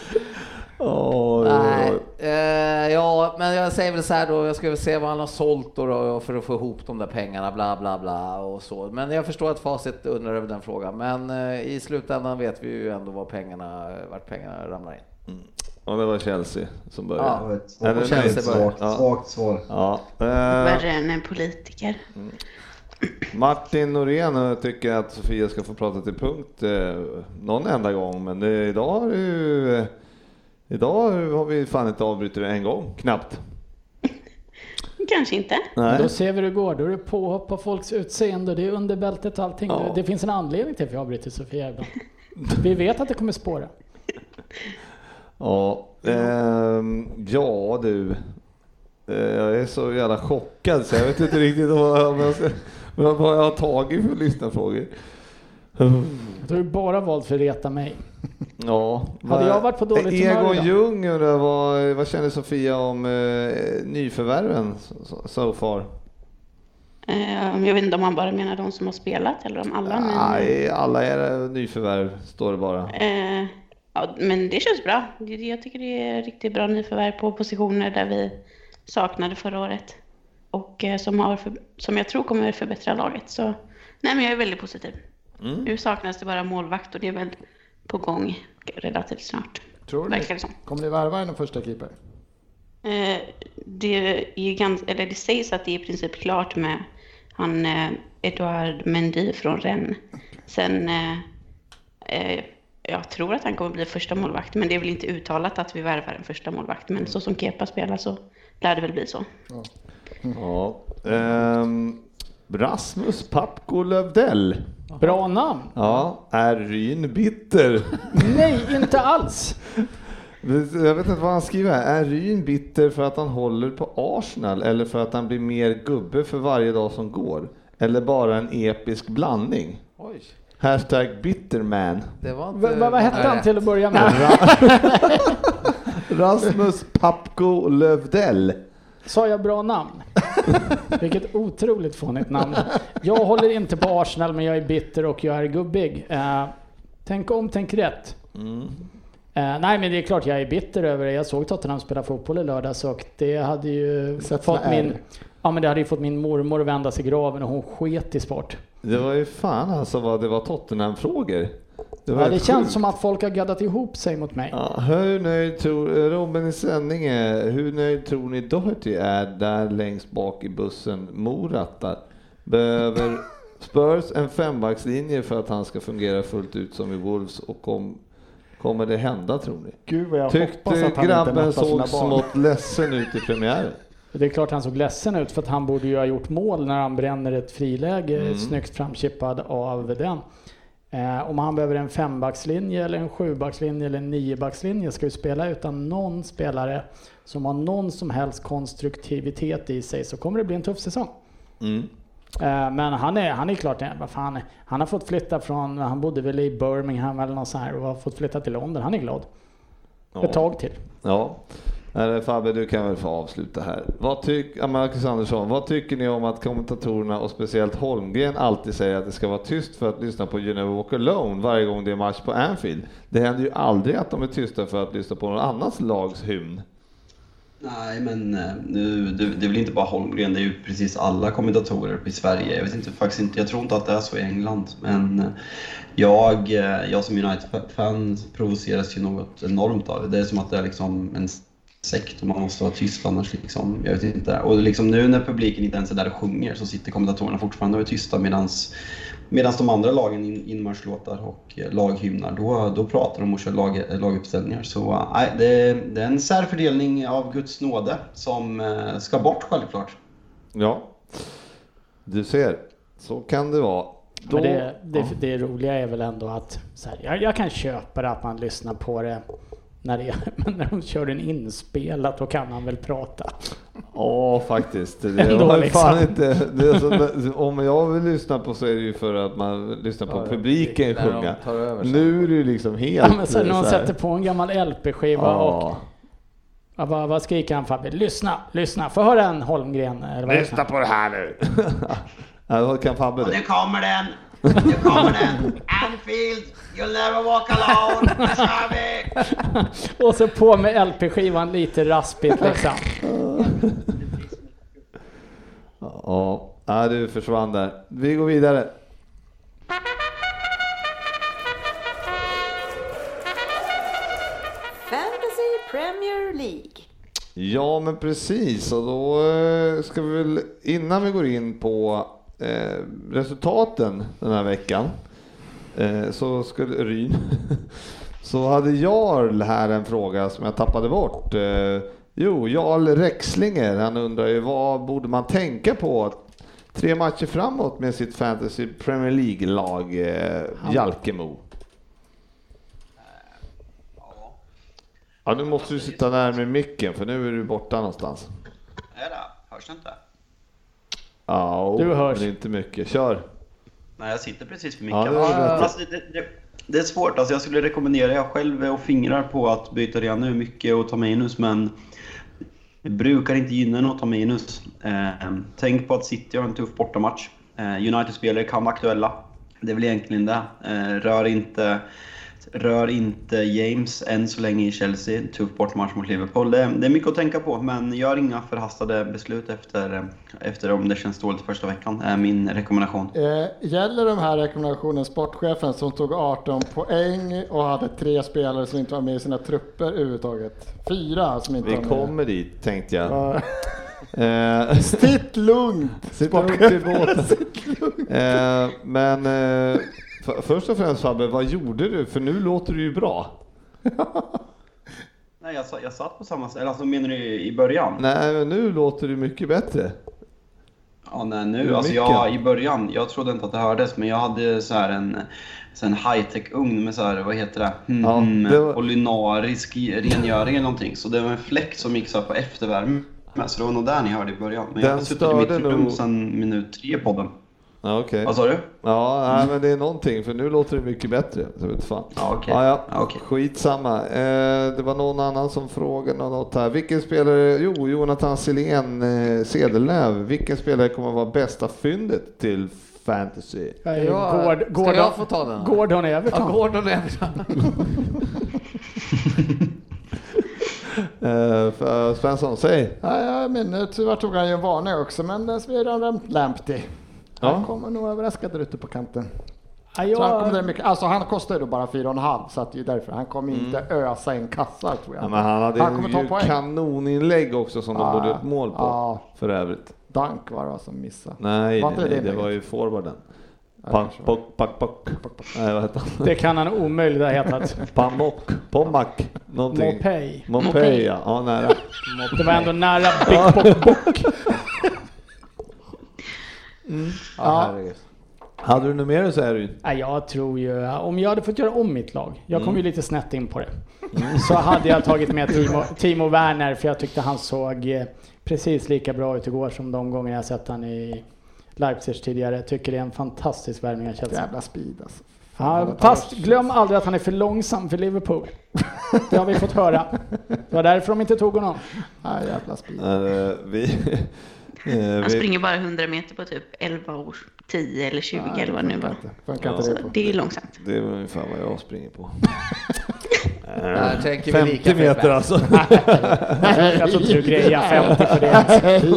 S3: *laughs* *laughs* Oj,
S7: Nej.
S3: oj, oj.
S7: Eh, ja, men jag säger väl så här då, jag ska väl se vad han har sålt då, då för att få ihop de där pengarna, bla bla bla och så. Men jag förstår att Facit undrar över den frågan. Men eh, i slutändan vet vi ju ändå vad pengarna, vart pengarna ramlar in.
S3: Ja, det var Chelsea som började.
S11: Det var ett
S3: Eller
S11: svagt-
S3: nej,
S7: Chelsea började.
S11: svagt, svagt svar.
S3: Ja. Eh,
S5: Värre än en politiker.
S3: Martin Norén tycker att Sofia ska få prata till punkt eh, någon enda gång, men det, idag har du, eh, idag har vi fan inte avbrutit en gång, knappt.
S5: Kanske inte.
S4: Då ser vi hur det går. Då är det påhopp på folks utseende. Det är under bältet och allting.
S3: Ja.
S4: Det finns en anledning till att vi avbryter Sofia ibland. Vi vet att det kommer spåra.
S3: Ja, ehm, ja du. Eh, Jag är så jävla chockad så jag vet inte riktigt vad om jag, ska, vad vad jag har tagit för lyssnarfrågor.
S4: Du har ju bara valt för att reta mig.
S3: Ja,
S4: Hade
S3: vad-
S4: jag varit på dåligt humör
S3: Eh, Egon
S4: idag?
S3: Ljung undrar vad, vad känner Sofia om eh, nyförvärven so- so, so far?
S5: Eh, Jag vet inte om han bara menar de som har spelat eller om alla. Men,
S3: Nej, alla era nyförvärv står det bara.
S5: eh, ja, men det känns bra. Det- Jag tycker det är riktigt bra nyförvärv på positioner där vi saknade förra året. Och eh, som, har för, som jag tror kommer förbättra laget. Så nej, men jag är väldigt positiv. Nu saknas det bara målvakt och det är väl på gång relativt snart.
S8: Tror ni?
S5: Verkar det som.
S8: Kommer ni värva en första keeper?
S5: Eh, Det, är ganska, eller det sägs att det är i princip klart med han eh, Edouard Mendy från Rennes. Sen, eh, eh, jag tror att han kommer bli första målvakt, men det är väl inte uttalat att vi värvar en första målvakt. Men så som Kepa spelar så lär det väl bli så.
S3: Ja. Ehm, Rasmus Papko Lövdell.
S4: Bra namn!
S3: Ja, är Ryn bitter?
S4: Nej, inte alls!
S3: Jag vet inte vad han skriver här. Är Ryn bitter för att han håller på Arsenal eller för att han blir mer gubbe för varje dag som går? Eller bara en episk blandning?
S7: Oj.
S3: Hashtag bitterman.
S7: Det var inte...
S4: Va, va, vad hette han till att börja med?
S3: Rasmus
S4: *laughs*
S3: Papko Lövdell.
S4: Sa jag bra namn? Vilket otroligt fånigt namn. Jag håller inte på Arsenal men jag är bitter och jag är gubbig. Eh, tänk om, tänk rätt. Eh, nej men det är klart jag är bitter över det. Jag såg Tottenham spela fotboll i lördags och det hade ju
S8: Sätt
S4: fått
S8: vad är
S4: min...
S8: det?
S4: Ja men det hade ju fått min mormor att vända sig i graven och hon sket i sport.
S3: Det var ju fan alltså vad det var Tottenham-frågor. Det, var
S4: Ja, det
S3: helt
S4: känns
S3: sjukt.
S4: som att folk har gaddat ihop sig mot mig.
S3: Ja, hur nöjd tror Robin i sändning är, hur nöjd tror ni Doherty är där längst bak i bussen Morattar? Behöver Spurs en fembackslinje för att han ska fungera fullt ut som i Wolves och om, kommer det hända tror ni?
S8: Gud vad jag hoppas
S3: Tyckte
S8: att han inte
S3: grabben
S8: nattar sina
S3: såg
S8: *laughs* barn.
S3: smått ledsen ut i premiären.
S4: Det är klart han såg ledsen ut för att han borde ju ha gjort mål när han bränner ett friläge
S3: Mm.
S4: snyggt framchippad av den. Eh, om han behöver en fembackslinje eller en sjubackslinje eller en niobackslinje ska ju spela utan någon spelare som har någon som helst konstruktivitet i sig så kommer det bli en tuff säsong.
S3: Mm.
S4: Eh, Men han är, han är klart, en- vad fan, han har fått flytta från, han bodde väl i Birmingham eller något sånt här och har fått flytta till London. Han är glad. Ett tag till.
S3: Ja. Nej, Fabbe, du kan väl få avsluta här. Vad tyck, ja, Marcus Andersson, vad tycker ni om att kommentatorerna och speciellt Holmgren alltid säger att det ska vara tyst för att lyssna på You Never Walk Alone varje gång det är match på Anfield? Det händer ju aldrig att de är tysta för att lyssna på någon annans lags hymn.
S11: Nej, men eh, nu, det, det är väl inte bara Holmgren, det är ju precis alla kommentatorer i Sverige. Jag, vet inte, faktiskt inte, jag tror inte att det är så i England, men eh, jag, eh, jag som United-fan provoceras ju något enormt av det. Det är som att det är liksom en sekt och man måste vara tyst annars. Liksom. Jag vet inte. Och liksom nu när publiken inte ens är där och sjunger så sitter kommentatorerna fortfarande och är tysta medans Medan de andra lagen in- inmarschlåtar och eh, laghymnar, då, då pratar de och kör lag, eh, laguppställningar. Så eh, nej, det, det är en särfördelning av Guds nåde som eh, ska bort självklart.
S3: Ja, du ser, så kan det vara. Då-
S4: Men det, det,
S3: Ja.
S4: det roliga är väl ändå att så här, jag, jag kan köpa det att man lyssnar på det när, det, *laughs* men när de kör den inspelat, då kan han väl prata.
S3: Ja, faktiskt. Det
S4: Ändå,
S3: var ju
S4: liksom.
S3: fan inte, det är så, om jag vill lyssna på så är det ju för att man lyssnar på
S7: Ja,
S3: publiken
S7: när de
S3: sjunga.
S7: tar över sen.
S3: Nu är det ju liksom
S4: Ja,
S3: helt...
S4: men sen när de
S3: så här-
S4: sätter på en gammal LP-skiva och
S3: Ja.
S4: ja, vad, vad skriker han Fabbe? Lyssna, lyssna, få höra en Holmgren. Eller vad är det för-
S3: på det här nu! ja, vad kan Fabbe
S11: Nu
S3: det?
S11: kommer den! Nu kommer den! *laughs* Anfield, you'll never walk alone! Det kör vi!
S4: Och så på med LP-skivan lite
S3: *laughs*
S4: raspigt liksom.
S3: Ja, ja, du försvann där. Vi går vidare.
S2: Fantasy Premier League.
S3: Ja, men precis. Och då eh, ska vi väl, innan vi går in på eh, resultaten den här veckan, eh, så skulle Ryn, *laughs* så hade Jarl här en fråga som jag tappade bort. Eh, jo, Jarl Rexlinger, han undrar ju vad borde man tänka på tre matcher framåt med sitt fantasy Premier League-lag eh, Jalkemo? Ja, nu måste du sitta närmare micken för nu är du borta någonstans.
S11: Är det? Hörs det inte?
S3: Ja,
S4: Du hörs.
S3: Men inte mycket. Kör.
S11: Nej, jag sitter precis för
S3: Ja, det är bättre.
S11: alltså, det, det, det är svårt. Alltså, jag skulle rekommendera, jag själv och fingrar på att byta redan nu mycket och ta minus, men det brukar inte gynna något att ta minus. Eh, tänk på att City har en tuff bortamatch. Eh, United-spelare kan vara aktuella. Det är väl egentligen det. Eh, rör, inte, rör inte James än så länge i Chelsea. Tuff bortamatch mot Liverpool. Det, det är mycket att tänka på, men gör inga förhastade beslut efter, efter om det känns dåligt första veckan. är min rekommendation.
S8: Eh, gäller de här rekommendationen sportchefen som tog 18 poäng och hade tre spelare som inte var med i sina trupper överhuvudtaget? Fyra som inte
S3: Vi
S8: var med.
S3: kommer dit tänkte jag.
S8: Ja.
S3: Eh,
S8: Sitt lugnt!
S3: Sitt lugnt i båten.
S8: *laughs*
S3: eh, men eh, f- först och främst Fabbe, vad gjorde du? För nu låter du ju *laughs* bra.
S11: Nej, jag, sa- jag satt på samma ställe. Alltså menar du i början?
S3: Nej, men nu låter du mycket bättre.
S11: Ja, nej, nu,
S3: Hur
S11: alltså
S3: mycket?
S11: jag, I början, jag trodde inte att det hördes, men jag hade så här en, så en high-tech-ugn med så här, vad heter det,
S3: Ja,
S11: mm,
S3: det var-
S11: polinarisk rengöring eller någonting. Så det var en fläkt som gick så här på eftervärme. Så det var nog där ni hörde i början. Men jag
S3: Den
S11: har suttit i mitt
S3: störde
S11: rum
S3: nog-
S11: sedan minut tre på den.
S3: Ja, okej. *laughs*
S11: Vad sa du?
S3: Ja, nej, men det är någonting för nu låter det mycket bättre. Så vet fan.
S11: Ja, okej.
S3: Ja, ja. Skitsamma. Eh, det var någon annan som frågade något här. Vilken spelare, jo Jonathan Silén eh, Cederlöf, vilken spelare kommer vara bästa fyndet till fantasy?
S4: Jag,
S7: Ja,
S4: Gord,
S7: ska
S4: Gordon,
S7: jag få ta den?
S4: Gordon Everton.
S7: Ja, Gordon Everton.
S3: Eh, för Svensson, säg.
S8: Ja, ja, men tyvärr tog han ju en varning också, men den spelar han Lampty. Han
S3: Ja.
S8: kommer nog överraska där ute på kanten.
S4: Ja,
S8: Så han, kommer där
S4: jag,
S8: mycket, alltså han kostar ju då bara 4,5 så att det är därför. Han kommer inte ösa en kassa tror jag.
S3: Ja, Mm. men han hade
S8: Han kommer ta
S3: ju
S8: poäng.
S3: kanoninlägg också som
S8: Ah,
S3: de borde gjort mål på
S8: ah.
S3: för övrigt.
S8: Dank var det va som missade.
S3: Nej,
S8: Var
S3: nej,
S8: inte
S3: nej, det
S8: inlägget?
S3: var ju forwarden.
S8: Ja,
S3: Pack,
S8: kanske var.
S3: pack, pack, pack. Nej, vad heter han?
S4: det kan han omöjligt ha hetat.
S3: Pamok, Pomak, *laughs* någonting.
S4: Mopey.
S3: Mopey, ja. ja nära.
S4: Det var ändå nära Big Bock Bock.
S7: Ja, herregud.
S3: Hade du något mer att säga Ryn?
S4: Nej, jag tror ju, om jag hade fått göra om mitt lag, jag
S3: Mm.
S4: kom ju lite snett in på det, så hade jag tagit med Timo, Timo Werner för jag tyckte han såg eh, precis lika bra ut igår som de gånger jag sett han i Leipzig tidigare. Tycker det är en fantastisk värvning av Chelsea.
S8: Jävla speed alltså.
S4: Ja, fast glöm aldrig att han är för långsam för Liverpool. Det har vi fått höra. Det var därför de inte tog honom.
S8: Ja, jävla speed.
S3: Eh, vi, *laughs* eh,
S5: Han
S3: vi,
S5: springer bara 100 meter på typ 11 år, 10 eller 20
S8: Nej,
S5: eller vad det nu
S8: funkar
S5: var.
S8: inte. Funkar
S3: Ja.
S8: inte det
S5: Så
S8: på.
S5: det är långsamt.
S3: det är väl ungefär vad jag springer på.
S7: Där tänker vi lika
S3: 50 meter
S7: frekvent.
S3: alltså.
S4: Jag tror inte du grejar 50 för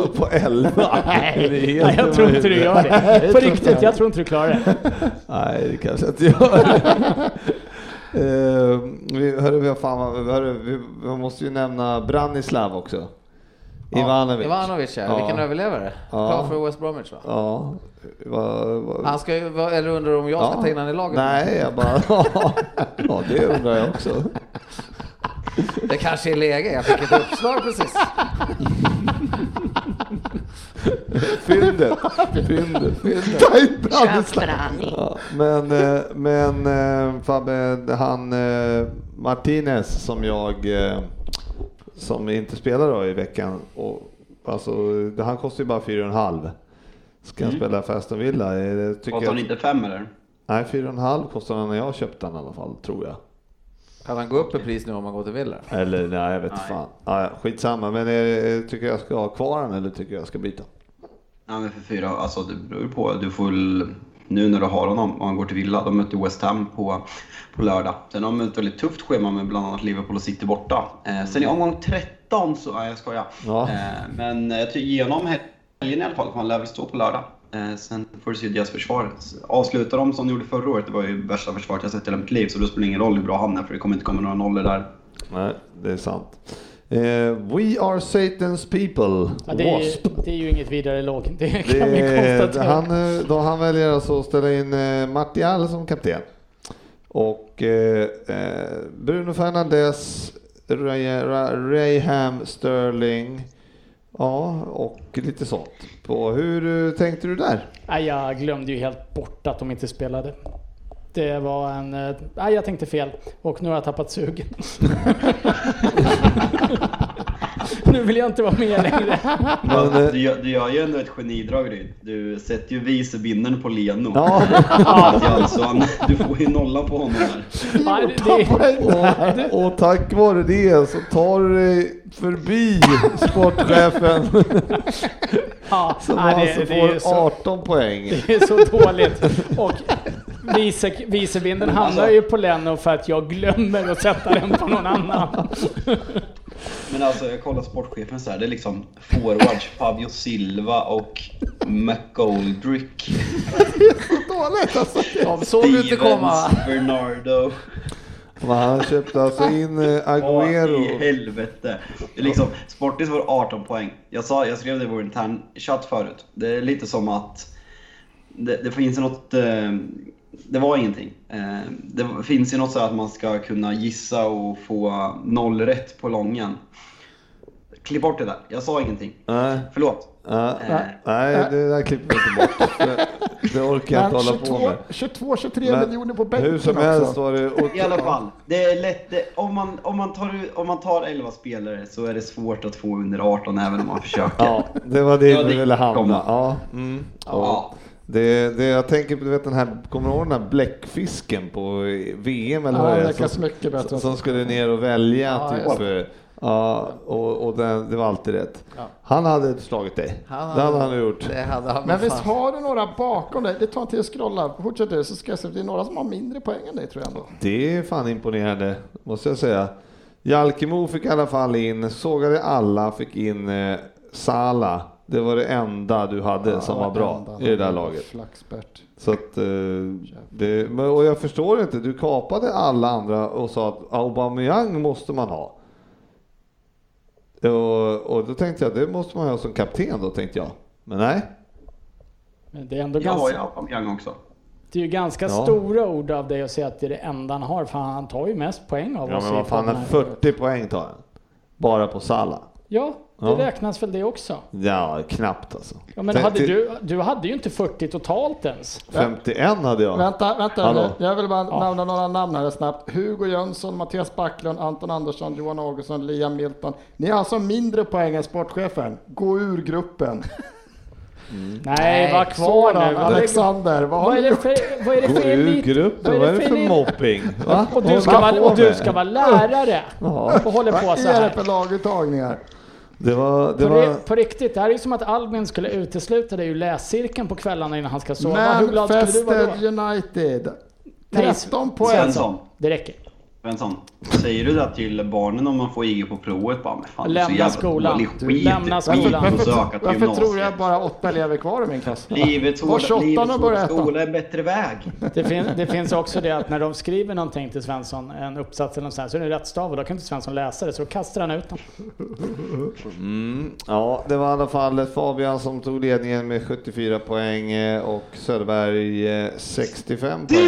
S4: det.
S3: på 11.
S8: *laughs*
S4: Nej, jag tror inte du gör det. På riktigt, jag tror inte du klarar det.
S3: *laughs* Nej, det kanske jag inte gör. Eh, vi, hörru, vi, har fan, hörru, vi, vi måste ju nämna Branislav också. Ivanovic.
S7: Ivanovic, ja. Vilken överlevare.
S3: Ja.
S7: Klar för West Bromwich va?
S3: Ja. Vad- vad-
S7: Han ska ju, vara- eller undrar om jag ska
S3: Ja.
S7: ta in honom i laget?
S3: Nej, jag bara... *laughs* ja, det undrar jag också.
S7: Det kanske är läge. Jag fick ett uppslag precis.
S3: Fyndet. Fyndet. Fyndet.
S5: Köp Brani.
S3: Ja, men eh, men eh, Fabbe, han eh, Martinez som jag eh, som inte spelar då i veckan. Och, alltså, det- han kostar ju bara 4,5. Ska han spela för Aston Villa? Eh, det Tycker
S11: Mm. Kostar den
S3: jag,
S11: inte fem eller?
S3: nej, 4,5 kostar han när jag köpte han i alla fall, tror jag.
S7: Kan han gå upp i pris nu om han går till Villa?
S3: Eller nej, jag vet
S11: Nej.
S3: fan. Ah, ja, skitsamma, men eh, tycker jag ska ha kvar han eller tycker jag ska byta?
S11: Nej, men för fyra, alltså det beror ju på. Du får väl, nu när du har honom och han går till Villa, de möter West Ham på, på lördag. Sen har de ett väldigt tufft schema med bland annat Liverpool och City borta. Eh, sen i omgång 13 så, nej jag skojar.
S3: Ja.
S11: Eh, men jag tycker genom helgen i alla fall, för han lär väl stå på lördag. Eh, sen får du se hur deras försvar. Avslutar de som de gjorde förra året, det var ju värsta försvaret jag sett i hela mitt liv. Så då spelar det ingen roll hur bra han är, för det kommer inte komma några nollor där.
S3: Nej, det är sant. Eh, we are Satan's people.
S4: Ja, det, är ju,
S3: Wasp.
S4: det är ju inget vidare låg. Det *laughs* kan
S3: Det,
S4: vi
S3: är-
S4: konstatera.
S3: han, eh, då han väljer alltså att ställa in eh, Martial som kapten. Och eh, eh, Bruno Fernandes, Ray- Ra- Rayham, Sterling. Ja, och lite sånt. På, hur eh, tänkte du
S4: *laughs*
S3: där?
S4: Nej, jag glömde ju helt bort att de inte spelade. Det var en... eh, Nej, jag tänkte fel. Och nu har jag tappat sugen. *laughs* nu vill jag inte vara med längre.
S3: Men, eh,
S11: Du, gör- du gör ju ändå ett genidrag Ryd. Du sätter ju vicebindern på Leno.
S3: ja,
S11: Ja. Så han, du får ju nollan på honom där.
S4: Nej, det, det,
S3: och, och tack vare det så tar du dig förbi
S4: *laughs*
S3: sportchefen
S4: ja,
S3: som
S4: nej, det,
S3: alltså
S4: det, är
S3: får
S4: ju så,
S3: 18 poäng.
S4: det är så dåligt. Och vice, vicevinden
S3: Alltså.
S4: handlar ju på Leno för att jag glömmer att sätta den på någon annan.
S11: Men alltså jag kollar sportchefen så här, det är liksom forwards Fabio Silva och McGoldrick.
S8: Dåligt alltså.
S7: De såg du inte komma.
S11: Bernardo.
S3: Men han köpte alltså in eh,
S11: Vad
S3: Agüero.
S11: i helvete. Det är liksom, Sportis får 18 poäng. Jag, sa, jag skrev det i vår intern chatt förut. Det är lite som att det, det finns något... Eh, det var ingenting. Eh, det finns ju något så här att man ska kunna gissa och få noll rätt på lången. Klipp bort det där. Jag sa ingenting.
S3: Nej.
S11: Förlåt.
S3: Ja,
S11: Eh.
S3: nej, det där klipper vi inte bort.
S8: *laughs*
S3: Det, det orkar jag inte hålla på med.
S8: 22, 23
S3: Men
S8: miljoner på bänken
S3: Hur som
S8: också.
S3: helst var det...
S11: I alla fall, det är lätt. Det, om, man, om, man tar, ut- om man tar 11 spelare så är det svårt att få under 18 även om man försöker.
S3: Ja, det var det
S11: Ja,
S3: vi
S11: det
S3: ville hamna.
S11: kommer.
S3: Ja. Mm. Ja. Det, det jag tänker på, du vet den här, kommer du ihåg den här bläckfisken på VM eller
S8: Ja,
S3: vad
S8: det
S3: det är?
S8: verkar
S3: Som,
S8: mycket bättre.
S3: som skulle ner och välja
S8: Ja, just
S3: typ. Ja, och, och den, det var alltid rätt.
S8: Ja.
S3: Han hade slagit dig.
S8: Han
S3: det hade
S8: hade-
S3: han gjort.
S8: Men visst har du några bakom dig? Det tar en tid att scrolla. Fortsätt du så ska jag se. Det är några som har mindre poäng än dig tror jag ändå.
S3: Det är fan imponerande, måste jag säga. Jalkemo fick i alla fall in, sågade alla, fick in eh, Sala. Det var det enda du hade som var bra i det där laget.
S8: Flaxbert.
S3: Så att, eh, det, men, och jag förstår inte, du kapade alla andra och sa att Aubameyang måste man ha. Och, och då tänkte jag, det måste man ha som kapten då, tänkte jag. Men nej.
S4: Men det är ändå
S11: Jag har
S4: ganska,
S11: ju Aubameyang också.
S4: det är ju ganska
S3: Ja.
S4: stora ord av dig att säga att det är det enda han har, för han tar ju mest poäng av
S3: Ja,
S4: oss.
S3: men
S4: i
S3: vad fan,
S4: podden
S3: en
S4: här.
S3: 40 poäng tar han. Bara på Sala.
S4: Ja, det
S3: Ja.
S4: räknas väl det också.
S3: Ja, knappt alltså.
S4: Ja, men
S3: Tänk
S4: hade
S3: till-
S4: du, du hade ju inte 40 totalt ens.
S3: 51 hade jag.
S8: Vänta, vänta
S3: Hallå.
S8: nu. Jag vill bara nämna några namn här snabbt. Hugo Jönsson, Mattias Backlund, Anton Andersson, Johan Augustsson, Liam Milton. Ni har alltså mindre poäng än sportchefen. Gå ur gruppen.
S4: Nej, var kvar
S8: Sådan,
S4: nu.
S8: Alexander, vad har
S4: vad är
S8: du
S4: det för, vad är det för elit?
S3: gruppen, vad är det för
S4: elit? *laughs*
S3: mopping? Va?
S4: Och
S3: Vad
S4: du, ska
S3: håller
S4: vara,
S3: på
S4: och du
S3: med?
S4: ska vara lärare
S3: Ja.
S4: och håller på
S8: Vad
S4: så
S8: är det
S4: här.
S8: för laguttagningar?
S3: Det var... Det
S4: På,
S3: var...
S4: ri- på riktigt, det här är ju som att Albin skulle utesluta dig ur läscirkeln på kvällarna innan han ska sova. Hur glad skulle du vara då?
S8: Manchester United.
S4: Nej,
S8: 13 poäng.
S11: Svensson.
S4: Det räcker.
S11: Svensson. Säger du det till barnen om man får IG på provet? Bara, men fan, du är så
S4: Lämna
S11: jävla
S4: skolan.
S11: dålig
S4: Du
S11: skit.
S4: lämnar
S11: Skit
S4: skolan.
S11: och söka till
S8: Varför tror
S11: gymnasiet.
S8: jag bara åtta elever kvar i min klass?
S11: Livets
S8: Var
S11: hårda,
S8: 28
S11: livets
S8: och börja
S11: hårda
S8: äta.
S11: skola är bättre väg.
S4: Det, fin, det finns också det att när de skriver någonting till Svensson, en uppsats eller något sånt, här, så är det rätt stav och då kan inte Svensson läsa det, så då kastar han ut dem.
S3: Mm, ja, det var i alla fall Fabian som tog ledningen med 74 poäng eh, och Söderberg eh, 65 poäng.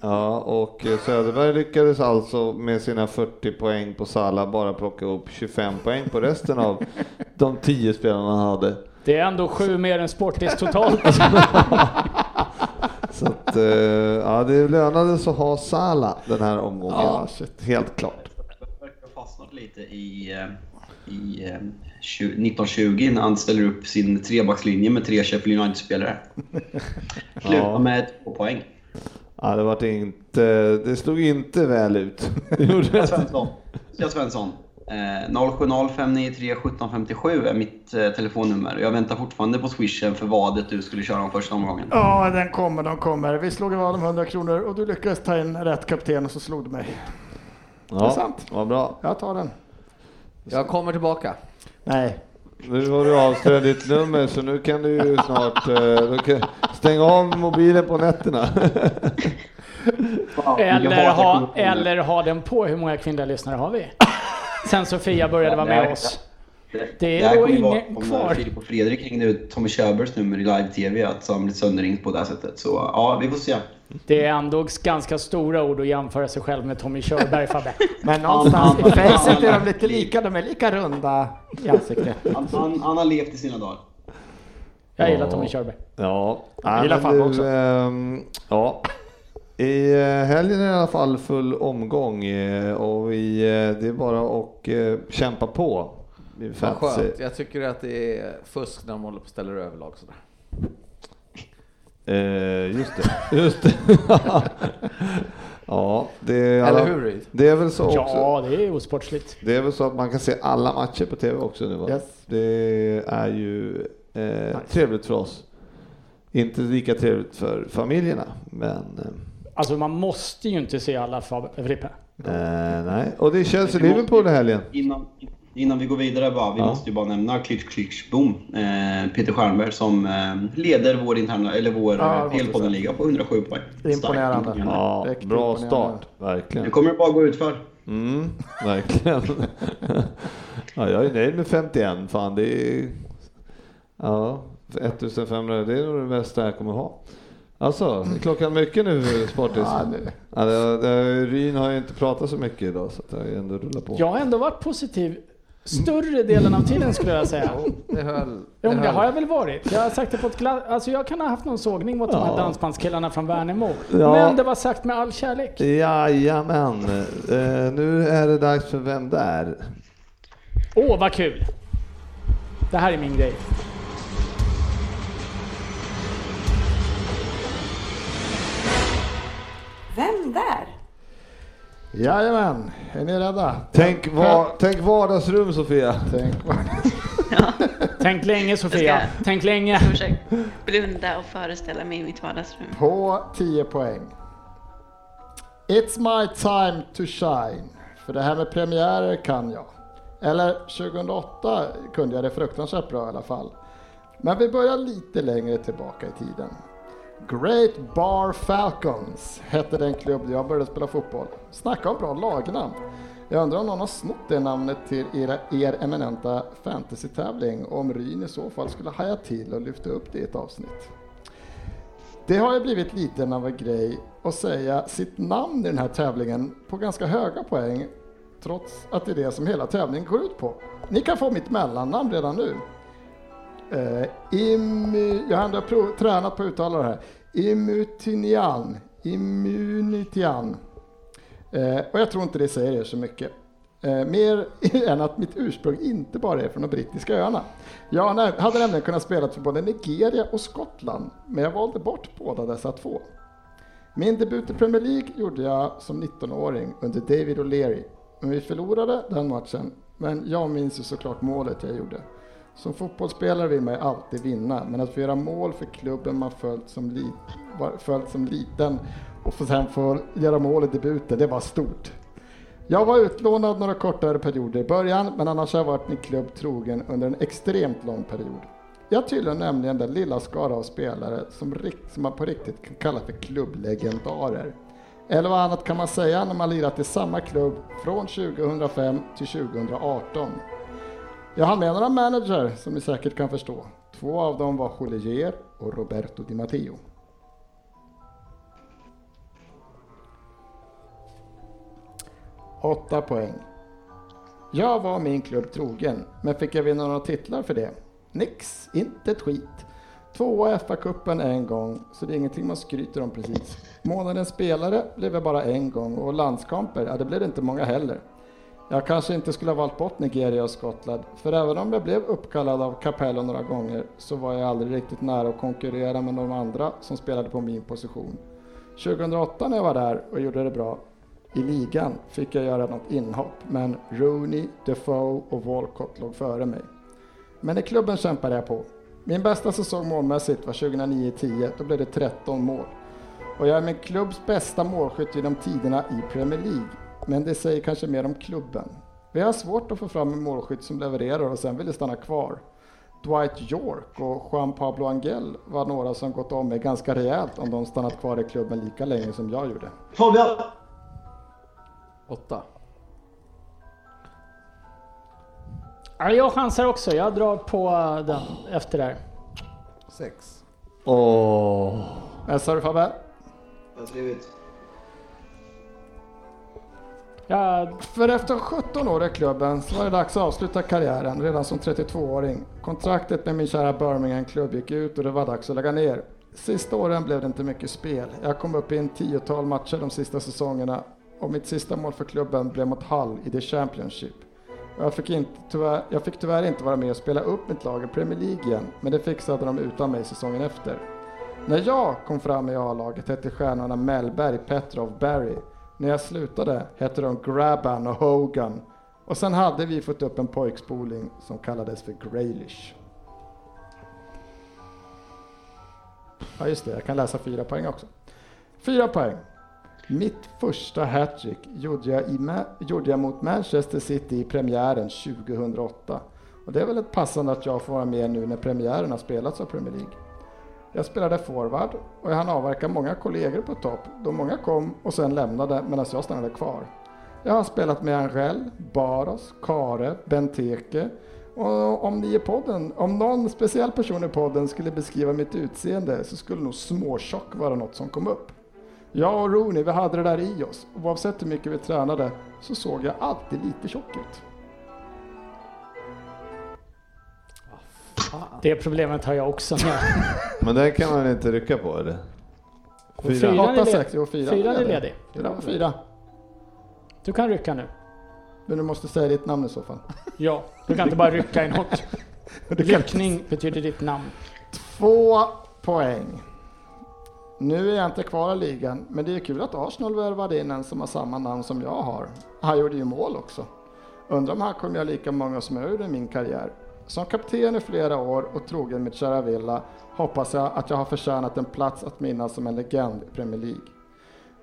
S3: Ja, och eh, Söderberg lyckades alltså med sina 40 poäng på Salla bara plocka upp 25 poäng på resten
S4: *laughs*
S3: av de 10 spelarna han hade.
S4: Det är ändå sju mer än Sportis
S3: *laughs*
S4: totalt.
S3: Så att, eh, ja, det lönades att ha Salla den här omgången.
S8: Ja, shit.
S3: Helt klart.
S11: verkar ha fastnat lite i, eh, i eh, 20 1920 när han ställer upp sin trebackslinje med tre Sheffield
S8: *laughs*
S11: United-spelare. Slutar
S3: Ja.
S11: med två poäng.
S3: Ja, det, var inte, det slog inte väl ut. Det gjorde det
S11: Sia
S3: inte.
S11: Svensson. Sia Svensson. Eh, 0705931757 är mitt eh, telefonnummer. Jag väntar fortfarande på swishen för vadet du skulle köra om första omgången.
S8: Ja, den kommer, den kommer. Vi slog vad om 100 kronor och du lyckades ta in rätt kapten och så slog du mig. Det är
S3: Ja,
S8: sant.
S3: vad bra.
S8: Jag tar den.
S7: Jag kommer tillbaka.
S8: Nej.
S3: Nu har du avslöjat ditt nummer så nu kan du ju snart eh, då kan, stäng av mobilen på nätterna.
S11: Fan, jag
S4: Eller
S11: hatar
S4: ha,
S11: telefoner.
S4: eller ha den på. Hur många kvinnliga lyssnare har vi? Sen Sofia började vara med oss. Det
S11: här
S4: är då
S11: kommer ju vara
S4: ingen
S11: om, eh,
S4: kvar.
S11: Filip och Fredrik hängde ut Tommy Körbergs nummer i live-tv, att så han blev sönderringd på det här sättet. Så ja, vi får se.
S4: Det är ändå ganska stora ord att jämföra sig själv med Tommy Körberg, Fabbe.
S8: Men någonstans i
S11: Anna-
S8: facet är
S11: Anna-
S8: de lite lika. De är lika runda i ansiktet.
S11: Han, han, han har levt i sina dagar.
S4: Jag gillar Tommy Körberg.
S3: Ja,
S8: Jag gillar
S3: men
S8: Fabbe också.
S3: ehm, ja. I eh, helgen är det i alla fall full omgång eh, och vi, eh, det är bara att eh, kämpa på. Det är
S7: Vad
S3: fantasy.
S7: skönt. Jag tycker att det är fusk när de håller på och ställer överlag sådär.
S3: Eh, just det. *laughs* Just det. ja, det är, i alla-
S7: Eller hur, Reid?
S3: det är väl så också.
S4: Ja, det är osportsligt.
S3: Det är väl så att man kan se alla matcher på TV också nu va?
S8: Yes.
S3: Det är ju eh, trevligt för oss. Inte lika trevligt för familjerna, men eh,
S4: Alltså man måste ju inte se alla Fab- Frippe.
S3: eh, nej. Och det är
S11: Vi
S3: Chelsea-Liverpool i helgen.
S11: Innan, innan vi går vidare, bara, vi
S3: Ja.
S11: måste ju bara nämna Klitsch Klitsch Boom. Eh, Peter Stjernberg som eh, leder vår, interna, eller vår
S8: Ja,
S11: ja,
S8: måste jag
S11: PL-poddenliga på 107 poäng.
S8: Det är imponerande.
S11: Starkt.
S3: Ja,
S8: Direkt
S3: bra
S8: imponerande.
S3: start,
S11: Nu
S3: verkligen.
S11: kommer det bara gå utför.
S3: Mm, verkligen. ja, jag är nöjd med 51, fan det är... Ja, 1500, det är nog det bästa jag kommer ha. Alltså, är klockan mycket nu Sportis?
S8: Ja, nu.
S3: Ja, det, det, Ryn har ju inte pratat så mycket idag så att jag ändå rullar på.
S4: Jag har ändå varit positiv Större delen av tiden skulle jag säga.
S7: Det *laughs* höll.
S4: Jo, men det har jag väl varit. Jag har sagt det på ett glatt... Alltså jag kan ha haft någon sågning mot de här
S3: Ja.
S4: dansbandskillarna från Värnamo.
S3: Ja.
S4: Men det var sagt med all kärlek.
S3: Jajamän, eh, nu är det dags för Vem där?
S4: Åh, vad kul! Det här är min grej.
S1: Vem där?
S8: Jajamän, är ni rädda?
S3: Tänk, va- tänk vardagsrum Sofia.
S8: Tänk
S4: Tänk länge Sofia. Tänk länge.
S5: Blunda och föreställa mig i mitt vardagsrum.
S8: På 10 poäng. It's my time to shine. För det här med premiärer kan jag. Eller 2008 kunde jag det fruktansvärt bra i alla fall. Men vi börjar lite längre tillbaka i tiden. Great Bar Falcons hette den klubb där jag började spela fotboll. Snacka om bra lagnamn. Jag undrar om någon har snott det namnet till era, er eminenta fantasy-tävling och om Ryn i så fall skulle haja till och lyfta upp det i ett avsnitt. Det har ju blivit lite av en grej att säga sitt namn i den här tävlingen på ganska höga poäng trots att det är det som hela tävlingen går ut på. Ni kan få mitt mellannamn redan nu. Eh, im, jag har ändå prov, tränat på att uttala det här. Immutinian. Immunitian. Eh, och jag tror inte det säger er så mycket. Eh, mer *laughs* än att mitt ursprung inte bara är från de brittiska öarna. Jag nä- hade nämligen kunnat spela för både Nigeria och Skottland, men jag valde bort båda dessa två. Min debut i Premier League gjorde jag som 19-åring under David O'Leary, men vi förlorade den matchen. Men jag minns ju såklart målet jag gjorde. Som fotbollsspelare vill man ju alltid vinna, men att få göra mål för klubben man följt som, li- var- följt som liten och få sen få göra mål i debuten, det var stort. Jag var utlånad några kortare perioder i början, men annars har jag varit min klubb trogen under en extremt lång period. Jag tillhör nämligen den lilla skara av spelare som, rikt- som man på riktigt kan kalla för klubblegendarer. Eller vad annat kan man säga när man lirat i samma klubb från 2005 till 2018? Jag har med några manager som ni säkert kan förstå. Två av dem var Jolier och Roberto Di Matteo. Åtta poäng. Jag var min klubb trogen, men fick jag vinna några titlar för det? Nix, inte ett skit. Tvåa i FA-cupen en gång, så det är ingenting man skryter om precis. Månadens spelare blev jag bara en gång och landskamper, ja det blev det inte många heller. Jag kanske inte skulle ha valt bort Nigeria och Skottland, för även om jag blev uppkallad av Capello några gånger så var jag aldrig riktigt nära att konkurrera med de andra som spelade på min position. 2008 när jag var där och gjorde det bra i ligan fick jag göra något inhopp, men Rooney, Defoe och Walcott låg före mig. Men i klubben kämpade jag på. Min bästa säsong målmässigt var 2009-10, då blev det 13 mål. Och jag är min klubbs bästa målskytt genom tiderna i Premier League. Men det säger kanske mer om klubben. Vi har svårt att få fram en målskytt som levererar och sen vill stanna kvar. Dwight York och Juan Pablo Angel var några som gått om mig ganska rejält om de stannat kvar i klubben lika länge som jag gjorde.
S6: Fabian!
S7: Åtta.
S4: Ja, Jag chansar också. Jag drar på den efter det här.
S7: Sex.
S3: Åh.
S8: Vad sa du Fabbe?
S6: Jag skrev ut.
S8: Eh, För efter 17 år i klubben så var det dags att avsluta karriären redan som 32-åring. Kontraktet med min kära Birmingham-klubb gick ut och det var dags att lägga ner. Sista åren blev det inte mycket spel. Jag kom upp i en tiotal matcher de sista säsongerna och mitt sista mål för klubben blev mot Hull i The Championship. Och Jag fick, inte, tyvärr, jag fick tyvärr inte vara med och spela upp mitt lag i Premier League igen, men det fixade de utan mig säsongen efter. När jag kom fram i A-laget hette stjärnorna Mellberg, Petrov, Barry. När jag slutade hette de Grabban och Hogan. Och sen hade vi fått upp en pojkspoling som kallades för Graylish. Ja just det, jag kan läsa fyra poäng också. Fyra poäng. Mitt första hattrick gjorde, jag i Ma- gjorde jag mot Manchester City i premiären 2008. Och det är väl ett passande att jag får vara med nu när premiären har spelats av Premier League. Jag spelade forward och jag hann avverka många kollegor på topp då många kom och sen lämnade medan jag stannade kvar. Jag har spelat med Angel, Baros, Kare, Benteke och om ni i podden, om någon speciell person i podden skulle beskriva mitt utseende så skulle nog småtjock vara något som kom upp. Jag och Rooney, vi hade det där i oss. Oavsett hur mycket vi tränade så såg jag alltid lite tjock ut.
S4: Det problemet har jag också nu.
S3: Men den kan man inte rycka på eller?
S4: Fyran är
S8: Åtta,
S4: ledig.
S8: sex, jo, fyra.
S4: Fyran är ledig.
S8: Fyra, fyra.
S4: Du kan rycka nu.
S8: Men du måste säga ditt namn i så fall.
S4: Ja, du kan inte bara rycka i *laughs* något. Ryckning betyder ditt namn.
S8: Två poäng. Nu är jag inte kvar i ligan, men det är kul att Arsenal värvade in en som har samma namn som jag har. Han gjorde ju mål också. Undrar om han kommer göra lika många som jag gjorde i min karriär. Som kapten i flera år och trogen mitt kära Villa hoppas jag att jag har förtjänat en plats att minnas som en legend i Premier League.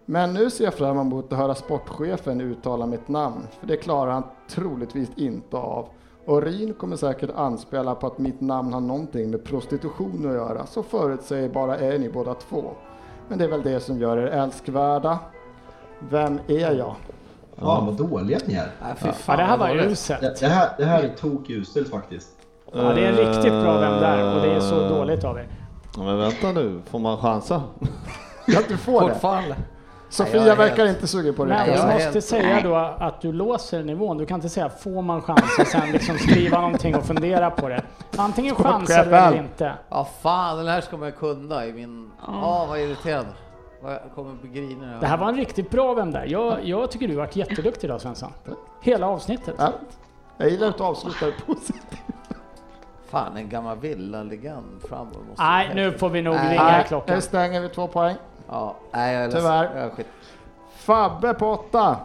S8: Men nu ser jag fram emot att höra sportchefen uttala mitt namn, för det klarar han troligtvis inte av. Och Rin kommer säkert anspela på att mitt namn har någonting med prostitution att göra, så förutsägbara är ni båda två. Men det är väl det som gör er älskvärda. Vem är jag? *laughs*
S11: Fan vad dåliga ni är.
S8: fy Ja. fan, Ja, det här vad var dåligt. uselt.
S11: Det, det, här, det här är tokuselt faktiskt.
S4: Ja, det är riktigt bra vem där och det är så
S3: Eh.
S4: dåligt av er.
S3: Ja, men vänta nu, får man chansa?
S8: Ja, du får det.
S4: Fortfarande.
S8: Sofia
S4: Nej, jag är
S8: verkar
S4: helt-
S8: inte sugen på det.
S4: Nej, jag
S8: Alltså.
S4: måste säga då att du låser nivån. Du kan inte säga får man chans och sen liksom skriva någonting och fundera på det. Antingen chansar du eller inte.
S7: Ja, fan, den här ska man ju kunna i min... Ja, ah, vad irriterande. Vad Jag kommer bli grinig. nu.
S4: Det här var en riktigt bra vem där. Jag, jag tycker du har varit jätteduktig idag Svensson. Hela avsnittet.
S8: Jag gillar att avsluta det positivt.
S7: Fan, en gammal villalegend framåt. måste-
S4: Nej, nu får vi nog
S7: Nej.
S4: ringa
S7: Nej,
S4: klockan.
S8: Nu stänger vi två poäng.
S7: Ja, nej, jag är ledsen.
S8: Tyvärr.
S7: Jag är skit.
S8: Fabbe på åtta.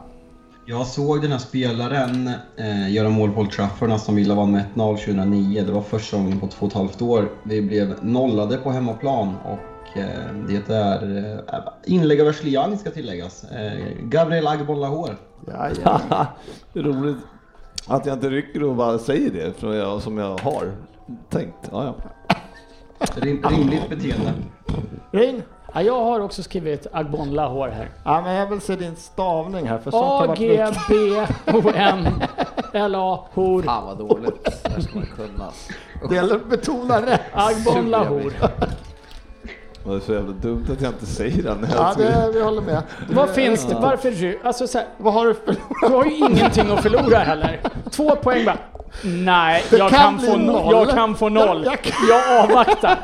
S11: Jag såg den här spelaren eh, göra mål på Old Trafford när Aston Villa vann med 1-0 2009. Det var första gången på två och ett halvt år. Vi blev nollade på hemmaplan och eh, det är eh, inlägg av Ashley ska tilläggas. Eh, Gabriel Agbon Lahore.
S4: *laughs*
S3: Det är roligt att jag inte rycker och bara säger det för jag, som jag har tänkt. Ja, ja.
S11: Rim, rimligt beteende.
S4: Rein? Ja, jag har också skrivit Agbon Lahore här.
S8: Ja, men jag vill se din stavning här, för sånt har
S4: A,
S8: varit
S4: G,
S8: mycket.
S4: B, O, N, L, A, hor.
S7: Fan vad dåligt. Det här ska man kunna.
S8: Det gäller att betona rätt.
S4: Agbon Lahore.
S3: Men Det är så jävla dumt att jag inte säger det. när jag
S8: Ja,
S3: skriver.
S8: det, vi håller med.
S4: Vad finns det?
S3: Ja.
S4: Varför ry- alltså, så här,
S8: Vad har du för...
S4: Du har ju ingenting att förlora heller. Två poäng bara. Nej,
S8: Det
S4: jag
S8: kan
S4: kan,
S8: bli
S4: få noll.
S8: noll.
S4: Jag kan få noll.
S8: Jag-
S4: Jag,
S8: jag kan-
S4: avvaktar.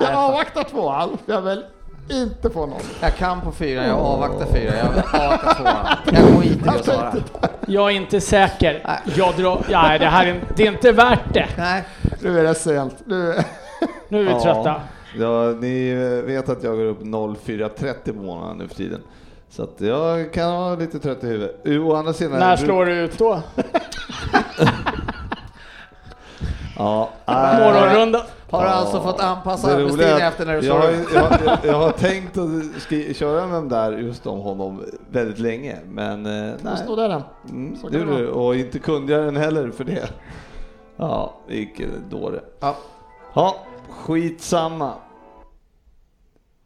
S8: Jag avvaktar tvåan, för jag vill inte få någon.
S7: Jag kan på fyra, jag avvaktar fyra, jag avvaktar tvåan. Jag skiter i att svara.
S4: Jag är inte säker. Jag drar... Nej, det här är, det är inte värt det.
S7: Nej.
S8: Nu är det sent. Nu...
S4: Nu är vi trötta.
S3: Ja, ni eh, vet att jag går upp 04.30 på morgonen nu för tiden. Så att jag kan vara lite trött i huvudet. Å andra sidan...
S4: När slår du ut då?
S3: Ja.
S4: Morgonrunda.
S7: Har du
S3: Ja.
S7: alltså fått anpassa
S3: Det roliga är
S7: arbetstiden
S3: att
S7: efter när du
S3: jag,
S7: svarar?
S3: har- jag, jag, jag har tänkt att skri- köra med den där just om honom väldigt länge, men eh,
S8: Nu
S3: nej.
S8: står där den.
S3: Mm,
S8: Så kan
S3: det
S8: det
S3: gjorde
S8: vara.
S3: du, och inte kunde jag den heller för det. Ja, vilken dåre.
S7: Ja.
S3: Ja, skitsamma.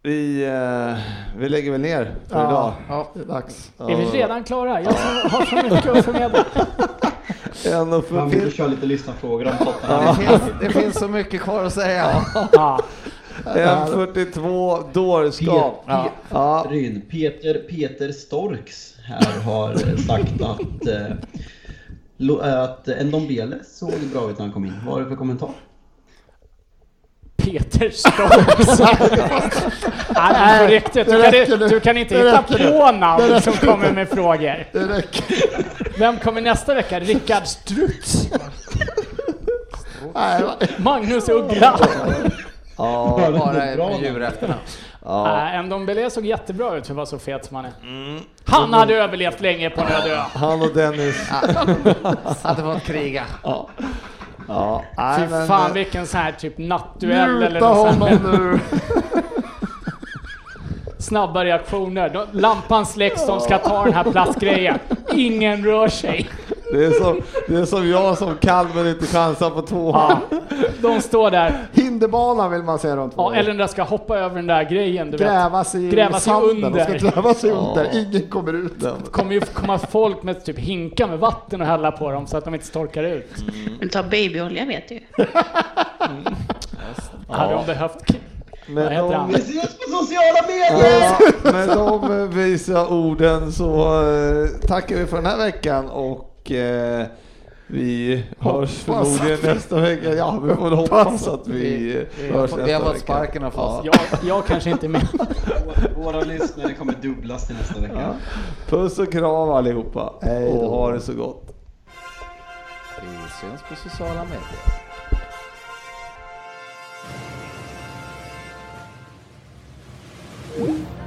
S3: Vi, eh, vi lägger väl ner för idag.
S8: Ja, det är dags.
S4: Är vi redan klara? Jag har så mycket att
S8: *laughs*
S4: förmedla.
S3: En och
S11: Man
S3: för
S11: vill
S3: till.
S11: köra lite lyssnarfrågor om Tottenham.
S7: Det finns, det finns så mycket kvar att säga.
S4: Ja.
S3: 42 dårskap.
S11: Ja.
S3: Ja.
S11: Ryn, Peter, Peter Storks här har eh, sagt att, eh, lo- eh, att Ndombele såg bra ut när han kom in. Vad har du för kommentar?
S4: Peter
S8: *laughs*
S4: Storks. Nej, men på riktigt. Du kan,
S8: räcker nu.
S4: du kan inte
S8: Det
S4: hitta
S8: räcker nu.
S4: på
S8: Det
S4: namn
S8: räcker
S4: som
S8: nu.
S4: kommer med frågor.
S8: Det räcker.
S4: Vem kommer nästa vecka? Rickard Strutz?
S8: *laughs* Nej, va-
S4: Magnus Uggla?
S3: Ja,
S7: Bara med djur efternamn.
S4: Nej, äh, Ndombele såg jättebra ut för att vara så fet som han är.
S8: Mm.
S4: Han hade överlevt länge på en öde ö.
S3: han och Dennis.
S7: Hade fått kriga.
S3: Ja,
S4: Fy
S3: nej, men,
S4: fan
S3: eh,
S4: vilken sån här typ nattduell eller
S8: Muta
S4: något sånt.
S8: honom nu.
S4: Snabba reaktioner. De- Lampan släcks, de ska ta den här plastgrejen. Ingen rör sig.
S3: det, är som, det är som jag som kan men inte chansar på två.
S4: Ja, de står där.
S8: Hinderbanan vill man se runt
S4: Ja, eller den där ska hoppa över den där grejen du vet.
S8: Gräva sig,
S4: Gräva sig
S8: sanden. De ska
S4: under.
S8: gräva sig under.
S3: Ja.
S8: Ingen kommer ut.
S4: Det kommer ju komma folk med typ hinkar med vatten och hälla på dem så att de inte torkar ut.
S8: Mm.
S5: Men ta babyolja vet du ju.
S4: Hade de behövt... Vad
S3: Med
S4: heter han?
S3: de,
S11: Vi ses på sociala medier!
S3: ja, med de eh, visa orden så eh, tackar vi för den här veckan och eh, Vi hörs
S8: Hoppas att
S3: förmodligen
S8: vi-
S3: nästa vecka. Ja, vi får väl hoppas att vi eh, hörs nästa vecka. Ja.
S4: Jag kanske inte är med.
S11: Våra lyssnare kommer dubblas till nästa vecka.
S3: Ja. Puss och kram allihopa och ha det så gott.
S7: Vi syns på sociala medier.
S12: Thank you.